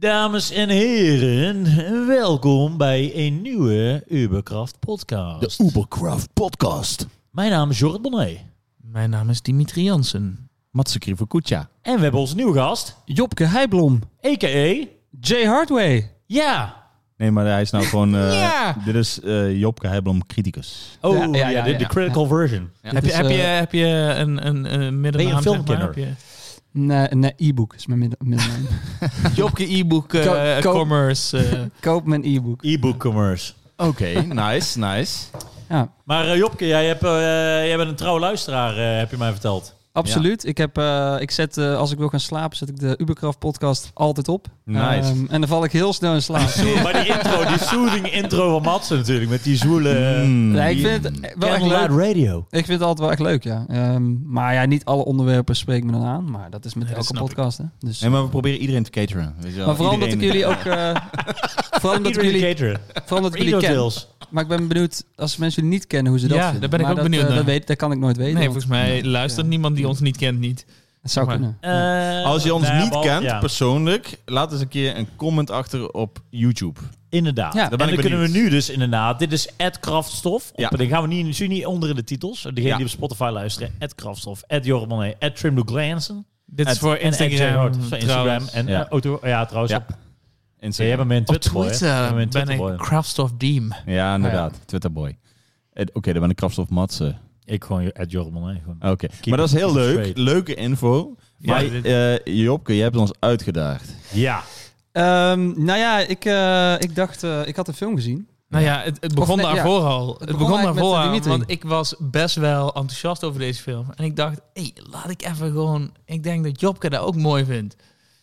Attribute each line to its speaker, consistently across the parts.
Speaker 1: Dames en heren, welkom bij een nieuwe Uberkraft podcast.
Speaker 2: Ubercraft Podcast.
Speaker 1: Mijn naam is Jorrit Bonnet.
Speaker 3: Mijn naam is Dimitri Jansen.
Speaker 2: Matze Krivokucha.
Speaker 1: En we hebben onze nieuwe gast,
Speaker 3: Jopke Heijblom.
Speaker 1: a.k.a.
Speaker 3: Jay Hardway.
Speaker 1: Ja.
Speaker 2: Nee, maar hij is nou gewoon... eh,
Speaker 3: Ja.
Speaker 2: Dit is eh Jopke Heijblom Criticus.
Speaker 1: Oh, ja,
Speaker 3: Ja, ja, ja,
Speaker 1: de, de
Speaker 3: ja.
Speaker 1: critical version.
Speaker 3: heb,
Speaker 4: Dit
Speaker 3: je,
Speaker 4: is,
Speaker 3: heb, je,
Speaker 4: eh,
Speaker 3: heb je een, een, een middennaam?
Speaker 1: Ben je een
Speaker 3: zeg maar?
Speaker 1: filmkenner?
Speaker 3: Heb je-
Speaker 4: Nee, nee, eh, e-book is mijn midden- middelnaam.
Speaker 3: Jopke e-book eh,
Speaker 4: Ko- ko-
Speaker 3: commerce. eh.
Speaker 4: Koop mijn e-book.
Speaker 1: E-book commerce.
Speaker 2: Oké, nice, nice.
Speaker 4: Ja,
Speaker 1: Maar eh, Jopke, jij, hebt, eh, jij bent een trouwe luisteraar, eh, heb je mij verteld.
Speaker 4: absoluut. Ik, heb, eh, ik zet, eh, als ik wil gaan slapen, zet ik de Ubercraft podcast altijd op.
Speaker 2: Nice.
Speaker 4: Ehm, en dan val ik heel snel in slaap.
Speaker 1: Maar die intro, die soothing intro van Madsen natuurlijk, met die zwoele... eh,
Speaker 3: Hmm.
Speaker 2: Mm.
Speaker 4: Nee, ik vind het wel echt leuk.
Speaker 1: Candlelight Radio.
Speaker 4: Ik vind het altijd wel echt leuk, ja. Ehm, maar ja, niet alle onderwerpen spreken me dan aan. Maar dat is met
Speaker 3: Nee, dat
Speaker 4: elke
Speaker 3: snap
Speaker 4: podcast, hè. Dus,
Speaker 2: Nee, maar we proberen iedereen te cateren. Weet je wel.
Speaker 4: maar vooral omdat ik
Speaker 2: Iedereen-
Speaker 4: jullie ook... eh, vooral omdat ik
Speaker 1: Iedereen
Speaker 4: jullie,
Speaker 1: cateren.
Speaker 4: vooral omdat ik
Speaker 1: Radio
Speaker 4: jullie ken.
Speaker 1: Tales.
Speaker 4: Maar ik ben benieuwd, als mensen jullie niet kennen, hoe ze dat
Speaker 3: Ja,
Speaker 4: vinden.
Speaker 3: daar ben ik
Speaker 4: Maar
Speaker 3: ook
Speaker 4: dat,
Speaker 3: benieuwd
Speaker 4: eh,
Speaker 3: naar.
Speaker 4: dat, weet, dat kan ik nooit weten.
Speaker 3: nee,
Speaker 4: want
Speaker 3: volgens mij luistert
Speaker 4: Ja.
Speaker 3: niemand die ons niet kent niet.
Speaker 4: het zou
Speaker 3: maar-
Speaker 4: kunnen.
Speaker 1: Eh,
Speaker 2: Als je ons
Speaker 1: nou ja,
Speaker 2: niet
Speaker 1: wel-
Speaker 2: kent,
Speaker 1: ja.
Speaker 2: persoonlijk, laat eens een keer een comment achter op YouTube.
Speaker 1: Inderdaad.
Speaker 4: Ja. Daar
Speaker 1: en
Speaker 2: ben
Speaker 1: dan
Speaker 2: ik
Speaker 1: kunnen we
Speaker 2: benieuwd.
Speaker 1: nu dus inderdaad... Dit is Ed Kraftstof. Op,
Speaker 2: Ja.
Speaker 1: Dan gaan we niet, natuurlijk niet onder in de titels. Degene
Speaker 2: Ja.
Speaker 1: die op Spotify luisteren. Ed Kraftstof, Ed Jormané, Ed Trimdo Glansen.
Speaker 3: Dit is
Speaker 1: Ed-
Speaker 3: voor
Speaker 1: en Ed Jay
Speaker 3: Instagram.
Speaker 1: Hart voor Instagram.
Speaker 3: trouwens.
Speaker 1: En
Speaker 2: Ja.
Speaker 1: eh, auto... Ja, trouwens.
Speaker 2: Ja.
Speaker 1: Op,
Speaker 2: Instagram.
Speaker 1: jij bent mijn
Speaker 3: Op
Speaker 1: Twitter,
Speaker 3: Twitter ben ik Craftstof Deem.
Speaker 2: Ja, inderdaad. Twitterboy. Eh, Oké, dan ben ik Krafstof Matsen.
Speaker 1: Ik gewoon Ed Jormané. Gewoon.
Speaker 2: Oké, maar dat is heel
Speaker 1: it
Speaker 2: leuk.
Speaker 1: straight.
Speaker 2: Leuke info.
Speaker 3: Ja,
Speaker 2: Maar
Speaker 3: dit-
Speaker 2: eh, Jopke, jij hebt ons uitgedaagd.
Speaker 1: Ja.
Speaker 4: Ehm, nou ja, ik, eh, ik dacht, eh, ik had een film gezien.
Speaker 3: Nou ja, het, het begon
Speaker 4: nee, ja.
Speaker 3: daarvoor al. Het
Speaker 4: begon
Speaker 3: begon
Speaker 4: eigenlijk met
Speaker 3: daarvoor
Speaker 4: de
Speaker 3: al,
Speaker 4: Dimitri.
Speaker 3: want ik was best wel enthousiast over deze film. En ik dacht, hé, laat ik even gewoon... Ik denk dat Jopke dat ook mooi vindt.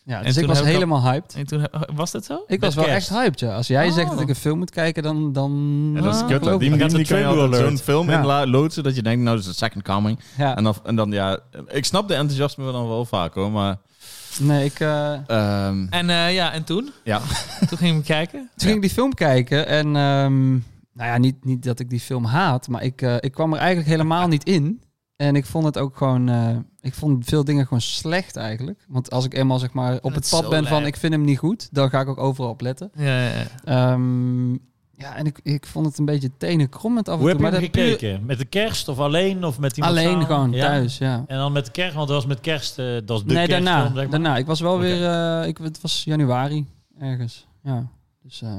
Speaker 4: Ja,
Speaker 3: En
Speaker 4: dus ik
Speaker 3: toen
Speaker 4: was
Speaker 3: heb ik al-
Speaker 4: helemaal hyped.
Speaker 3: En toen, heb- was dat zo?
Speaker 4: Ik
Speaker 1: Met
Speaker 4: was wel
Speaker 1: kerst.
Speaker 4: echt hyped, ja. Als jij
Speaker 3: Oh.
Speaker 4: zegt dat ik een film moet kijken, dan... dan
Speaker 2: En dat is
Speaker 4: Ah,
Speaker 2: kut.
Speaker 4: geloof
Speaker 2: want Die
Speaker 1: Dan
Speaker 4: ik.
Speaker 1: gaat
Speaker 2: manier
Speaker 1: het
Speaker 2: kan je altijd
Speaker 1: trailer
Speaker 2: zo'n film
Speaker 4: Ja.
Speaker 2: in la- loodsen dat je denkt, nou, dat is de second coming.
Speaker 4: Ja.
Speaker 2: En, dan, en dan, ja, ik snap de enthousiasme dan wel vaak, hoor. Maar,
Speaker 4: Nee, ik... eh,
Speaker 2: ehm,
Speaker 3: En eh, ja, en toen?
Speaker 2: Ja.
Speaker 3: Toen gingen we kijken.
Speaker 4: toen ging ik die film kijken en... ehm, nou ja, niet, niet dat ik die film haat, maar ik, eh, ik kwam er eigenlijk helemaal niet in. En ik vond het ook gewoon... eh, ik vond veel dingen gewoon slecht eigenlijk. Want als ik eenmaal zeg maar op
Speaker 3: het
Speaker 4: het
Speaker 3: is
Speaker 4: pad
Speaker 3: zo
Speaker 4: ben van
Speaker 3: lijp.
Speaker 4: ik vind hem niet goed, dan ga ik ook overal op letten.
Speaker 3: Ja, ja, ja.
Speaker 4: Ehm, ja, en ik, ik vond het een beetje tenenkrommend af en
Speaker 1: Hoe heb
Speaker 4: toe.
Speaker 1: je
Speaker 4: maar
Speaker 1: hem
Speaker 4: dat puur-
Speaker 1: gekeken? Met de kerst of alleen? Of met iemand
Speaker 4: Alleen
Speaker 1: samen?
Speaker 4: gewoon
Speaker 1: Ja.
Speaker 4: thuis, ja.
Speaker 1: En dan met de kerst, want dat was met kerst... eh, dat is de kerstfilm,
Speaker 4: nee, daarna.
Speaker 1: zeg maar.
Speaker 4: Daarna. Ik was wel
Speaker 1: Oké.
Speaker 4: weer... eh, ik, het was januari ergens. Ja. Dus, eh,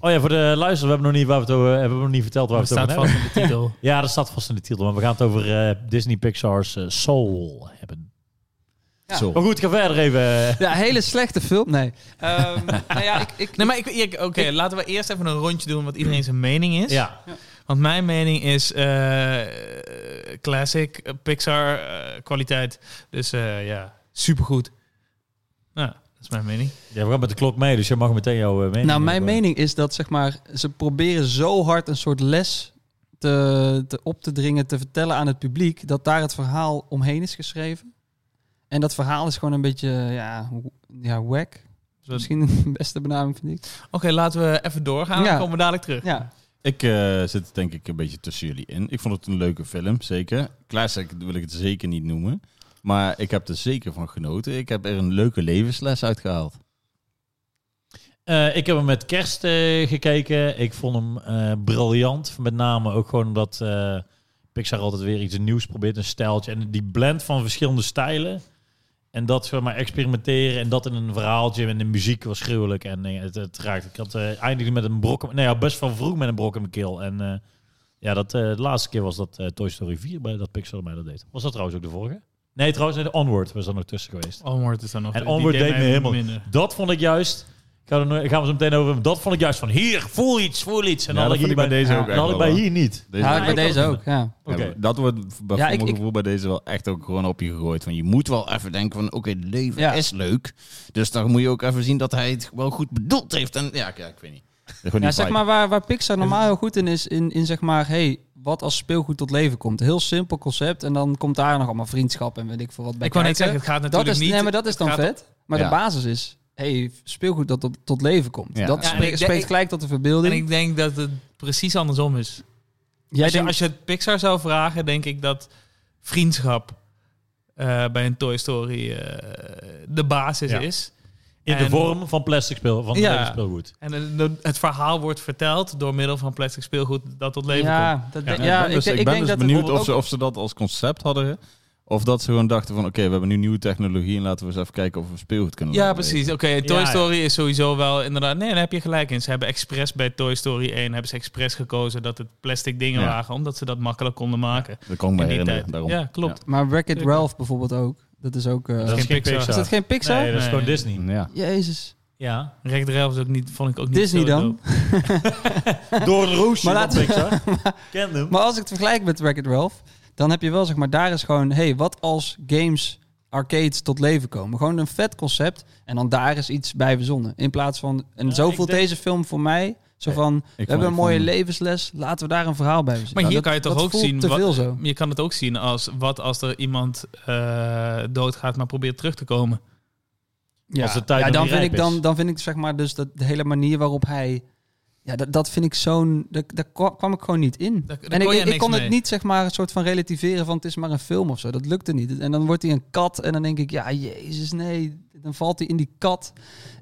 Speaker 1: Oh ja, voor de luister, we hebben nog niet, waar we het over, hebben we nog niet verteld waar we
Speaker 3: Dat
Speaker 1: het over
Speaker 3: staat
Speaker 1: hebben.
Speaker 3: vast in de titel.
Speaker 1: Ja, dat staat vast in de titel. Maar we gaan het over eh, Disney Pixar's eh, Soul hebben.
Speaker 4: Ja.
Speaker 2: Zo.
Speaker 1: Maar goed, ga verder even.
Speaker 4: ja, hele slechte film. Nee. Ehm, nou ja, ik... ik
Speaker 3: Nee, maar ik, ik- oké, laten we eerst even een rondje doen wat iedereen zijn mening is.
Speaker 1: Ja,
Speaker 3: Want mijn mening is eh, classic eh, Pixar eh, kwaliteit. Dus eh, ja, supergoed. Nou, dat is mijn mening.
Speaker 1: ja, we gaan met de klok mee, dus jij mag meteen jouw eh, mening.
Speaker 4: nou, mijn
Speaker 1: hebben.
Speaker 4: mening is dat, zeg maar, ze proberen zo hard een soort les te, te op te dringen, te vertellen aan het publiek, dat daar het verhaal omheen is geschreven. En dat verhaal is gewoon een beetje, ja, w- ja wack.
Speaker 3: Dus we-
Speaker 4: Misschien de beste benaming, vind ik.
Speaker 3: Oké, laten we even doorgaan.
Speaker 4: Ja.
Speaker 3: Dan komen we dadelijk terug.
Speaker 4: Ja,
Speaker 2: Ik eh, zit denk ik een beetje tussen jullie in. Ik vond het een leuke film, zeker. Classic wil ik het zeker niet noemen. Maar ik heb er zeker van genoten. Ik heb er een leuke levensles uit gehaald.
Speaker 1: Eh, ik heb hem met kerst eh, gekeken. Ik vond hem eh, briljant. Met name ook gewoon omdat eh, Pixar altijd weer iets nieuws probeert, een stijltje. En die blend van verschillende stijlen. En dat zeg maar experimenteren en dat in een verhaaltje. En de muziek was gruwelijk. En eh, het, het raakt. Ik had eh eindigde met een brok. Nee, ja, best van vroeg met een brok in mijn keel. En eh, ja, dat, eh, de laatste keer was dat eh, Toy Story 4 bij dat Pixar mij dat deed. Was dat trouwens ook de vorige? Nee, trouwens, nee, de Onward was er nog tussen geweest.
Speaker 3: Onward is dan nog...
Speaker 1: En
Speaker 3: die
Speaker 1: Onward deed
Speaker 3: mij
Speaker 1: me helemaal-
Speaker 3: minder.
Speaker 1: Dat vond ik juist. Ik ga er nu- gaan we zo meteen over hebben. Dat vond ik juist van hier, voel iets, voel iets. En
Speaker 2: Ja,
Speaker 1: dan had
Speaker 2: dat
Speaker 1: ik hier
Speaker 2: vond ik bij
Speaker 1: bij,
Speaker 2: deze
Speaker 4: ja,
Speaker 2: ook
Speaker 1: dan
Speaker 2: echt
Speaker 1: had ik
Speaker 2: wel,
Speaker 1: bij
Speaker 2: hoor.
Speaker 1: hier niet.
Speaker 2: Deze
Speaker 4: Ja,
Speaker 2: ook
Speaker 4: ik
Speaker 2: echt
Speaker 4: bij deze
Speaker 1: ook.
Speaker 4: ook, ja.
Speaker 2: wel.
Speaker 1: Oké.
Speaker 2: Ja, dat wordt bij
Speaker 4: Ja,
Speaker 2: voor
Speaker 4: ik-
Speaker 2: mijn
Speaker 4: ik-
Speaker 2: gevoel bij deze wel echt ook gewoon op je gegooid. Van je moet wel even denken van oké, het leven
Speaker 4: Ja.
Speaker 2: is leuk. Dus dan moet je ook even zien dat hij het wel goed bedoeld heeft. En ja, ik- ja, ik weet niet. Gewoon
Speaker 4: Ja,
Speaker 2: die
Speaker 4: zeg
Speaker 2: vibe.
Speaker 4: maar waar, waar Pixar normaal heel goed in is, in, in zeg maar, hey, wat als speelgoed tot leven komt. Heel simpel concept en dan komt daar nog allemaal vriendschap en weet ik veel wat bij
Speaker 3: Ik wou net
Speaker 4: kijken.
Speaker 3: zeggen, het gaat natuurlijk
Speaker 4: dat is,
Speaker 3: niet...
Speaker 4: Nee, maar dat is dan
Speaker 3: gaat-
Speaker 4: vet. Maar
Speaker 2: Ja.
Speaker 4: de basis is, hey, speelgoed dat tot, tot leven komt.
Speaker 2: Ja.
Speaker 4: Dat
Speaker 3: Ja, en
Speaker 4: spreekt,
Speaker 3: ik-
Speaker 4: spreekt
Speaker 3: ik-
Speaker 4: gelijk tot de verbeelding.
Speaker 3: En ik denk dat het precies andersom is.
Speaker 4: Jij
Speaker 3: als, je,
Speaker 4: denkt-
Speaker 3: als je het Pixar zou vragen, denk ik dat vriendschap eh, bij een Toy Story eh, de basis
Speaker 1: Ja.
Speaker 3: is.
Speaker 1: In de
Speaker 3: En-
Speaker 1: vorm van plastic speel, van
Speaker 3: Ja.
Speaker 1: levend speelgoed.
Speaker 3: En het- het verhaal wordt verteld door middel van plastic speelgoed dat tot leven komt.
Speaker 4: ja, dat,
Speaker 3: Ja,
Speaker 4: ja,
Speaker 2: Ja, ik ben dus,
Speaker 4: denk-
Speaker 2: ik ben
Speaker 4: denk
Speaker 2: dus
Speaker 4: dat er
Speaker 2: benieuwd of
Speaker 4: bijvoorbeeld
Speaker 2: ze, of ze dat als concept hadden. Of dat ze gewoon dachten van, oké, we hebben nu nieuwe technologie... en laten we eens even kijken of we speelgoed kunnen
Speaker 3: Ja,
Speaker 2: laten
Speaker 3: precies.
Speaker 2: leven.
Speaker 3: Oké, Toy
Speaker 1: Ja, ja.
Speaker 3: Story is sowieso wel inderdaad... Nee, daar heb je gelijk in. Ze hebben expres bij Toy Story 1... hebben ze expres gekozen dat het plastic dingen
Speaker 2: Ja.
Speaker 3: waren... omdat ze dat makkelijk konden maken
Speaker 2: Dat kan ik me
Speaker 3: in die
Speaker 2: herinneren,
Speaker 3: tijd.
Speaker 2: daarom.
Speaker 3: Ja, klopt.
Speaker 4: ook- Maar Wreck-It
Speaker 3: Zeker.
Speaker 4: Ralph bijvoorbeeld ook. Dat is ook... eh,
Speaker 1: Dat is
Speaker 3: geen
Speaker 1: geen
Speaker 3: Pixar.
Speaker 1: Pixar.
Speaker 4: is dat geen Pixar?
Speaker 1: Nee, dat is
Speaker 3: Nee.
Speaker 1: gewoon Disney.
Speaker 2: Ja.
Speaker 4: Jezus.
Speaker 1: Ja.
Speaker 3: Rek Dreyf is ook niet, vond ik ook niet
Speaker 4: Disney
Speaker 3: zo
Speaker 4: dan?
Speaker 3: dope.
Speaker 1: Door een roosje
Speaker 4: Maar
Speaker 1: van
Speaker 4: laten we-
Speaker 1: Pixar. Ken hem.
Speaker 4: Maar als ik het vergelijk met Wreck-It Ralph, dan heb je wel zeg maar daar is gewoon, hey, wat als games arcades tot leven komen? Gewoon een vet concept en dan daar is iets bij verzonnen. In plaats van, en
Speaker 1: Ja,
Speaker 4: zo
Speaker 1: ik
Speaker 4: voelt
Speaker 1: denk-
Speaker 4: deze film voor mij, zo van, we
Speaker 2: Ik
Speaker 4: hebben
Speaker 2: vond-
Speaker 4: een mooie
Speaker 2: ik vond-
Speaker 4: levensles, laten we daar een verhaal bij verzinnen.
Speaker 3: Maar hier
Speaker 4: dat-
Speaker 3: kan je toch
Speaker 4: dat
Speaker 3: ook
Speaker 4: voelt
Speaker 3: zien
Speaker 4: te
Speaker 3: wat-
Speaker 4: veel zo.
Speaker 3: Je kan het ook zien als... wat als er iemand eh, doodgaat... maar probeert terug te komen.
Speaker 4: Ja,
Speaker 1: Als de tijd
Speaker 4: ja
Speaker 1: nog
Speaker 4: dan,
Speaker 1: niet
Speaker 4: vind
Speaker 1: rijp
Speaker 4: ik,
Speaker 1: is.
Speaker 4: dan, dan vind ik zeg maar dus dat de hele manier waarop hij... Ja, dat, dat vind ik zo'n... Daar, daar kwa- kwam ik gewoon niet in.
Speaker 3: Daar- daar
Speaker 4: en
Speaker 3: kon
Speaker 4: ik,
Speaker 3: je
Speaker 4: ik,
Speaker 3: niks
Speaker 4: kon
Speaker 3: mee.
Speaker 4: het niet zeg maar een soort van relativeren van het is maar een film of zo. Dat lukte niet. En dan wordt hij een kat en dan denk ik, ja, jezus, nee. Dan valt hij in die kat.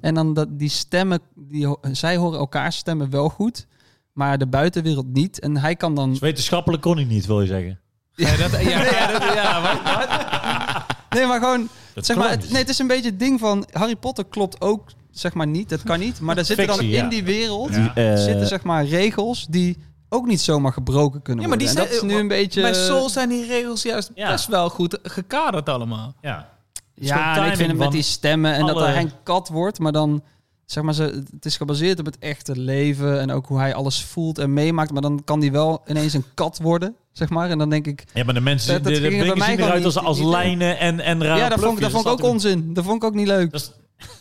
Speaker 4: En dan dat, die stemmen, die, ho- zij horen elkaar stemmen wel goed. Maar de buitenwereld niet. En hij kan dan...
Speaker 1: Dus wetenschappelijk kon hij niet, wil je zeggen.
Speaker 3: Ja, dat, ja, ja, dat- ja, maar-
Speaker 4: Nee, maar gewoon...
Speaker 1: Dat
Speaker 4: zeg maar,
Speaker 1: kan
Speaker 4: het, nee, het is een beetje het ding van Harry Potter klopt ook, zeg maar niet. Dat kan niet. Maar daar zitten dan
Speaker 1: Fictie, ja.
Speaker 4: in die wereld
Speaker 1: Ja.
Speaker 2: Die, eh,
Speaker 4: zitten zeg maar regels die ook niet zomaar gebroken kunnen
Speaker 3: Ja, maar die
Speaker 4: worden. En
Speaker 3: zijn-
Speaker 4: dat is nu een beetje.
Speaker 3: Bij Soul zijn die regels juist
Speaker 1: Ja.
Speaker 3: best wel goed gekaderd allemaal.
Speaker 1: Ja.
Speaker 4: ja, en ik vind het met die stemmen en
Speaker 1: alle-
Speaker 4: dat hij een kat wordt, maar dan zeg maar ze, het is gebaseerd op het echte leven en ook hoe hij alles voelt en meemaakt, maar dan kan die wel ineens een kat worden, zeg maar. En dan denk ik,
Speaker 1: Ja, maar de mensen
Speaker 4: Dat-
Speaker 1: de,
Speaker 4: dat
Speaker 1: de
Speaker 4: ging er bij
Speaker 1: dingen
Speaker 4: mij
Speaker 1: zien
Speaker 4: gewoon
Speaker 1: eruit als,
Speaker 4: niet-
Speaker 1: als
Speaker 4: niet in.
Speaker 1: lijnen en, en rare
Speaker 4: ja, dat vond, ik- dat
Speaker 1: plukjes.
Speaker 4: vond ik ook
Speaker 1: staat er-
Speaker 4: onzin. Dat vond ik ook niet leuk.
Speaker 1: Dat is-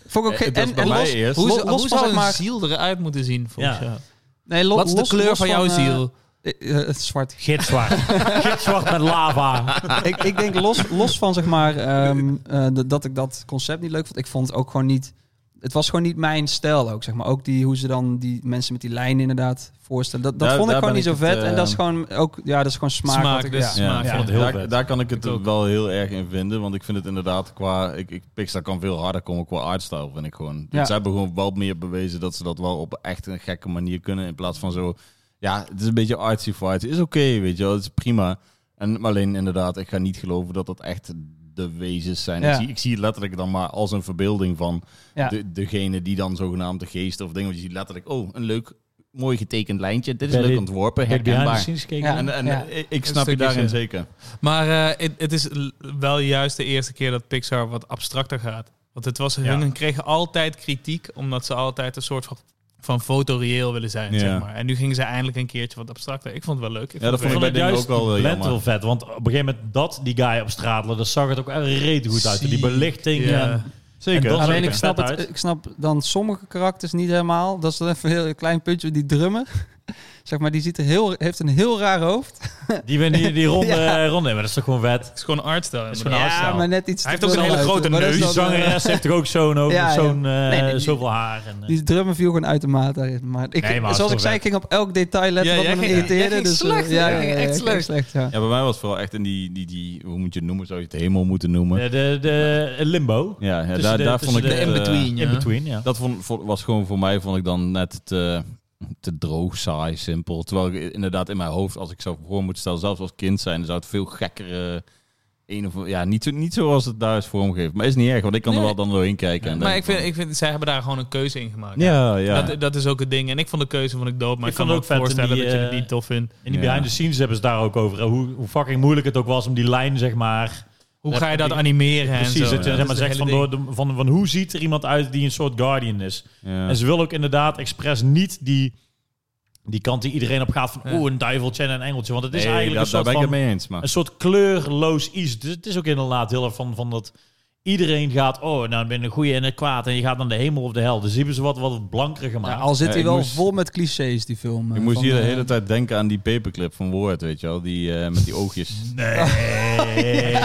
Speaker 4: Vond ik ook
Speaker 2: Eh,
Speaker 4: geen,
Speaker 2: dat was
Speaker 4: en,
Speaker 2: bij
Speaker 4: en
Speaker 2: mij
Speaker 4: los,
Speaker 2: eerst.
Speaker 4: Hoe,
Speaker 3: Hoe,
Speaker 4: ze-
Speaker 3: hoe
Speaker 4: hoe ze,
Speaker 3: zou
Speaker 4: zeg
Speaker 3: een
Speaker 4: maar,
Speaker 3: ziel eruit moeten zien volgens
Speaker 1: Ja.
Speaker 3: jou?
Speaker 4: nee, lo-
Speaker 3: Wat is de
Speaker 4: los-
Speaker 3: kleur
Speaker 4: los
Speaker 3: van jouw
Speaker 4: eh,
Speaker 3: ziel?
Speaker 4: eh, eh, het is zwart.
Speaker 1: Gitzwart. Gitzwart met lava.
Speaker 4: Ah, ik, ik denk los, los van zeg maar ehm, eh, d- dat ik dat concept niet leuk vond. Ik vond het ook gewoon niet. Het was gewoon niet mijn stijl ook, zeg maar. Ook die, hoe ze dan die mensen met die lijnen inderdaad voorstellen. Dat, dat
Speaker 2: Daar-
Speaker 4: vond ik
Speaker 2: daar
Speaker 4: gewoon niet
Speaker 2: ben
Speaker 4: zo
Speaker 2: ik het,
Speaker 4: vet. en
Speaker 2: eh,
Speaker 4: dat is gewoon ook, ja, dat is gewoon smaak.
Speaker 3: Smaak,
Speaker 4: wat ik,
Speaker 3: dus-
Speaker 4: ja.
Speaker 2: Ja,
Speaker 3: Maar ik vond het
Speaker 1: heel
Speaker 2: daar,
Speaker 1: vet.
Speaker 2: daar kan ik het
Speaker 3: Ik ook.
Speaker 2: wel heel erg in vinden. Want ik vind het inderdaad qua... Ik, ik, Pixar kan veel harder komen qua artstyle, vind ik gewoon.
Speaker 4: Ja.
Speaker 2: Dus ze hebben gewoon wel meer bewezen dat ze dat wel op echt een gekke manier kunnen. In plaats van zo... Ja, het is een beetje artsy fight. Is oké, weet je wel. Het is prima. En, maar alleen inderdaad, ik ga niet geloven dat dat echt de wezens zijn.
Speaker 4: Ja.
Speaker 2: Ik, zie, ik zie het letterlijk dan maar als een verbeelding van
Speaker 4: Ja.
Speaker 2: de, degene die dan zogenaamd de geest of dingen. Want je ziet letterlijk, oh, een leuk, mooi getekend lijntje. Dit is
Speaker 1: Ben je-
Speaker 2: leuk ontworpen,
Speaker 1: Heb je behind the
Speaker 2: herkenbaar.
Speaker 1: scenes gekeken?
Speaker 4: Ja.
Speaker 2: En, en ik- ik snap je
Speaker 3: stukje
Speaker 2: daarin
Speaker 3: zo.
Speaker 2: zeker.
Speaker 3: Maar eh, het, het is l- wel juist de eerste keer dat Pixar wat abstracter gaat. Want het was, hun kregen altijd kritiek, omdat ze altijd een soort van, van fotoreëel willen zijn.
Speaker 2: Ja.
Speaker 3: Zeg maar. En nu gingen ze eindelijk een keertje wat abstracter. Ik vond het wel leuk. Ik
Speaker 2: Ja, dat
Speaker 3: het
Speaker 2: vond ik
Speaker 3: wel
Speaker 2: bij
Speaker 1: vond het
Speaker 2: dingen
Speaker 1: juist
Speaker 2: ook wel eh,
Speaker 1: Blend wel
Speaker 2: jammer.
Speaker 1: vet, want op een gegeven moment dat die guy op straat lag, dat zag het ook echt reet goed uit. Die
Speaker 3: Ziek,
Speaker 1: belichting.
Speaker 3: ja.
Speaker 1: en-
Speaker 2: Zeker.
Speaker 1: dat-
Speaker 4: Alleen
Speaker 1: zag
Speaker 4: ik
Speaker 1: er
Speaker 4: snap,
Speaker 1: vet
Speaker 4: het,
Speaker 1: uit.
Speaker 4: ik snap dan sommige karakters niet helemaal. Dat is dan even een heel klein puntje. Die drummer, zeg maar, die ziet er heel, heeft een heel raar hoofd.
Speaker 1: Die, die, die, die ronde,
Speaker 4: eh,
Speaker 1: eh,
Speaker 4: Ja.
Speaker 1: ronde, maar dat is toch gewoon vet.
Speaker 3: Het is gewoon artstyle.
Speaker 1: is
Speaker 3: inderdaad.
Speaker 1: gewoon
Speaker 4: Ja,
Speaker 1: artstyle.
Speaker 4: maar net iets
Speaker 3: Hij
Speaker 4: te
Speaker 3: heeft ook
Speaker 4: veel
Speaker 3: een
Speaker 4: uit.
Speaker 3: hele grote
Speaker 4: Maar dat is
Speaker 1: Die
Speaker 3: neus,
Speaker 4: dan, eh,
Speaker 1: zangeres heeft toch ook zo'n hoofd,
Speaker 4: Ja, ja.
Speaker 1: zo'n eh,
Speaker 4: Nee, nee, die-
Speaker 1: zoveel haar. En, eh.
Speaker 4: Die drummer viel gewoon uit de maat daarin. Maar ik,
Speaker 1: Nee, maar
Speaker 4: zoals
Speaker 1: het
Speaker 4: ik
Speaker 1: is wel
Speaker 4: zei, ik ging op elk detail letten
Speaker 3: Ja,
Speaker 4: wat
Speaker 3: jij
Speaker 4: me dan
Speaker 3: ging- jij
Speaker 4: irriteerde.
Speaker 3: ging
Speaker 4: dus, eh,
Speaker 3: slecht,
Speaker 4: ja,
Speaker 3: jij ging
Speaker 4: ja, ja,
Speaker 3: echt
Speaker 4: ik ging
Speaker 3: slecht.
Speaker 4: ja.
Speaker 2: Ja, bij mij was het wel echt in die, die, die, hoe moet je het noemen? Zou je het hemel moeten noemen?
Speaker 1: de, de, de eh, limbo.
Speaker 2: Ja, ja,
Speaker 1: Tussen
Speaker 2: daar,
Speaker 1: de-
Speaker 2: daar vond ik
Speaker 1: tussen
Speaker 2: het,
Speaker 1: de
Speaker 2: eh,
Speaker 3: in-between. Ja.
Speaker 1: In between, ja.
Speaker 2: dat vond, vo- was gewoon voor mij, vond ik dan net te, te droog, saai, simpel. Terwijl ik inderdaad in mijn hoofd, als ik zou voor moet stellen, zelfs als kind zijn, dan zou het veel gekkere... Een of, ja, niet, zo, niet zoals het daar is vormgegeven. Maar is niet erg, want ik kan er
Speaker 3: Nee.
Speaker 2: wel dan doorheen kijken. en
Speaker 3: Maar ik
Speaker 2: denken
Speaker 3: vind, ik vind, zij hebben daar gewoon een keuze in gemaakt.
Speaker 2: van- ja, ja.
Speaker 3: Dat, dat is ook het ding. En ik vond de keuze van ik dood, maar
Speaker 1: Ik
Speaker 3: ik, kan
Speaker 1: vond het
Speaker 3: me ook
Speaker 1: ook vet in
Speaker 3: voorstellen
Speaker 1: die,
Speaker 3: dat je het
Speaker 1: eh,
Speaker 3: niet tof vindt.
Speaker 1: In die
Speaker 2: Ja.
Speaker 1: behind the scenes hebben ze daar ook over. eh, Hoe, hoe fucking moeilijk het ook was om die lijn, zeg maar.
Speaker 3: Hoe
Speaker 1: dat-
Speaker 3: ga je dat
Speaker 1: die-
Speaker 3: animeren en
Speaker 1: precies,
Speaker 3: zo.
Speaker 1: dat je
Speaker 3: Ja,
Speaker 1: zeg
Speaker 3: dat
Speaker 1: maar
Speaker 3: is het
Speaker 1: zegt van,
Speaker 3: hele
Speaker 1: door de- van, van hoe ziet er iemand uit die een soort guardian is.
Speaker 2: ja.
Speaker 1: En ze wil ook inderdaad expres niet die, die kant die iedereen op gaat van
Speaker 3: Ja.
Speaker 1: oeh, een duiveltje en een engeltje. Want het is
Speaker 2: Nee,
Speaker 1: eigenlijk
Speaker 2: daar, daar
Speaker 1: een soort
Speaker 2: ben
Speaker 1: van,
Speaker 2: ik het mee eens. Maar.
Speaker 1: een soort kleurloos iets. Dus het is ook inderdaad heel erg van, van dat iedereen gaat, oh, nou dan ben je een goede en een kwaad en je gaat naar de hemel of de hel. Dus die hebben ze wat, wat blanker
Speaker 4: Ja,
Speaker 1: gemaakt.
Speaker 4: al zit
Speaker 2: Ja,
Speaker 4: hij
Speaker 2: ik
Speaker 4: wel
Speaker 2: moest-
Speaker 4: vol met clichés, die film. eh,
Speaker 2: Ik moest
Speaker 4: van,
Speaker 2: hier de
Speaker 4: eh,
Speaker 2: hele tijd denken aan die paperclip van Woord, weet je wel. Die, eh, met die oogjes.
Speaker 1: Nee.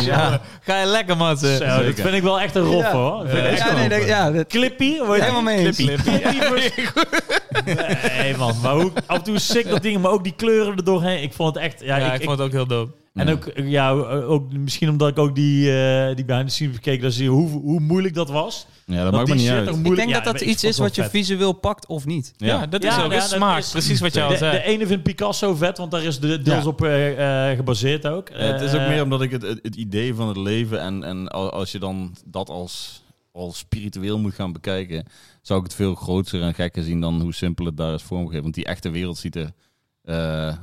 Speaker 2: Ja,
Speaker 3: ding. Ga je lekker, man.
Speaker 1: Zo, dat
Speaker 2: zeker.
Speaker 1: vind ik wel echt een rof
Speaker 4: Ja.
Speaker 1: hoor. Dat vind ik
Speaker 2: Ja,
Speaker 1: echt
Speaker 4: Ja,
Speaker 1: een
Speaker 4: nee,
Speaker 1: roffel.
Speaker 4: dat- ja, dat-
Speaker 1: Clippy? Hoe heet
Speaker 4: Helemaal
Speaker 1: die?
Speaker 4: mee eens.
Speaker 1: Clippy vers- Nee man, maar hoe, af en toe sick dat ding, maar ook die kleuren er doorheen. Ik vond het echt, ja,
Speaker 3: Ja,
Speaker 1: ik,
Speaker 3: ik, vond het ook heel dope.
Speaker 1: En ook, eh, ja, ook, misschien omdat ik ook die, eh, die behind the scenes bekeken, dat zie je hoe, hoe moeilijk dat was.
Speaker 2: Ja, dat
Speaker 1: Want
Speaker 2: maakt
Speaker 1: die
Speaker 2: me niet
Speaker 1: shit
Speaker 2: uit.
Speaker 1: ook
Speaker 4: Ik
Speaker 1: moeilijk-
Speaker 4: denk
Speaker 1: Ja,
Speaker 4: dat dat
Speaker 1: ik
Speaker 4: iets
Speaker 1: vond
Speaker 4: is
Speaker 1: het
Speaker 4: wat je
Speaker 1: wel vet.
Speaker 4: visueel pakt of niet.
Speaker 3: Ja,
Speaker 2: Ja.
Speaker 3: dat is
Speaker 1: Ja,
Speaker 3: ook
Speaker 1: ja,
Speaker 3: een
Speaker 1: dat
Speaker 3: smaak.
Speaker 1: is-
Speaker 3: Precies wat je al
Speaker 1: De,
Speaker 3: zei.
Speaker 1: de ene vindt Picasso vet, want daar is de deels
Speaker 4: Ja.
Speaker 1: op eh, eh, gebaseerd ook.
Speaker 2: Ja, het is ook
Speaker 1: Eh,
Speaker 2: meer omdat ik het, het, het idee van het leven en, en al- als je dan dat als, als spiritueel moet gaan bekijken, zou ik het veel groter en gekker zien dan hoe simpel het daar is vormgegeven. Want die echte wereld ziet er eh,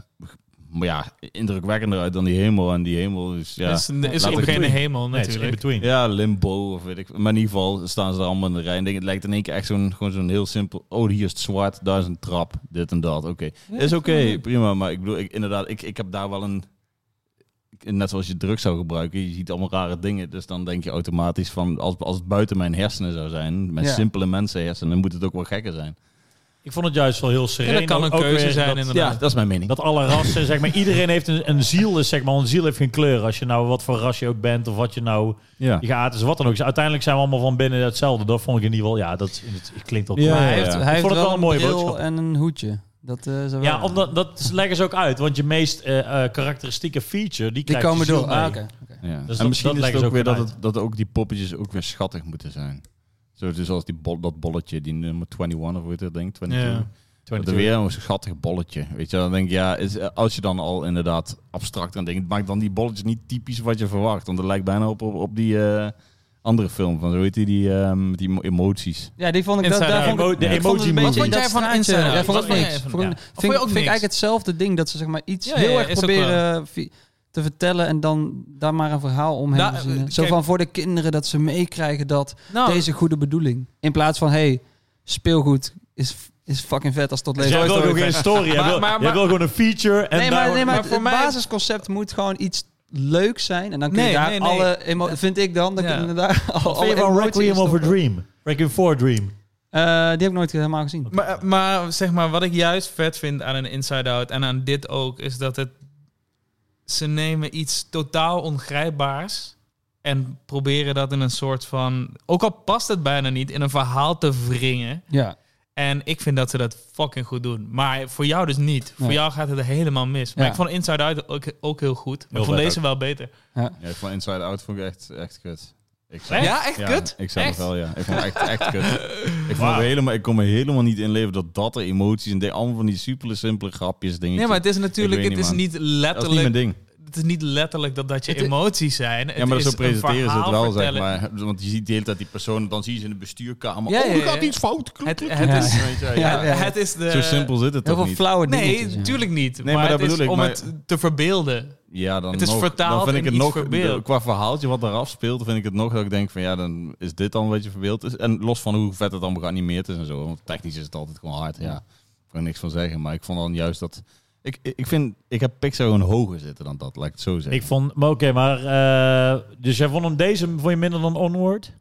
Speaker 2: maar ja, indrukwekkender uit dan die hemel. En die hemel is, ja,
Speaker 3: Het is, een- is
Speaker 2: Laat
Speaker 3: ook
Speaker 2: ik-
Speaker 3: geen hemel
Speaker 1: nee, het is in
Speaker 3: natuurlijk.
Speaker 1: between.
Speaker 2: ja, limbo of weet ik. Maar in ieder geval staan ze daar allemaal in de rij. En denk, het lijkt in één keer echt zo'n, gewoon zo'n heel simpel, oh hier is het zwart, daar is een trap, dit en dat. Oké, is oké, prima. Maar ik bedoel, ik, inderdaad, ik, ik heb daar wel een... ik- Net zoals je drugs zou gebruiken, je ziet allemaal rare dingen. Dus dan denk je automatisch van, als, als het buiten mijn hersenen zou zijn, mijn
Speaker 4: Ja.
Speaker 2: simpele mensen hersenen, dan moet het ook wel gekker zijn.
Speaker 1: Ik vond het juist wel heel sereen.
Speaker 3: Ja, dat kan een
Speaker 1: Ook
Speaker 3: keuze
Speaker 1: weer
Speaker 3: zijn
Speaker 1: dat-
Speaker 3: inderdaad.
Speaker 2: dat is mijn mening.
Speaker 1: Dat alle rassen, zeg maar, iedereen heeft een, een ziel, is, zeg maar, een ziel heeft geen kleur. Als je nou wat voor ras je ook bent, of wat je nou,
Speaker 2: ja.
Speaker 1: je gaat is, wat dan ook. is. Uiteindelijk zijn we allemaal van binnen hetzelfde. Dat vond ik in ieder geval, ja, dat het, klinkt al
Speaker 2: Ja,
Speaker 4: Maar hij
Speaker 2: ja.
Speaker 4: heeft,
Speaker 2: Ik
Speaker 4: hij heeft
Speaker 1: vond het
Speaker 4: wel,
Speaker 1: wel
Speaker 4: een
Speaker 1: een mooie
Speaker 4: bril
Speaker 1: boodschap.
Speaker 4: en een hoedje. Dat, eh, is er wel
Speaker 1: Ja,
Speaker 4: aan.
Speaker 1: omdat, dat leggen ze ook uit. Want je meest eh, eh, karakteristieke feature, die
Speaker 4: die
Speaker 1: krijgt
Speaker 4: komen
Speaker 1: je ziel
Speaker 4: door.
Speaker 1: mee.
Speaker 4: Ah, oké, oké.
Speaker 2: Ja.
Speaker 1: Dus dat-
Speaker 2: en misschien
Speaker 1: dat
Speaker 2: is
Speaker 1: lijkt
Speaker 2: het
Speaker 1: ze
Speaker 2: ook
Speaker 1: ook
Speaker 2: weer dat,
Speaker 1: vanuit.
Speaker 2: het, dat ook die poppetjes ook weer schattig moeten zijn. Zo, dus als die bol, dat bolletje, die nummer 21 of hoe heet dat ding, 22.
Speaker 3: Ja.
Speaker 2: Dat er weer een schattig bolletje. Weet je, dan denk ik, ja, is, eh, als je dan al inderdaad abstract aan denkt, maak dan die bolletjes niet typisch wat je verwacht. Want dat lijkt bijna op, op, op die eh, andere film van, zo heet die, die, eh, met die mo- emoties.
Speaker 4: Ja, die vond ik...
Speaker 3: Inside
Speaker 4: dat, daar
Speaker 3: Out.
Speaker 4: vond ik-
Speaker 1: De
Speaker 4: ik vond het een
Speaker 1: emoji
Speaker 4: beetje
Speaker 1: movie.
Speaker 4: in dat
Speaker 3: Wat vond jij van
Speaker 4: straatje.
Speaker 3: Inside Out?
Speaker 4: Ja, vond ik
Speaker 3: Wat
Speaker 4: ook
Speaker 3: vond
Speaker 4: niks.
Speaker 3: jij
Speaker 4: Vond ik-
Speaker 3: van- ja.
Speaker 4: Vind,
Speaker 3: Vond je
Speaker 4: ik-
Speaker 3: ook
Speaker 4: vind ik
Speaker 3: niks?
Speaker 4: eigenlijk hetzelfde ding. Dat ze zeg maar iets
Speaker 3: Ja,
Speaker 4: heel
Speaker 3: ja,
Speaker 4: erg
Speaker 3: is ook
Speaker 4: proberen vi- te vertellen. En dan daar maar een verhaal omheen
Speaker 3: Nou,
Speaker 4: te verzinnen.
Speaker 3: eh,
Speaker 4: Zo
Speaker 3: kijk-
Speaker 4: van voor de kinderen dat ze meekrijgen dat
Speaker 3: Nou,
Speaker 4: deze goede bedoeling. In plaats van, hey, speelgoed is, is fucking vet als tot
Speaker 1: Dus
Speaker 4: leven.
Speaker 1: jij wil
Speaker 3: Story
Speaker 1: ook geen story. jij,
Speaker 3: Maar-
Speaker 1: wil,
Speaker 3: maar-
Speaker 1: jij
Speaker 3: maar-
Speaker 1: wil gewoon een feature. En
Speaker 4: nee,
Speaker 1: daar
Speaker 4: maar, nee,
Speaker 1: wordt-
Speaker 4: maar,
Speaker 3: maar voor
Speaker 4: het
Speaker 3: mij-
Speaker 4: basisconcept moet gewoon iets leuks zijn. En dan kun je
Speaker 3: Nee,
Speaker 4: daar
Speaker 3: nee, nee.
Speaker 4: alle emo- Vind ik dan. Dan
Speaker 3: Ja.
Speaker 4: kunnen daar
Speaker 1: Wat
Speaker 4: al
Speaker 1: vind
Speaker 4: alle
Speaker 1: je van
Speaker 4: emotie
Speaker 1: Requiem
Speaker 4: in
Speaker 1: of a
Speaker 4: stoppen.
Speaker 1: Dream? Requiem for a Dream.
Speaker 4: Eh, die heb ik nooit helemaal gezien.
Speaker 3: Maar, maar zeg maar, wat ik juist vet vind aan een Inside Out en aan dit ook, is dat het. Ze nemen iets totaal ongrijpbaars en proberen dat in een soort van. Ook al past het bijna niet, in een verhaal te wringen.
Speaker 4: Ja.
Speaker 3: En ik vind dat ze dat fucking goed doen. Maar voor jou dus niet. Voor
Speaker 4: Nee.
Speaker 3: jou gaat het helemaal mis. Maar
Speaker 4: Ja.
Speaker 3: ik vond Inside Out ook, ook heel goed. Maar
Speaker 1: Heel
Speaker 3: ik vond
Speaker 1: vet
Speaker 3: deze wel beter.
Speaker 2: Ja, ik vond Inside Out vond ik echt, echt kut. Ik
Speaker 1: Echt?
Speaker 3: Ja, echt
Speaker 2: ja,
Speaker 3: kut?
Speaker 2: Ik zelf
Speaker 3: Echt?
Speaker 2: wel, ja. Ik vond het echt, echt kut. Ik, vond
Speaker 1: Wauw.
Speaker 2: het helemaal, ik kon me helemaal niet inleven dat dat de emoties en de, allemaal van die super simpele grapjes dingetjes.
Speaker 3: Nee, maar het is natuurlijk,
Speaker 2: Ik weet
Speaker 3: het is
Speaker 2: niet, man.
Speaker 3: niet
Speaker 2: dat is niet mijn
Speaker 3: letterlijk.
Speaker 2: ding.
Speaker 3: Het is niet letterlijk dat dat je
Speaker 4: Het is-
Speaker 3: emoties zijn.
Speaker 2: ja, maar
Speaker 3: is
Speaker 2: zo
Speaker 3: een
Speaker 2: presenteren ze het
Speaker 3: verhaal
Speaker 2: wel, zeg
Speaker 3: vertellen.
Speaker 2: maar. Want je ziet de hele tijd die persoon, dan zie je ze in de bestuurkamer.
Speaker 4: Ja,
Speaker 2: oh, er
Speaker 4: ja, ja.
Speaker 2: gaat iets fout. Klopt,
Speaker 3: Het,
Speaker 2: klopt.
Speaker 3: het
Speaker 4: Ja.
Speaker 3: is,
Speaker 2: Weet je, ja.
Speaker 4: Ja, ja.
Speaker 3: het eh, is de...
Speaker 2: Zo simpel zit het
Speaker 4: Heel
Speaker 2: toch
Speaker 4: veel
Speaker 2: niet?
Speaker 4: flauwe dingen.
Speaker 3: Nee, natuurlijk niet.
Speaker 2: maar
Speaker 3: maar,
Speaker 2: dat
Speaker 3: het is
Speaker 2: bedoel ik,
Speaker 3: om
Speaker 2: maar-
Speaker 3: het te verbeelden.
Speaker 2: Ja, dan
Speaker 3: Het is
Speaker 2: nog.
Speaker 3: vertaald
Speaker 2: dan vind ik
Speaker 3: en
Speaker 2: het
Speaker 3: iets
Speaker 2: nog,
Speaker 3: verbeeld.
Speaker 2: de- Qua verhaaltje wat daar afspeelt, vind ik het nog dat ik denk van ja, dan is dit dan wat je verbeeld is. En los van hoe vet het allemaal geanimeerd is en zo. Want technisch is het altijd gewoon hard. Ja, daar kan ik niks van zeggen. Maar ik vond dan juist dat... Ik, ik ik vind, ik heb Pixar gewoon hoger zitten dan dat, laat ik het zo zeggen.
Speaker 1: Ik vond, maar oké, maar... eh, dus jij vond hem deze vond je minder dan Onward?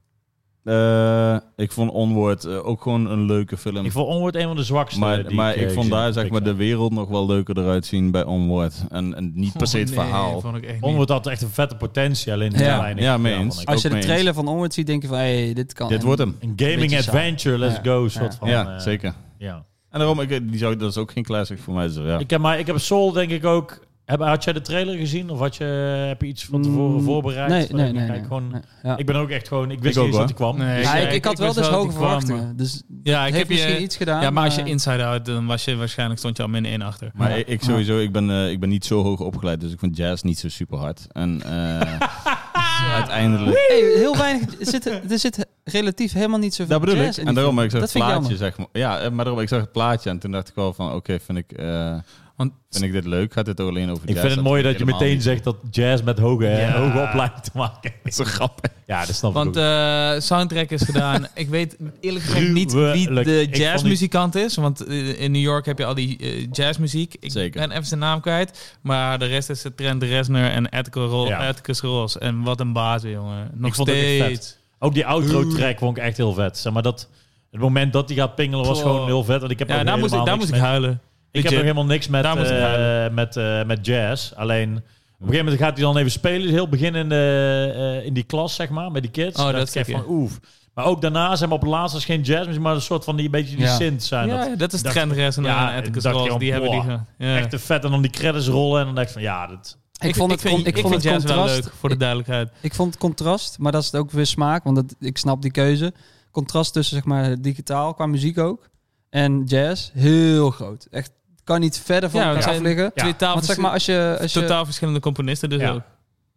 Speaker 2: Eh, ik vond Onward eh, ook gewoon een leuke film.
Speaker 1: Ik vond Onward een van de zwakste.
Speaker 2: maar
Speaker 1: die
Speaker 2: maar
Speaker 1: eh,
Speaker 2: ik vond
Speaker 1: gezien
Speaker 2: daar
Speaker 1: heb.
Speaker 2: zeg maar de wereld nog wel leuker eruit zien bij Onward. En, en niet per se het
Speaker 3: Oh, nee,
Speaker 2: verhaal.
Speaker 3: vond ik echt niet.
Speaker 1: Onward had echt een vette potentie, alleen heel
Speaker 4: Ja.
Speaker 1: weinig.
Speaker 2: Ja, mee eens.
Speaker 1: vond ik.
Speaker 4: Als je
Speaker 2: ook
Speaker 4: de
Speaker 2: mee
Speaker 4: trailer van Onward ziet, denk je van, hey, dit kan.
Speaker 2: Dit
Speaker 4: En-
Speaker 2: wordt hem.
Speaker 1: Een gaming
Speaker 4: Beetje saai.
Speaker 1: adventure, let's
Speaker 4: Ja.
Speaker 1: go, soort
Speaker 4: Ja.
Speaker 1: van.
Speaker 2: ja,
Speaker 1: eh,
Speaker 2: zeker.
Speaker 1: Ja.
Speaker 2: En daarom, ik, eh, die zou, dat is ook geen classic voor mij. Dus, ja.
Speaker 1: Ik heb, maar ik heb Soul denk ik ook... Heb, had jij de trailer gezien? Of had je, heb je iets van tevoren
Speaker 4: Mm,
Speaker 1: voorbereid?
Speaker 4: Nee,
Speaker 1: Van,
Speaker 4: nee,
Speaker 1: ik
Speaker 4: nee.
Speaker 1: kijk
Speaker 4: nee,
Speaker 1: gewoon-
Speaker 4: nee. Ja.
Speaker 1: Ik ben ook echt gewoon... Ik wist
Speaker 2: ook
Speaker 1: niet eens dat
Speaker 2: hoor.
Speaker 1: hij kwam.
Speaker 3: Nee,
Speaker 4: Ja,
Speaker 1: Dus,
Speaker 3: ik-
Speaker 4: ik, ik had
Speaker 3: ik
Speaker 4: wel
Speaker 3: wist
Speaker 4: dus
Speaker 3: wel dat
Speaker 4: hoge
Speaker 3: die kwam,
Speaker 4: verwachtingen. Dus
Speaker 3: Ja, ik
Speaker 4: heeft
Speaker 3: heb
Speaker 4: misschien
Speaker 3: je...
Speaker 4: iets gedaan.
Speaker 3: Ja, maar als je Inside Out, dan was je waarschijnlijk stond je al min 1 achter.
Speaker 2: Maar
Speaker 4: Ja.
Speaker 2: ik, ik sowieso, ik ben, eh, ik ben niet zo hoog opgeleid, dus ik vind jazz niet zo super hard. En eh, uiteindelijk.
Speaker 4: Hey, heel weinig. Er zit, er zit relatief helemaal niet
Speaker 2: Dat
Speaker 4: zoveel.
Speaker 2: bedoel ik.
Speaker 4: jazz in
Speaker 2: En
Speaker 4: die
Speaker 2: daarom,
Speaker 4: film.
Speaker 2: ik zag
Speaker 4: Dat
Speaker 2: het
Speaker 4: vind ik
Speaker 2: plaatje, zeg maar. Ja, eh, maar daarom, ik zag het plaatje en toen dacht ik wel van, oké, vind, ik, eh,
Speaker 3: Want
Speaker 2: vind ik dit leuk? Gaat dit ook alleen over
Speaker 1: Ik
Speaker 2: jazz?
Speaker 1: vind het mooi dat je
Speaker 2: helemaal
Speaker 1: meteen
Speaker 2: niet.
Speaker 1: zegt dat jazz met hoge,
Speaker 3: Ja.
Speaker 1: hoge opleiding te maken heeft.
Speaker 2: Dat is zo grappig.
Speaker 1: Ja, dat snap
Speaker 3: Want eh,
Speaker 1: ik ook.
Speaker 3: de soundtrack is gedaan. ik weet eerlijk gezegd niet wie
Speaker 1: Gruwelijk.
Speaker 3: de
Speaker 1: Ik
Speaker 3: jazzmuzikant is. Want eh, in New York heb je al die eh, jazzmuziek. Ik
Speaker 2: Zeker.
Speaker 3: ben even zijn naam kwijt. Maar de rest is Trent Reznor en Atticus, Ro
Speaker 1: Ja.
Speaker 3: Atticus Ross. En wat een baas, weer, jongen. Nog
Speaker 1: Ik vond het echt vet.
Speaker 3: steeds.
Speaker 1: Ook die outro-track vond ik echt heel vet. Zeg maar dat, het moment dat die gaat pingelen was
Speaker 3: Wow.
Speaker 1: gewoon heel vet. Want ik heb
Speaker 3: Ja,
Speaker 1: ook
Speaker 3: daar moest ik,
Speaker 1: helemaal
Speaker 3: daar
Speaker 1: niks
Speaker 3: moest ik
Speaker 1: met-
Speaker 3: huilen.
Speaker 1: Ik heb nog helemaal niks met,
Speaker 3: Daar moest ik
Speaker 1: eh,
Speaker 3: huilen.
Speaker 1: met, eh, met jazz. Alleen op een gegeven moment gaat hij dan even spelen. Heel begin in, de, eh, in die klas, zeg maar, met die kids.
Speaker 3: Oh,
Speaker 1: Dan
Speaker 3: dat
Speaker 1: dacht ik echt
Speaker 3: stukje.
Speaker 1: van oef. Maar ook daarna zijn we op het laatst als geen jazz, maar een soort van die een beetje die
Speaker 4: Ja.
Speaker 1: synth zijn.
Speaker 3: Ja,
Speaker 1: dat,
Speaker 3: ja, dat is
Speaker 1: dacht-
Speaker 3: Trent Reznor
Speaker 1: ja,
Speaker 3: en Atticus
Speaker 1: dacht je
Speaker 3: Ross.
Speaker 1: al,
Speaker 3: Die hebben die
Speaker 1: boah,
Speaker 3: ge- ja.
Speaker 1: Echt te vet. En dan die credits rollen en dan denk ik van ja, dat
Speaker 4: Ik, vond het, con-
Speaker 3: vind,
Speaker 4: ik vond
Speaker 3: vind
Speaker 4: het
Speaker 3: jazz wel
Speaker 4: contrast.
Speaker 3: leuk, voor de
Speaker 4: ik-
Speaker 3: duidelijkheid.
Speaker 4: Ik vond het contrast, maar dat is ook weer smaak, want dat, ik snap die keuze. Contrast tussen zeg maar digitaal qua muziek ook en jazz heel groot. Echt kan niet verder van
Speaker 3: Ja, het
Speaker 4: elkaar
Speaker 3: zijn
Speaker 4: liggen.
Speaker 1: Ja.
Speaker 3: Twee taal
Speaker 4: Want zeg maar als je als je
Speaker 3: totaal verschillende componisten dus
Speaker 1: Ja.
Speaker 3: ook.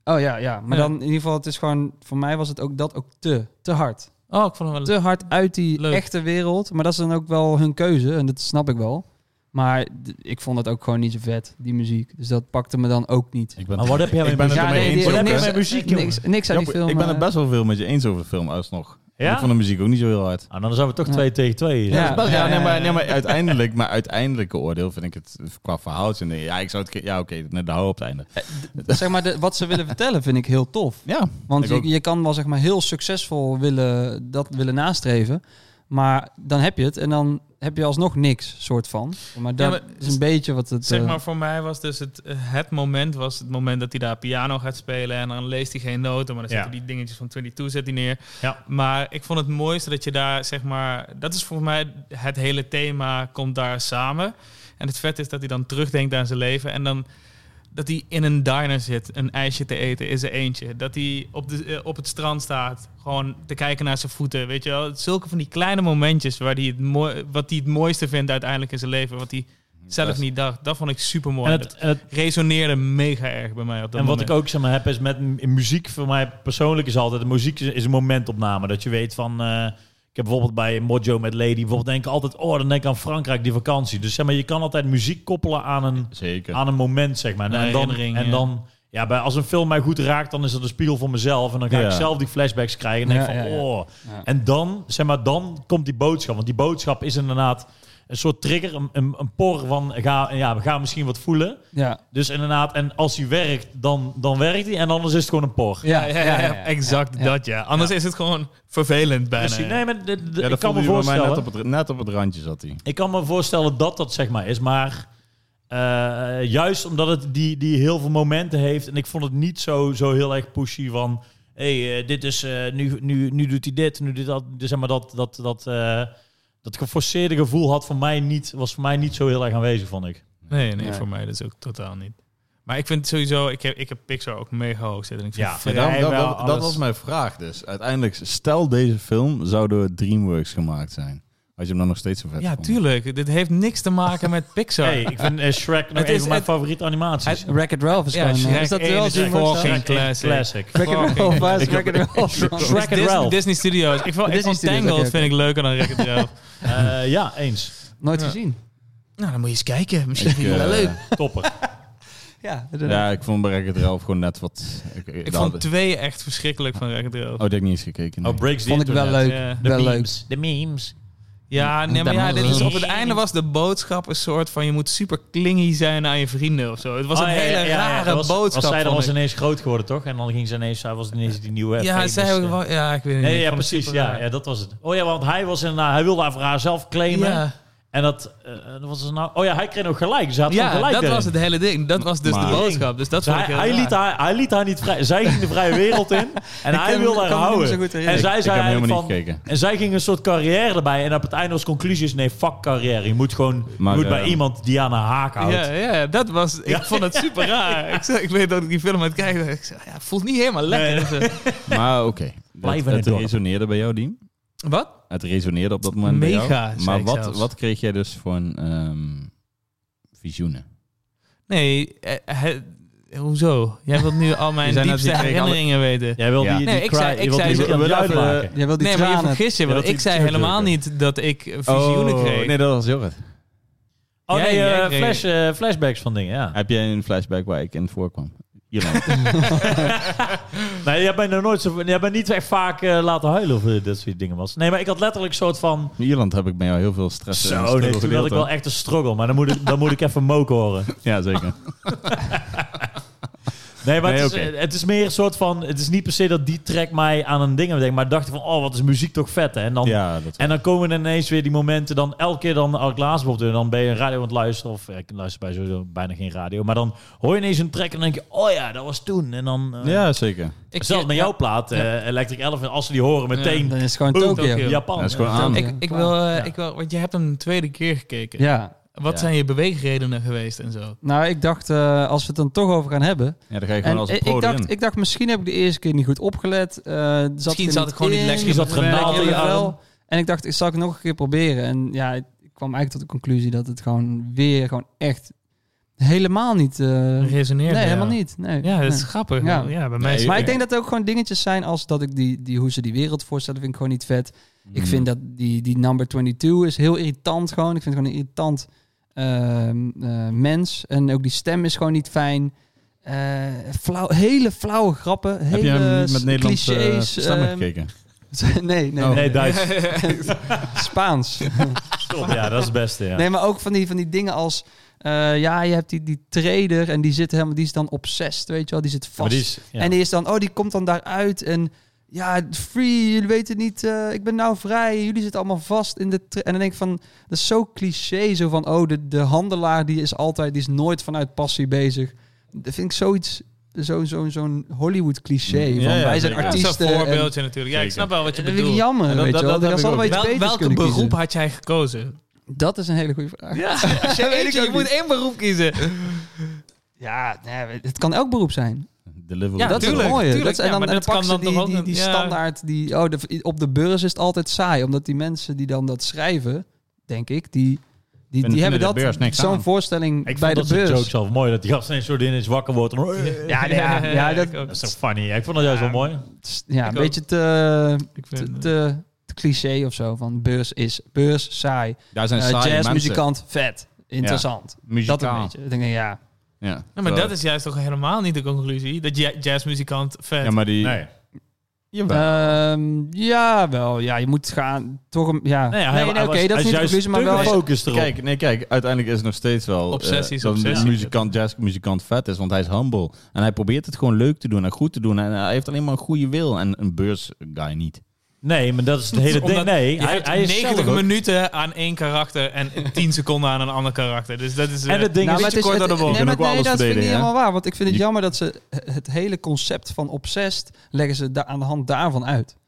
Speaker 4: oh ja ja, maar
Speaker 3: Ja.
Speaker 4: dan in ieder geval het is gewoon voor mij was het ook dat ook te te hard,
Speaker 3: Oh, ik vond hem wel
Speaker 4: te hard uit die
Speaker 3: Leuk.
Speaker 4: echte wereld. Maar dat is dan ook wel hun keuze en dat snap ik wel. Maar d- ik vond het ook gewoon niet zo vet die muziek, dus dat pakte me dan ook niet.
Speaker 2: Ik ben,
Speaker 1: Maar wat heb jij
Speaker 2: Ik
Speaker 1: met
Speaker 2: ben het
Speaker 1: muziek?
Speaker 2: ermee
Speaker 1: Ja, nee,
Speaker 2: eens
Speaker 1: die-
Speaker 2: ook,
Speaker 1: niks
Speaker 2: hè.
Speaker 1: met muziek, jongen.
Speaker 4: niks, niks aan die
Speaker 2: Joppe,
Speaker 4: film.
Speaker 2: ik ben
Speaker 4: eh,
Speaker 2: het best wel veel met je eens over de film, alsnog.
Speaker 1: Ja?
Speaker 2: Ik vond de muziek ook niet zo heel hard.
Speaker 1: Ah, dan zijn we toch 2 tegen 2.
Speaker 4: Ja.
Speaker 2: Ja, ja, nee, maar,
Speaker 4: ja.
Speaker 2: nee, maar uiteindelijk, maar uiteindelijke oordeel vind ik het qua verhaaltje. nee, Ja, ik zou het. ke- Ja, oké, net de hou op het einde.
Speaker 4: eh, Zeg maar de- wat ze willen vertellen vind ik heel tof.
Speaker 2: Ja,
Speaker 4: Want
Speaker 2: Ik
Speaker 4: je,
Speaker 2: ook.
Speaker 4: je kan wel zeg maar heel succesvol willen, dat willen nastreven. Maar dan heb je het en dan heb je alsnog niks, soort van. Maar dat
Speaker 3: Ja, maar
Speaker 4: is een beetje wat het...
Speaker 3: Zeg
Speaker 4: eh,
Speaker 3: maar, voor mij was dus het, het moment was het moment dat hij daar piano gaat spelen en dan leest hij geen noten, maar dan
Speaker 1: Ja.
Speaker 3: zet hij die dingetjes van 22 zet hij neer.
Speaker 1: Ja.
Speaker 3: Maar ik vond het mooiste dat je daar, zeg maar, dat is volgens mij het hele thema komt daar samen. En het vet is dat hij dan terugdenkt aan zijn leven en dan dat hij in een diner zit, een ijsje te eten in zijn eentje. Dat hij op, de, eh, op het strand staat, gewoon te kijken naar zijn voeten, weet je wel. Zulke van die kleine momentjes waar hij het mooi, wat hij het mooiste vindt uiteindelijk in zijn leven, wat hij zelf
Speaker 2: Best.
Speaker 3: niet dacht. Dat vond ik super mooi.
Speaker 1: En,
Speaker 3: Dat
Speaker 1: het, het-
Speaker 3: resoneerde mega erg bij mij op dat
Speaker 1: en wat
Speaker 3: moment.
Speaker 1: ik ook zeg maar, heb is met m- in muziek, voor mij persoonlijk is altijd, muziek is, is een momentopname. Dat je weet van, eh, ik heb bijvoorbeeld bij Mojo met Lady, bijvoorbeeld denk ik altijd, oh dan denk ik aan Frankrijk, die vakantie. Dus zeg maar, je kan altijd muziek koppelen aan een,
Speaker 2: zeker.
Speaker 1: aan een moment, zeg maar.
Speaker 3: Een
Speaker 1: En dan,
Speaker 3: herinnering,
Speaker 1: en
Speaker 3: ja.
Speaker 1: dan ja, bij, als een film mij goed raakt, dan is dat een spiegel voor mezelf. En dan ga
Speaker 2: Ja.
Speaker 1: ik zelf die flashbacks krijgen. En denk
Speaker 4: Ja,
Speaker 1: van,
Speaker 4: ja, ja.
Speaker 1: oh.
Speaker 4: Ja.
Speaker 1: En dan, zeg maar, dan komt die boodschap. Want die boodschap is inderdaad een soort trigger, een, een, een por van, ga, ja, we gaan misschien wat voelen.
Speaker 4: ja.
Speaker 1: Dus inderdaad, en als hij werkt, dan, dan werkt hij. En anders is het gewoon een por.
Speaker 4: Ja,
Speaker 3: ja, ja, ja, exact
Speaker 4: ja.
Speaker 3: dat, ja. Anders is het gewoon vervelend bijna.
Speaker 1: Precies. Nee, maar de- de-
Speaker 2: Ja,
Speaker 1: ik
Speaker 2: dat
Speaker 1: kan me
Speaker 2: voelde hij bij mij
Speaker 1: voorstellen.
Speaker 2: net op, het, net op het randje zat hij.
Speaker 1: Ik kan me voorstellen dat dat zeg maar is, maar eh, juist omdat het die, die heel veel momenten heeft en ik vond het niet zo, zo heel erg pushy van, hé, hey, eh, dit is, eh, nu, nu, nu doet hij dit, nu doet dat, dus zeg maar dat, dat, dat, eh, dat geforceerde gevoel had voor mij niet, was voor mij niet zo heel erg aanwezig, vond ik.
Speaker 3: Nee, nee,
Speaker 4: Nee.
Speaker 3: voor mij dus ook totaal niet. Maar ik vind sowieso, ik heb, ik heb Pixar ook mega hoog zitten. En ik vind
Speaker 1: Ja,
Speaker 2: Ja,
Speaker 3: vrij
Speaker 2: daarom- dat,
Speaker 3: wel
Speaker 2: dat- dat
Speaker 3: alles-
Speaker 2: was mijn vraag dus. Uiteindelijk, stel deze film zou door DreamWorks gemaakt zijn. Had je hem dan nog steeds zo vet
Speaker 3: Ja,
Speaker 2: gevonden?
Speaker 3: tuurlijk. Dit heeft niks te maken met Pixar.
Speaker 1: Hey, ik vind eh, Shrek nog
Speaker 3: Het
Speaker 1: een
Speaker 3: is-
Speaker 1: van mijn
Speaker 3: het-
Speaker 1: favoriete animaties.
Speaker 4: Wreck-It Ralph is
Speaker 3: Ja,
Speaker 4: gewoon... eh,
Speaker 3: Shrek
Speaker 4: is dat
Speaker 3: één
Speaker 4: wel
Speaker 3: is
Speaker 4: Jim
Speaker 3: fucking
Speaker 4: Morrison?
Speaker 1: Shrek in
Speaker 3: classic.
Speaker 4: Wreck-It Ralph, waar is
Speaker 2: Ik heb-
Speaker 4: Wreck-It Ralph?
Speaker 3: Dus
Speaker 1: Wreck-It Ralph.
Speaker 3: Disney, Disney Studios. Ik vond, ik
Speaker 4: Disney
Speaker 3: vond
Speaker 4: Studios,
Speaker 3: Tangled
Speaker 4: oké, oké.
Speaker 3: vind ik leuker dan Wreck-It Ralph.
Speaker 1: Eh, ja, eens.
Speaker 4: Nooit
Speaker 3: Ja.
Speaker 4: gezien.
Speaker 3: nou, dan moet je eens kijken. Misschien
Speaker 2: Ik,
Speaker 3: vind je het wel
Speaker 2: eh,
Speaker 3: leuk.
Speaker 1: Topper.
Speaker 4: Ja,
Speaker 2: Ja, ik vond bij Wreck-It Ralph gewoon net wat... Ik, ik-
Speaker 3: Ik
Speaker 2: dat-
Speaker 3: vond twee echt verschrikkelijk van Wreck-It Ralph.
Speaker 2: Oh, dat heb ik niet eens gekeken. nee.
Speaker 1: Oh, breaks the
Speaker 4: vond ik wel
Speaker 1: internet.
Speaker 4: leuk.
Speaker 3: Ja.
Speaker 1: De
Speaker 4: wel leuk.
Speaker 1: memes. De memes.
Speaker 3: Ja, nee, maar
Speaker 4: Dan-
Speaker 3: ja, dit is op het einde was de boodschap een soort van je moet super klingy zijn aan je vrienden of zo. Het was
Speaker 1: Oh,
Speaker 3: een
Speaker 1: ja, ja,
Speaker 3: hele
Speaker 1: ja, ja,
Speaker 3: rare
Speaker 1: dat was,
Speaker 3: boodschap.
Speaker 1: Was zij dan
Speaker 3: vond
Speaker 1: was
Speaker 3: ik.
Speaker 1: ineens groot geworden, toch? En dan ging ze ineens, zij was ineens die nieuwe.
Speaker 3: ja,
Speaker 1: famous,
Speaker 3: zij ook
Speaker 1: eh,
Speaker 3: wel- ja, ik weet het
Speaker 1: Nee,
Speaker 3: niet.
Speaker 1: ja,
Speaker 3: Ik vond het
Speaker 1: precies.
Speaker 3: super
Speaker 1: Ja,
Speaker 3: raar.
Speaker 1: ja, dat was het. Oh ja, want hij, was inderdaad, hij wilde haar voor haarzelf claimen.
Speaker 3: Ja,
Speaker 1: En dat, eh, eh, dat was dus nou. Oh ja, hij kreeg ook gelijk. Ze had
Speaker 3: Ja,
Speaker 1: gewoon gelijk.
Speaker 3: dat
Speaker 1: erin.
Speaker 3: was het hele ding. Dat was dus
Speaker 2: Maar-
Speaker 3: de boodschap. Dus dat
Speaker 1: Dus
Speaker 3: vond
Speaker 1: hij,
Speaker 3: ik heel
Speaker 1: hij,
Speaker 3: raar.
Speaker 1: liet haar, hij liet haar niet vrij. Zij ging de vrije wereld in. En hij
Speaker 4: kan-
Speaker 1: wilde haar
Speaker 4: kan me niet zo
Speaker 1: houden.
Speaker 4: goed herinneren.
Speaker 1: En zij
Speaker 2: ik heb
Speaker 1: zei
Speaker 2: hem helemaal
Speaker 1: eigenlijk
Speaker 2: niet
Speaker 1: van-
Speaker 2: gekeken.
Speaker 1: En zij ging een soort carrière erbij. En op het einde was conclusie is, nee, fuck carrière. Je moet gewoon
Speaker 2: Maar,
Speaker 1: je moet bij
Speaker 2: eh,
Speaker 1: iemand die aan haar haak houdt.
Speaker 3: Ja, ja, dat was... Ik
Speaker 1: Ja.
Speaker 3: vond het super raar. Ik, zei- ik weet dat ik die film aan het kijken was. Ik zei, ja, het voelt niet helemaal lekker. dus, eh.
Speaker 2: Maar oké.
Speaker 1: Blijf in
Speaker 2: Het,
Speaker 1: het
Speaker 2: het
Speaker 1: dorp.
Speaker 2: resoneerde bij jou, Diem.
Speaker 3: Wat?
Speaker 2: Het resoneerde op dat moment bij
Speaker 3: Mega,
Speaker 2: jou.
Speaker 3: zei
Speaker 2: Maar
Speaker 3: ik
Speaker 2: wat,
Speaker 3: zelfs.
Speaker 2: wat kreeg jij dus voor een ehm, visioenen?
Speaker 3: Nee, eh, hij- hoezo? Jij wilt nu al mijn
Speaker 2: Je zei net, je
Speaker 3: diepste
Speaker 2: kreeg alle-
Speaker 3: herinneringen weten.
Speaker 1: Jij wil
Speaker 2: Ja.
Speaker 1: die, die
Speaker 3: Nee, ik
Speaker 1: cry-
Speaker 3: zei-
Speaker 1: je
Speaker 3: ik
Speaker 1: wil
Speaker 3: zei
Speaker 1: die
Speaker 3: zo-
Speaker 1: wil die
Speaker 2: we
Speaker 1: luid
Speaker 2: laten-
Speaker 1: maken.
Speaker 4: Jij wil die
Speaker 3: Nee, maar je
Speaker 4: tranen.
Speaker 3: vergist je. Want
Speaker 1: Ja, dat
Speaker 3: ik
Speaker 1: die
Speaker 3: zei helemaal
Speaker 1: teardrukken.
Speaker 3: niet dat ik visioenen
Speaker 4: Oh,
Speaker 3: kreeg.
Speaker 2: Nee, dat was Jorrit.
Speaker 1: Oh
Speaker 3: Jij-
Speaker 1: nee,
Speaker 3: jij
Speaker 1: eh,
Speaker 3: kreeg-
Speaker 1: flash, eh, flashbacks van dingen, ja.
Speaker 2: Heb jij een flashback waar ik in voorkwam? Hierland.
Speaker 1: Nee, jij bent nog nooit zo... Jij bent niet echt vaak eh, laten huilen of eh, dat soort dingen was. Nee, maar ik had letterlijk een soort van...
Speaker 2: In Ierland heb ik bij jou heel veel stress. en
Speaker 1: Zo,
Speaker 2: eh, struggle
Speaker 1: nee, toen had
Speaker 2: gedeeld,
Speaker 1: ik wel
Speaker 2: hoor.
Speaker 1: echt een struggle. Maar dan moet ik, dan moet ik even moken horen.
Speaker 2: Ja, zeker.
Speaker 1: Nee, maar
Speaker 2: Nee,
Speaker 1: het, is,
Speaker 2: oké.
Speaker 1: eh, het is meer een soort van... Het is niet per se dat die track mij aan een ding denkt. Maar dacht ik van, oh, wat is muziek toch vet, hè? En dan,
Speaker 2: ja, dat
Speaker 1: en dan komen er ineens weer die momenten. Dan elke keer dan, als ik laatst bijvoorbeeld... Dan ben je een radio aan het luisteren. Of eh, ik luister bij sowieso bijna geen radio. Maar dan hoor je ineens een track en dan denk je... Oh ja, dat was toen. En dan... eh,
Speaker 2: Ja, zeker.
Speaker 3: Ik-
Speaker 1: Zelfs met jouw plaat, eh, Electric Elephant, als ze die horen meteen...
Speaker 3: Oh,
Speaker 4: Dan is het gewoon
Speaker 1: boom,
Speaker 4: Tokyo.
Speaker 3: Tokyo.
Speaker 1: Japan.
Speaker 2: Dat is gewoon
Speaker 1: Ja.
Speaker 2: aan.
Speaker 3: Ik, ik wil, eh, ik wil, want je hebt hem een tweede keer gekeken.
Speaker 4: Ja.
Speaker 3: Wat
Speaker 2: Ja.
Speaker 3: zijn je beweegredenen geweest en zo?
Speaker 4: Nou, ik dacht, eh, als we het dan toch over gaan hebben.
Speaker 2: Ja, daar ga je gewoon
Speaker 4: En
Speaker 2: als
Speaker 4: ik,
Speaker 2: een pro
Speaker 4: ik dacht,
Speaker 2: erin.
Speaker 4: ik dacht, misschien heb ik de eerste keer niet goed opgelet. eh, zat
Speaker 3: Misschien
Speaker 4: er
Speaker 3: zat ik gewoon niet
Speaker 4: in,
Speaker 3: lekker
Speaker 1: Misschien zat
Speaker 3: in mijn
Speaker 1: genaald
Speaker 3: vel.
Speaker 1: in je
Speaker 4: Ja, wel.
Speaker 1: adem.
Speaker 4: En ik dacht, ik zal het nog een keer proberen. En ja, ik kwam eigenlijk tot de conclusie dat het gewoon weer gewoon echt helemaal niet... eh, nee,
Speaker 3: Resoneerde. ja.
Speaker 4: helemaal niet. Nee,
Speaker 3: Ja, dat is
Speaker 4: nee.
Speaker 3: grappig.
Speaker 4: Ja.
Speaker 3: Ja, bij mij is
Speaker 2: Nee,
Speaker 4: Maar
Speaker 2: Ja.
Speaker 4: ik denk dat er ook gewoon dingetjes zijn als dat ik die, die hoe ze die wereld voorstellen, vind ik gewoon niet vet.
Speaker 2: Mm.
Speaker 4: Ik vind dat die, die number 22 is heel irritant gewoon. Ik vind het gewoon een irritant ehm, eh, mens. En ook die stem is gewoon niet fijn. Eh, flauw, hele flauwe grappen. Hele
Speaker 2: Heb je hem met
Speaker 4: s-
Speaker 2: Nederlandse eh,
Speaker 4: clichés.
Speaker 2: stemmen
Speaker 4: ehm,
Speaker 2: gekeken?
Speaker 4: nee, nee,
Speaker 2: Oh.
Speaker 1: Nee, Duits.
Speaker 4: Spaans.
Speaker 1: Stop, ja, dat is het beste, ja.
Speaker 4: Nee, maar ook van die, van die dingen als... eh, ja, je hebt die, die trader en die zit helemaal... Die is dan obsessed, weet je wel. Die zit vast.
Speaker 1: Maar die is, ja.
Speaker 4: En die is dan... Oh, die komt dan daaruit en... Ja, free, jullie weten niet... eh, ik ben nou vrij, jullie zitten allemaal vast in de... tra- En dan denk ik van... Dat is zo cliché, zo van... Oh, de, de handelaar die is altijd... Die is nooit vanuit passie bezig. Dat vind ik zoiets... Zo'n zo, zo'n Hollywood cliché.
Speaker 2: Ja,
Speaker 4: van,
Speaker 1: ja,
Speaker 4: wij zijn
Speaker 1: zeker.
Speaker 3: Ja,
Speaker 4: artiesten.
Speaker 3: Zo'n
Speaker 4: en-
Speaker 3: voorbeeldje natuurlijk. Ja, ik
Speaker 2: Zeker.
Speaker 3: snap wel wat je
Speaker 4: dat vind ik
Speaker 3: bedoelt.
Speaker 4: jammer,
Speaker 2: En dat-
Speaker 4: weet
Speaker 2: dat-
Speaker 4: je wel.
Speaker 2: dat
Speaker 4: Er
Speaker 2: heb
Speaker 4: is
Speaker 2: ik
Speaker 4: altijd
Speaker 2: ook.
Speaker 4: wel iets
Speaker 3: Wel,
Speaker 4: beters
Speaker 3: welke
Speaker 4: kunnen
Speaker 3: beroep
Speaker 4: kiezen.
Speaker 3: had jij gekozen?
Speaker 4: Dat is een hele goede vraag.
Speaker 3: Ja, ja
Speaker 4: weet
Speaker 3: weet
Speaker 4: ik
Speaker 3: je, je
Speaker 4: ook
Speaker 3: moet
Speaker 4: niet.
Speaker 3: één beroep kiezen.
Speaker 4: Ja, nee, het kan elk beroep zijn.
Speaker 2: Delivery.
Speaker 3: Ja,
Speaker 4: dat is
Speaker 3: tuurlijk,
Speaker 4: het mooie.
Speaker 3: tuurlijk.
Speaker 4: dat, is- en
Speaker 3: Ja,
Speaker 4: dan,
Speaker 3: maar
Speaker 4: en
Speaker 3: dat
Speaker 4: dan pakken
Speaker 3: kan
Speaker 4: ze
Speaker 3: dan
Speaker 4: die,
Speaker 3: toch
Speaker 4: die,
Speaker 3: ook
Speaker 4: die
Speaker 3: een- ja.
Speaker 4: standaard... Die, oh, de, op de beurs is het altijd saai. Omdat die mensen die dan dat schrijven, denk ik... Die, die,
Speaker 2: Vinden-
Speaker 4: die hebben
Speaker 2: vinden de
Speaker 4: dat
Speaker 2: beurs niks
Speaker 4: zo'n
Speaker 2: aan.
Speaker 4: voorstelling
Speaker 1: Ik vond
Speaker 4: bij de
Speaker 1: dat soort
Speaker 4: beurs.
Speaker 1: jokes al mooi. Dat die gast ineens zo ineens wakker wordt. en-
Speaker 4: Ja, nee, ja, ja, dat,
Speaker 3: ik ook.
Speaker 1: Dat is toch funny. hè? Ik vond dat juist wel mooi.
Speaker 4: ja,
Speaker 3: Ik
Speaker 4: een
Speaker 3: ook.
Speaker 4: beetje te,
Speaker 3: Ik vind,
Speaker 4: te,
Speaker 3: eh,
Speaker 4: te, te cliché of zo. Van beurs is beurs saai.
Speaker 2: Daar zijn
Speaker 4: Eh,
Speaker 2: saaie mensen.
Speaker 4: Jazzmuzikant, vet. Interessant. Dat een
Speaker 2: Muzikaal.
Speaker 4: beetje. Ik denk, ja,
Speaker 2: Ja.
Speaker 3: Nou, maar dat is juist toch helemaal niet de conclusie. Dat ja- jazzmuzikant vet.
Speaker 2: Ja, maar die...
Speaker 1: Nee.
Speaker 2: Jawel.
Speaker 4: Ehm ja, wel. Ja, je moet gaan. Toch een, ja.
Speaker 1: Nee,
Speaker 4: Nee,
Speaker 1: hij-
Speaker 4: nee,
Speaker 1: hij
Speaker 4: oké,
Speaker 1: was-
Speaker 4: dat
Speaker 1: hij
Speaker 4: is niet de
Speaker 1: juist
Speaker 4: conclusie, maar
Speaker 1: te
Speaker 4: wel.
Speaker 1: gefocust erop.
Speaker 2: Kijk, nee, kijk, uiteindelijk is het nog steeds wel eh,
Speaker 3: Obsessies,
Speaker 2: dat
Speaker 3: obsessies.
Speaker 2: een muzikant, jazz, muzikant vet is, want hij is humble. En hij probeert het gewoon leuk te doen en goed te doen. En hij heeft alleen maar een goede wil en een beursguy niet.
Speaker 1: Nee, maar dat is het hele ding.
Speaker 3: Omdat
Speaker 1: Nee,
Speaker 3: je
Speaker 1: hij,
Speaker 3: hebt
Speaker 1: hij is
Speaker 3: 90
Speaker 1: zelf ook-
Speaker 3: minuten aan één karakter en 10 seconden aan een ander karakter. Dus dat is... eh,
Speaker 1: En het ding
Speaker 4: Nou,
Speaker 1: is...
Speaker 4: maar
Speaker 3: beetje kort door de bocht.
Speaker 4: nee,
Speaker 2: Je kunt
Speaker 4: maar
Speaker 2: ook wel
Speaker 4: nee,
Speaker 2: alles
Speaker 4: dat vind ik niet
Speaker 2: verdedigen, hè?
Speaker 4: helemaal waar. Want ik vind het
Speaker 2: Je-
Speaker 4: jammer dat ze het hele concept van obsessed leggen ze da- aan de hand daarvan uit.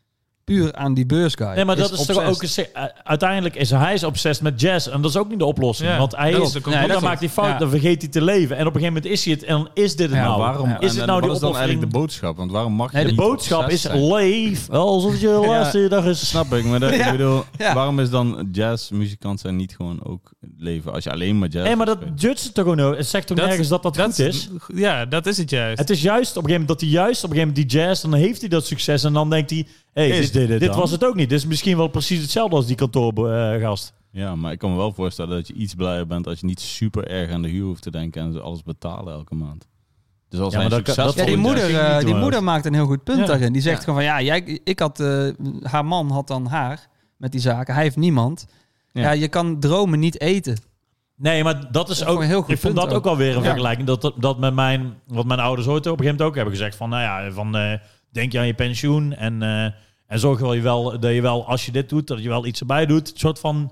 Speaker 4: Puur aan die beursguy.
Speaker 1: Nee, maar dat is, toch ook...
Speaker 4: obsessed.
Speaker 1: Een, se- eh, uiteindelijk is hij is obsessed met jazz. En dat is ook niet de oplossing.
Speaker 3: Ja,
Speaker 1: want hij
Speaker 3: dat
Speaker 1: is...
Speaker 3: is de
Speaker 1: want dan
Speaker 3: conclusie.
Speaker 1: maakt hij fout,
Speaker 4: Ja.
Speaker 1: dan vergeet hij te leven. En op een gegeven moment is hij het. En dan is dit het
Speaker 4: Ja,
Speaker 1: nou.
Speaker 2: waarom
Speaker 1: Is
Speaker 4: ja.
Speaker 2: en-
Speaker 1: het
Speaker 2: en
Speaker 1: nou die
Speaker 2: wat is dan
Speaker 1: oplossing?
Speaker 2: eigenlijk de boodschap? Want waarom mag
Speaker 4: Nee,
Speaker 2: je
Speaker 4: de
Speaker 1: De
Speaker 2: niet
Speaker 1: boodschap is
Speaker 2: obsessief zijn?
Speaker 1: leef. Alsof je de laatste dag is...
Speaker 2: Snap ik, maar dat, ik
Speaker 4: Ja.
Speaker 2: bedoel,
Speaker 4: Ja.
Speaker 2: waarom is dan jazzmuzikant zijn niet gewoon ook leven? Als je alleen maar jazz...
Speaker 1: Nee, maar dat
Speaker 2: speelt?
Speaker 1: judge het toch gewoon... nooit. Het zegt toch
Speaker 3: Dat-
Speaker 1: nergens dat dat goed is?
Speaker 3: eh, Ja, dat is het juist.
Speaker 1: Het is juist op een gegeven moment dat hij juist op een gegeven moment die jazz, dan heeft hij dat succes en dan denkt hij, hey,
Speaker 2: Is
Speaker 1: dit,
Speaker 2: dit het
Speaker 1: dit
Speaker 2: dan?
Speaker 1: was het ook niet. Dit is misschien wel precies hetzelfde als die kantoorgast.
Speaker 2: Ja, maar ik kan me wel voorstellen dat je iets blijer bent als je niet super erg aan de huur hoeft te denken en ze alles betalen elke maand. Dus als
Speaker 1: Ja,
Speaker 2: hij
Speaker 1: maar dat-
Speaker 2: succesvol
Speaker 1: dat-
Speaker 4: Ja, die
Speaker 1: Oh,
Speaker 2: is,
Speaker 4: moeder,
Speaker 1: dat ging
Speaker 4: eh,
Speaker 1: niet
Speaker 4: die
Speaker 1: door.
Speaker 4: moeder maakt een heel goed punt
Speaker 1: Ja.
Speaker 4: daarin. Die zegt gewoon van ja, jij, ik had eh, haar man had dan haar met die zaken. Hij heeft niemand.
Speaker 2: Ja.
Speaker 4: Ja, je kan dromen niet eten.
Speaker 1: nee, maar dat is
Speaker 4: Dat is
Speaker 1: ook.
Speaker 4: een heel goed
Speaker 1: ik vond
Speaker 4: punt
Speaker 1: dat ook
Speaker 4: ook.
Speaker 1: alweer een
Speaker 4: Ja.
Speaker 1: vergelijking. Dat, dat met mijn, wat mijn ouders ooit op een gegeven moment ook hebben gezegd van, nou ja, van eh, denk je aan je pensioen en, eh, en zorg wel je wel dat je wel als je dit doet dat je wel iets erbij doet. Een soort van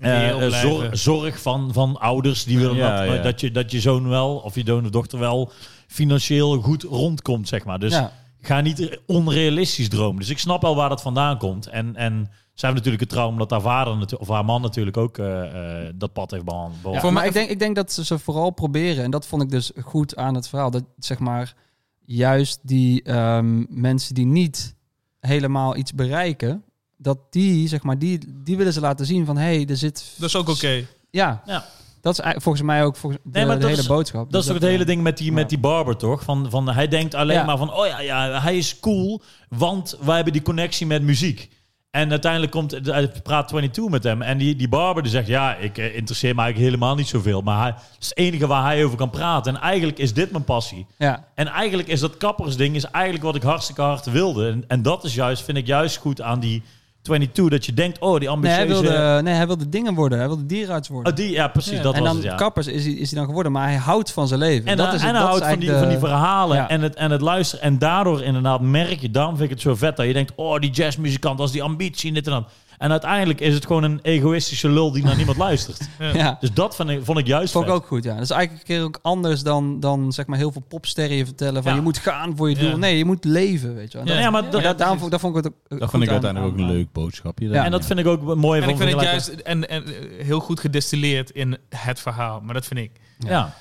Speaker 1: eh,
Speaker 3: Reëel blijven.
Speaker 1: zorg, zorg van, van ouders die willen
Speaker 2: Ja,
Speaker 1: dat,
Speaker 2: ja.
Speaker 1: dat je dat je zoon wel of je zoon of dochter wel financieel goed rondkomt, zeg maar. Dus
Speaker 4: ja.
Speaker 1: ga niet onrealistisch dromen. Dus ik snap wel waar dat vandaan komt. En, en zij hebben natuurlijk het trauma omdat haar vader natu- of haar man natuurlijk ook eh, eh, dat pad heeft behandeld.
Speaker 4: Ja,
Speaker 1: Voor-
Speaker 4: maar ik denk, ik denk dat ze ze vooral proberen, en dat vond ik dus goed aan het verhaal, dat zeg maar juist die ehm, mensen die niet helemaal iets bereiken, dat die, zeg maar, die, die willen ze laten zien van hé, hey, er zit...
Speaker 3: Dat is ook oké.
Speaker 4: Ja,
Speaker 1: Dus- Ja.
Speaker 4: dat is eigenlijk volgens mij ook volgens de,
Speaker 1: Nee, maar
Speaker 4: de
Speaker 1: dat
Speaker 4: hele
Speaker 1: is-
Speaker 4: boodschap.
Speaker 1: Dat is
Speaker 4: Dus
Speaker 1: toch het hele ding met die,
Speaker 4: ja.
Speaker 1: met die barber, toch? Van, van, hij denkt alleen
Speaker 4: Ja.
Speaker 1: maar van, oh ja, ja, hij is cool, want wij hebben die connectie met muziek. En uiteindelijk komt, hij praat 22 met hem. En die, die barber die zegt, ja, ik eh, interesseer me eigenlijk helemaal niet zoveel. Maar hij, het is het enige waar hij over kan praten. En eigenlijk is dit mijn passie.
Speaker 4: Ja,
Speaker 1: En eigenlijk is dat kappersding is eigenlijk wat ik hartstikke hard wilde. En, en dat is juist, vind ik juist goed aan die 22. Dat je denkt, oh, die
Speaker 4: nee hij,
Speaker 1: ambitieuze...
Speaker 4: wilde, nee, hij wilde dingen worden, hij wilde dierenarts worden.
Speaker 1: Oh, die, ja, precies,
Speaker 3: Ja.
Speaker 1: dat
Speaker 4: en
Speaker 1: was
Speaker 4: dan
Speaker 1: het, ja.
Speaker 4: kappers is hij, is hij dan geworden, maar hij houdt van zijn leven.
Speaker 1: en
Speaker 4: dat
Speaker 1: hij-
Speaker 4: is het,
Speaker 1: en hij
Speaker 4: dat is
Speaker 1: houdt van die, van
Speaker 4: eigenlijk
Speaker 1: die verhalen
Speaker 4: ja.
Speaker 1: en, het, en het luisteren. En daardoor inderdaad merk je, daarom vind ik het zo vet, dat je denkt, oh, die jazzmuzikant, als die ambitie en dit en dat. En uiteindelijk is het gewoon een egoïstische lul die naar niemand luistert.
Speaker 3: Ja.
Speaker 4: ja.
Speaker 1: Dus dat vond ik, vond ik juist
Speaker 4: Vond ik
Speaker 1: vet.
Speaker 4: ook goed, ja. Dat is eigenlijk een keer ook anders dan, dan zeg maar heel veel popsterren je vertellen van
Speaker 1: Ja.
Speaker 4: je moet gaan voor je doel.
Speaker 3: Ja.
Speaker 4: Nee, je moet leven, weet je wel. En
Speaker 1: Ja,
Speaker 4: dat-
Speaker 1: ja, maar
Speaker 3: Ja,
Speaker 1: dat-
Speaker 4: ja, daarom
Speaker 3: precies.
Speaker 4: vond, daar vond ik het ook
Speaker 2: Dat
Speaker 4: goed
Speaker 2: vond ik
Speaker 4: aan-
Speaker 2: uiteindelijk ook
Speaker 4: aan-
Speaker 2: een leuk boodschapje.
Speaker 4: Ja.
Speaker 2: daar.
Speaker 1: en dat vind ik ook mooi
Speaker 3: En
Speaker 1: van
Speaker 3: ik vind het
Speaker 1: vergelijken.
Speaker 3: juist en, en, eh, heel goed gedistilleerd in het verhaal. Maar dat vind ik.
Speaker 1: Ja.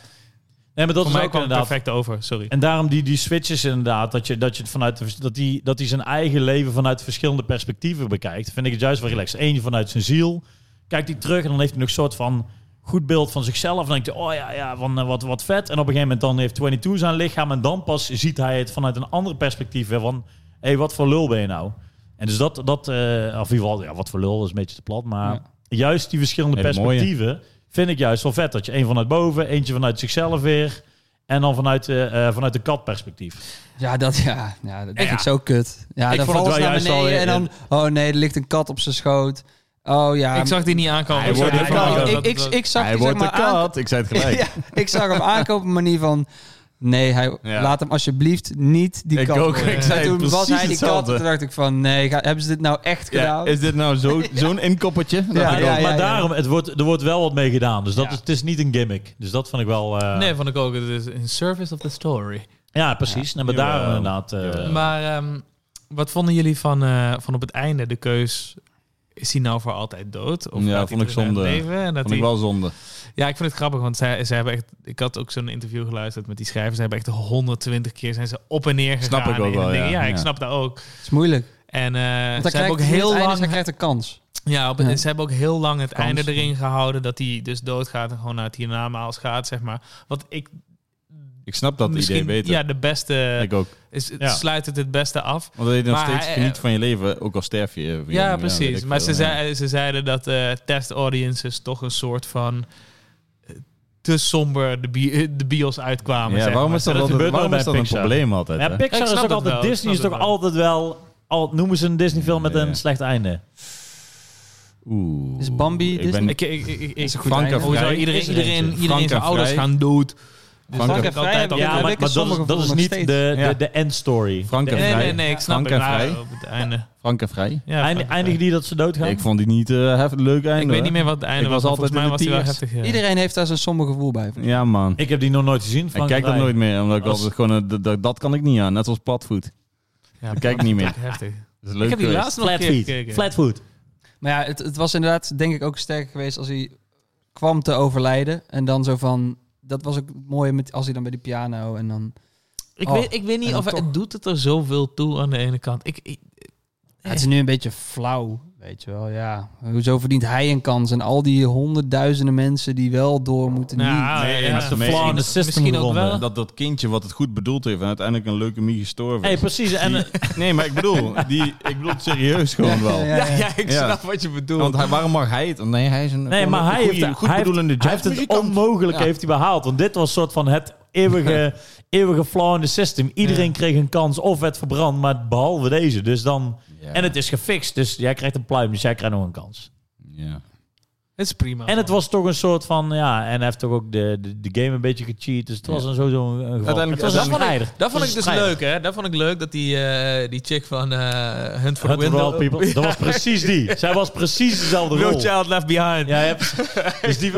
Speaker 1: Nee, maar dat
Speaker 3: Voor
Speaker 1: is
Speaker 3: mij
Speaker 1: ook
Speaker 3: kwam het
Speaker 1: inderdaad.
Speaker 3: perfect over, sorry.
Speaker 1: En daarom die, die switches inderdaad, dat je, dat je het vanuit de- dat die, dat die zijn eigen leven vanuit verschillende perspectieven bekijkt, vind ik het juist wel relaxed. Eén vanuit zijn ziel, kijkt hij terug en dan heeft hij nog een soort van goed beeld van zichzelf. Dan denkt hij, oh ja, ja van, eh, wat, wat vet. En op een gegeven moment dan heeft 22 zijn lichaam en dan pas ziet hij het vanuit een ander perspectief weer van, hé, hey, wat voor lul ben je nou? En dus dat, dat eh, of in ieder geval, ja, wat voor lul is een beetje te plat, maar
Speaker 4: Ja.
Speaker 1: juist die verschillende
Speaker 2: Hele mooie.
Speaker 1: perspectieven vind ik juist wel vet. Dat je één vanuit boven, eentje vanuit zichzelf weer. En dan vanuit de, eh, vanuit de katperspectief.
Speaker 4: Ja, dat, ja, ja, dat
Speaker 1: Ja.
Speaker 4: vind ik zo kut. Ja,
Speaker 1: Ik
Speaker 4: dan
Speaker 1: vond het wel
Speaker 4: vallen ze naar
Speaker 1: juist
Speaker 4: beneden
Speaker 1: al- eh,
Speaker 4: en dan... Oh nee, er ligt een kat op zijn schoot. Oh ja.
Speaker 3: ik zag die niet aankomen. dus,
Speaker 2: Hij
Speaker 3: eh, Ik
Speaker 2: wordt
Speaker 3: zag
Speaker 2: de
Speaker 3: die
Speaker 2: kat.
Speaker 3: aankomen.
Speaker 4: ik,
Speaker 3: Dat-
Speaker 4: ik,
Speaker 3: dat-
Speaker 4: ik zag
Speaker 2: hij
Speaker 4: die,
Speaker 2: wordt
Speaker 4: zeg
Speaker 2: de
Speaker 4: maar, aan-
Speaker 2: kat. Ik zei het gelijk.
Speaker 4: Ja, ik zag hem aankopen op een manier van... Nee, hij,
Speaker 2: Ja.
Speaker 4: laat hem alsjeblieft niet die
Speaker 2: Ik
Speaker 4: kat
Speaker 2: ook.
Speaker 4: worden.
Speaker 2: Ik
Speaker 4: En
Speaker 2: zei
Speaker 4: toen was
Speaker 2: precies
Speaker 4: hij die kat.
Speaker 2: hetzelfde.
Speaker 4: Toen dacht ik van, nee, ga- hebben ze dit nou echt
Speaker 2: Ja,
Speaker 4: gedaan?
Speaker 2: is dit nou zo, zo'n inkoppertje? Dat
Speaker 4: Ja,
Speaker 2: ik
Speaker 4: ja,
Speaker 2: ook-
Speaker 1: maar daarom, het wordt, er wordt wel wat mee gedaan. Dus dat
Speaker 4: Ja.
Speaker 1: is, het is niet een gimmick. Dus dat vond ik wel... eh,
Speaker 3: Nee, vond ik ook. Het is dus in service of the story.
Speaker 1: Ja, precies. Nee, maar
Speaker 2: Jawel.
Speaker 1: daarom inderdaad... eh,
Speaker 2: Jawel.
Speaker 3: Maar ehm, wat vonden jullie van, eh, van op het einde de keus? Is hij nou voor altijd dood? Of
Speaker 2: Ja,
Speaker 3: laat hij
Speaker 2: vond ik
Speaker 3: terug naar het
Speaker 2: zonde.
Speaker 3: leven? En dat
Speaker 2: Vond ik
Speaker 3: hij-
Speaker 2: wel zonde.
Speaker 3: Ja, ik vind het grappig, want zij, zij hebben echt. Ik had ook zo'n interview geluisterd met die schrijvers. Ze hebben echt 120 keer zijn ze op en neer gegaan.
Speaker 2: Snap ik ook
Speaker 3: in
Speaker 2: wel,
Speaker 3: dingen.
Speaker 2: ja.
Speaker 3: ik
Speaker 2: Ja.
Speaker 3: snap dat ook.
Speaker 4: Het is moeilijk. Want
Speaker 3: En eh, ze
Speaker 4: hij
Speaker 3: hebben
Speaker 4: krijgt
Speaker 3: ook heel lang.
Speaker 4: hij krijgt een kans.
Speaker 3: Ja, op het-
Speaker 4: Ja.
Speaker 3: ze hebben ook heel lang het
Speaker 4: Kans.
Speaker 3: einde erin gehouden dat hij dus doodgaat en gewoon naar het hiernamaals gaat, zeg maar. Want ik
Speaker 2: Ik snap dat idee beter.
Speaker 3: Ja, de beste
Speaker 2: Ik ook.
Speaker 3: is, het
Speaker 1: Ja.
Speaker 3: sluit het het beste af.
Speaker 2: Want dat je nog
Speaker 3: Maar
Speaker 2: steeds
Speaker 3: hij-
Speaker 2: geniet van je leven, ook al sterf je. eh,
Speaker 3: Ja,
Speaker 2: weet
Speaker 3: precies.
Speaker 2: ik
Speaker 3: maar
Speaker 2: veel,
Speaker 3: ze,
Speaker 2: ja.
Speaker 3: zei, ze zeiden dat eh test audiences toch een soort van eh, te somber de, bi- eh, de bios uitkwamen.
Speaker 2: Ja,
Speaker 3: zeg
Speaker 2: waarom
Speaker 3: maar.
Speaker 2: is dat,
Speaker 1: dat
Speaker 2: altijd-
Speaker 1: gebeurt
Speaker 2: waarom
Speaker 1: wel
Speaker 2: is
Speaker 1: bij
Speaker 2: dat een
Speaker 1: Pixar.
Speaker 2: probleem altijd?
Speaker 1: ja,
Speaker 2: hè?
Speaker 3: Ik
Speaker 1: Pixar is
Speaker 3: snap
Speaker 1: ook
Speaker 3: het
Speaker 1: altijd...
Speaker 3: wel, ik
Speaker 1: Disney is
Speaker 3: snap
Speaker 1: toch
Speaker 3: het wel.
Speaker 1: altijd wel... Al, noemen ze een Disney-film met
Speaker 2: Nee.
Speaker 1: een slecht einde.
Speaker 2: Oeh.
Speaker 4: Is Bambi
Speaker 2: Ik
Speaker 4: Disney?
Speaker 2: ben
Speaker 3: Ik, ik, ik, ik,
Speaker 4: Is een goed
Speaker 2: Frank
Speaker 4: einde.
Speaker 2: en
Speaker 3: hoezo?
Speaker 2: Vrij.
Speaker 3: iedereen,
Speaker 1: Is er
Speaker 3: iedereen,
Speaker 2: eentje.
Speaker 3: iedereen
Speaker 2: Frank
Speaker 3: zijn
Speaker 2: en
Speaker 3: ouders
Speaker 2: Vrij.
Speaker 3: gaan dood.
Speaker 2: Frank
Speaker 3: dat
Speaker 2: en
Speaker 3: heb ik
Speaker 4: Vrij
Speaker 3: altijd
Speaker 4: heb
Speaker 3: al
Speaker 4: ik
Speaker 1: Ja,
Speaker 4: dat
Speaker 1: maar,
Speaker 3: gedacht.
Speaker 1: maar
Speaker 4: ik in
Speaker 1: dat, is,
Speaker 4: sommige
Speaker 1: dat is
Speaker 4: nog
Speaker 1: niet de,
Speaker 4: steeds.
Speaker 1: de,
Speaker 2: Ja.
Speaker 1: de end story.
Speaker 2: Frank en
Speaker 3: Nee,
Speaker 2: Vrij.
Speaker 3: nee, nee, ik snap
Speaker 2: Frank
Speaker 3: het.
Speaker 2: en
Speaker 3: maar
Speaker 2: Vrij.
Speaker 3: op het einde.
Speaker 2: Frank en Vrij.
Speaker 3: Ja,
Speaker 1: Eind-
Speaker 3: Frank en
Speaker 1: Eindigen
Speaker 3: Vrij.
Speaker 1: die dat ze doodgaan?
Speaker 2: Ik vond die niet eh, hef- leuk einde.
Speaker 3: Ik weet niet
Speaker 2: hoor.
Speaker 3: meer wat het einde
Speaker 2: Ik
Speaker 3: was.
Speaker 2: was
Speaker 3: maar
Speaker 2: altijd
Speaker 3: Volgens mij was
Speaker 2: in
Speaker 3: hij
Speaker 2: de
Speaker 3: wel
Speaker 2: tiers.
Speaker 3: heftig. ja.
Speaker 4: Iedereen heeft daar zijn sommige gevoel bij. vind ik.
Speaker 2: Ja, man.
Speaker 1: Ik heb die nog nooit gezien. Frank
Speaker 2: ik kijk
Speaker 1: en
Speaker 2: dat
Speaker 1: Vrij.
Speaker 2: nooit meer, omdat ik
Speaker 1: Als-
Speaker 2: altijd gewoon... eh, dat- dat, dat kan ik niet aan, net als padvoet.
Speaker 3: Ja,
Speaker 2: Ik kijk niet meer.
Speaker 3: Heftig.
Speaker 2: Dat is leuk
Speaker 3: Ik heb die
Speaker 2: geweest.
Speaker 3: laatst nog een keer
Speaker 1: Flatfoot.
Speaker 3: gekeken.
Speaker 1: Flatfoot.
Speaker 4: Maar ja, het, het was inderdaad denk ik ook sterker geweest als hij kwam te overlijden. En dan zo van... Dat was ook mooi met, als hij dan bij de piano en dan...
Speaker 3: Ik,
Speaker 4: Oh,
Speaker 3: weet, ik weet
Speaker 4: en
Speaker 3: niet
Speaker 4: dan
Speaker 3: of het-
Speaker 4: toch.
Speaker 3: het doet het er zoveel toe aan de ene kant. Ik, ik,
Speaker 4: Ja, het is nu een beetje flauw, weet je wel. Ja, hoezo verdient hij een kans? En al die honderdduizenden mensen die wel door moeten niet.
Speaker 3: nou,
Speaker 2: Nee,
Speaker 3: ja.
Speaker 2: maar
Speaker 1: Dat is de flaw in the
Speaker 3: Misschien-
Speaker 1: system
Speaker 3: misschien ook
Speaker 1: gevonden.
Speaker 3: wel.
Speaker 2: Eh, Dat dat kindje wat het goed bedoeld heeft en uiteindelijk een leukemie gestorven
Speaker 1: Hey,
Speaker 2: is.
Speaker 1: precies. En, eh,
Speaker 2: Nee, maar ik bedoel, die, ik bedoel het serieus gewoon wel.
Speaker 4: Ja,
Speaker 3: Ja, ja, ik
Speaker 2: Ja.
Speaker 3: snap wat je bedoelt.
Speaker 2: Want hij, waarom mag hij het? Nee, hij is een
Speaker 1: nee,
Speaker 2: gewoon
Speaker 1: maar
Speaker 2: een
Speaker 1: hij
Speaker 2: goeie,
Speaker 1: heeft,
Speaker 2: goed
Speaker 1: hij heeft,
Speaker 2: bedoelende
Speaker 1: hij heeft het
Speaker 2: jazzmuzikant.
Speaker 1: onmogelijke
Speaker 2: Ja.
Speaker 1: heeft hij behaald. Want dit was een soort van het eeuwige, eeuwige flaw in the system. Iedereen
Speaker 3: Ja.
Speaker 1: kreeg een kans of werd verbrand, maar behalve deze. Dus dan,
Speaker 2: Ja.
Speaker 1: En het is gefixt, dus jij krijgt een pluim, dus jij krijgt nog een kans.
Speaker 2: Ja.
Speaker 3: Het is prima.
Speaker 1: En het was toch een soort van, ja, en hij heeft toch ook de, de, de game een beetje gecheat. Dus het was een sowieso een, een geval.
Speaker 2: Uiteindelijk-
Speaker 1: het was
Speaker 2: dat
Speaker 1: een
Speaker 3: vond ik-
Speaker 1: strijder.
Speaker 3: Dat vond
Speaker 1: Het
Speaker 3: ik
Speaker 1: was
Speaker 3: dus
Speaker 1: een strijder.
Speaker 3: leuk, hè? Dat vond ik leuk dat die, eh, die chick van eh Hunt for the
Speaker 1: Hunt for the
Speaker 3: Window...
Speaker 1: Wild People. Dat was precies die. Zij was precies dezelfde
Speaker 3: No
Speaker 1: rol.
Speaker 3: Child Left Behind.
Speaker 1: Ja, je hebt- dus die,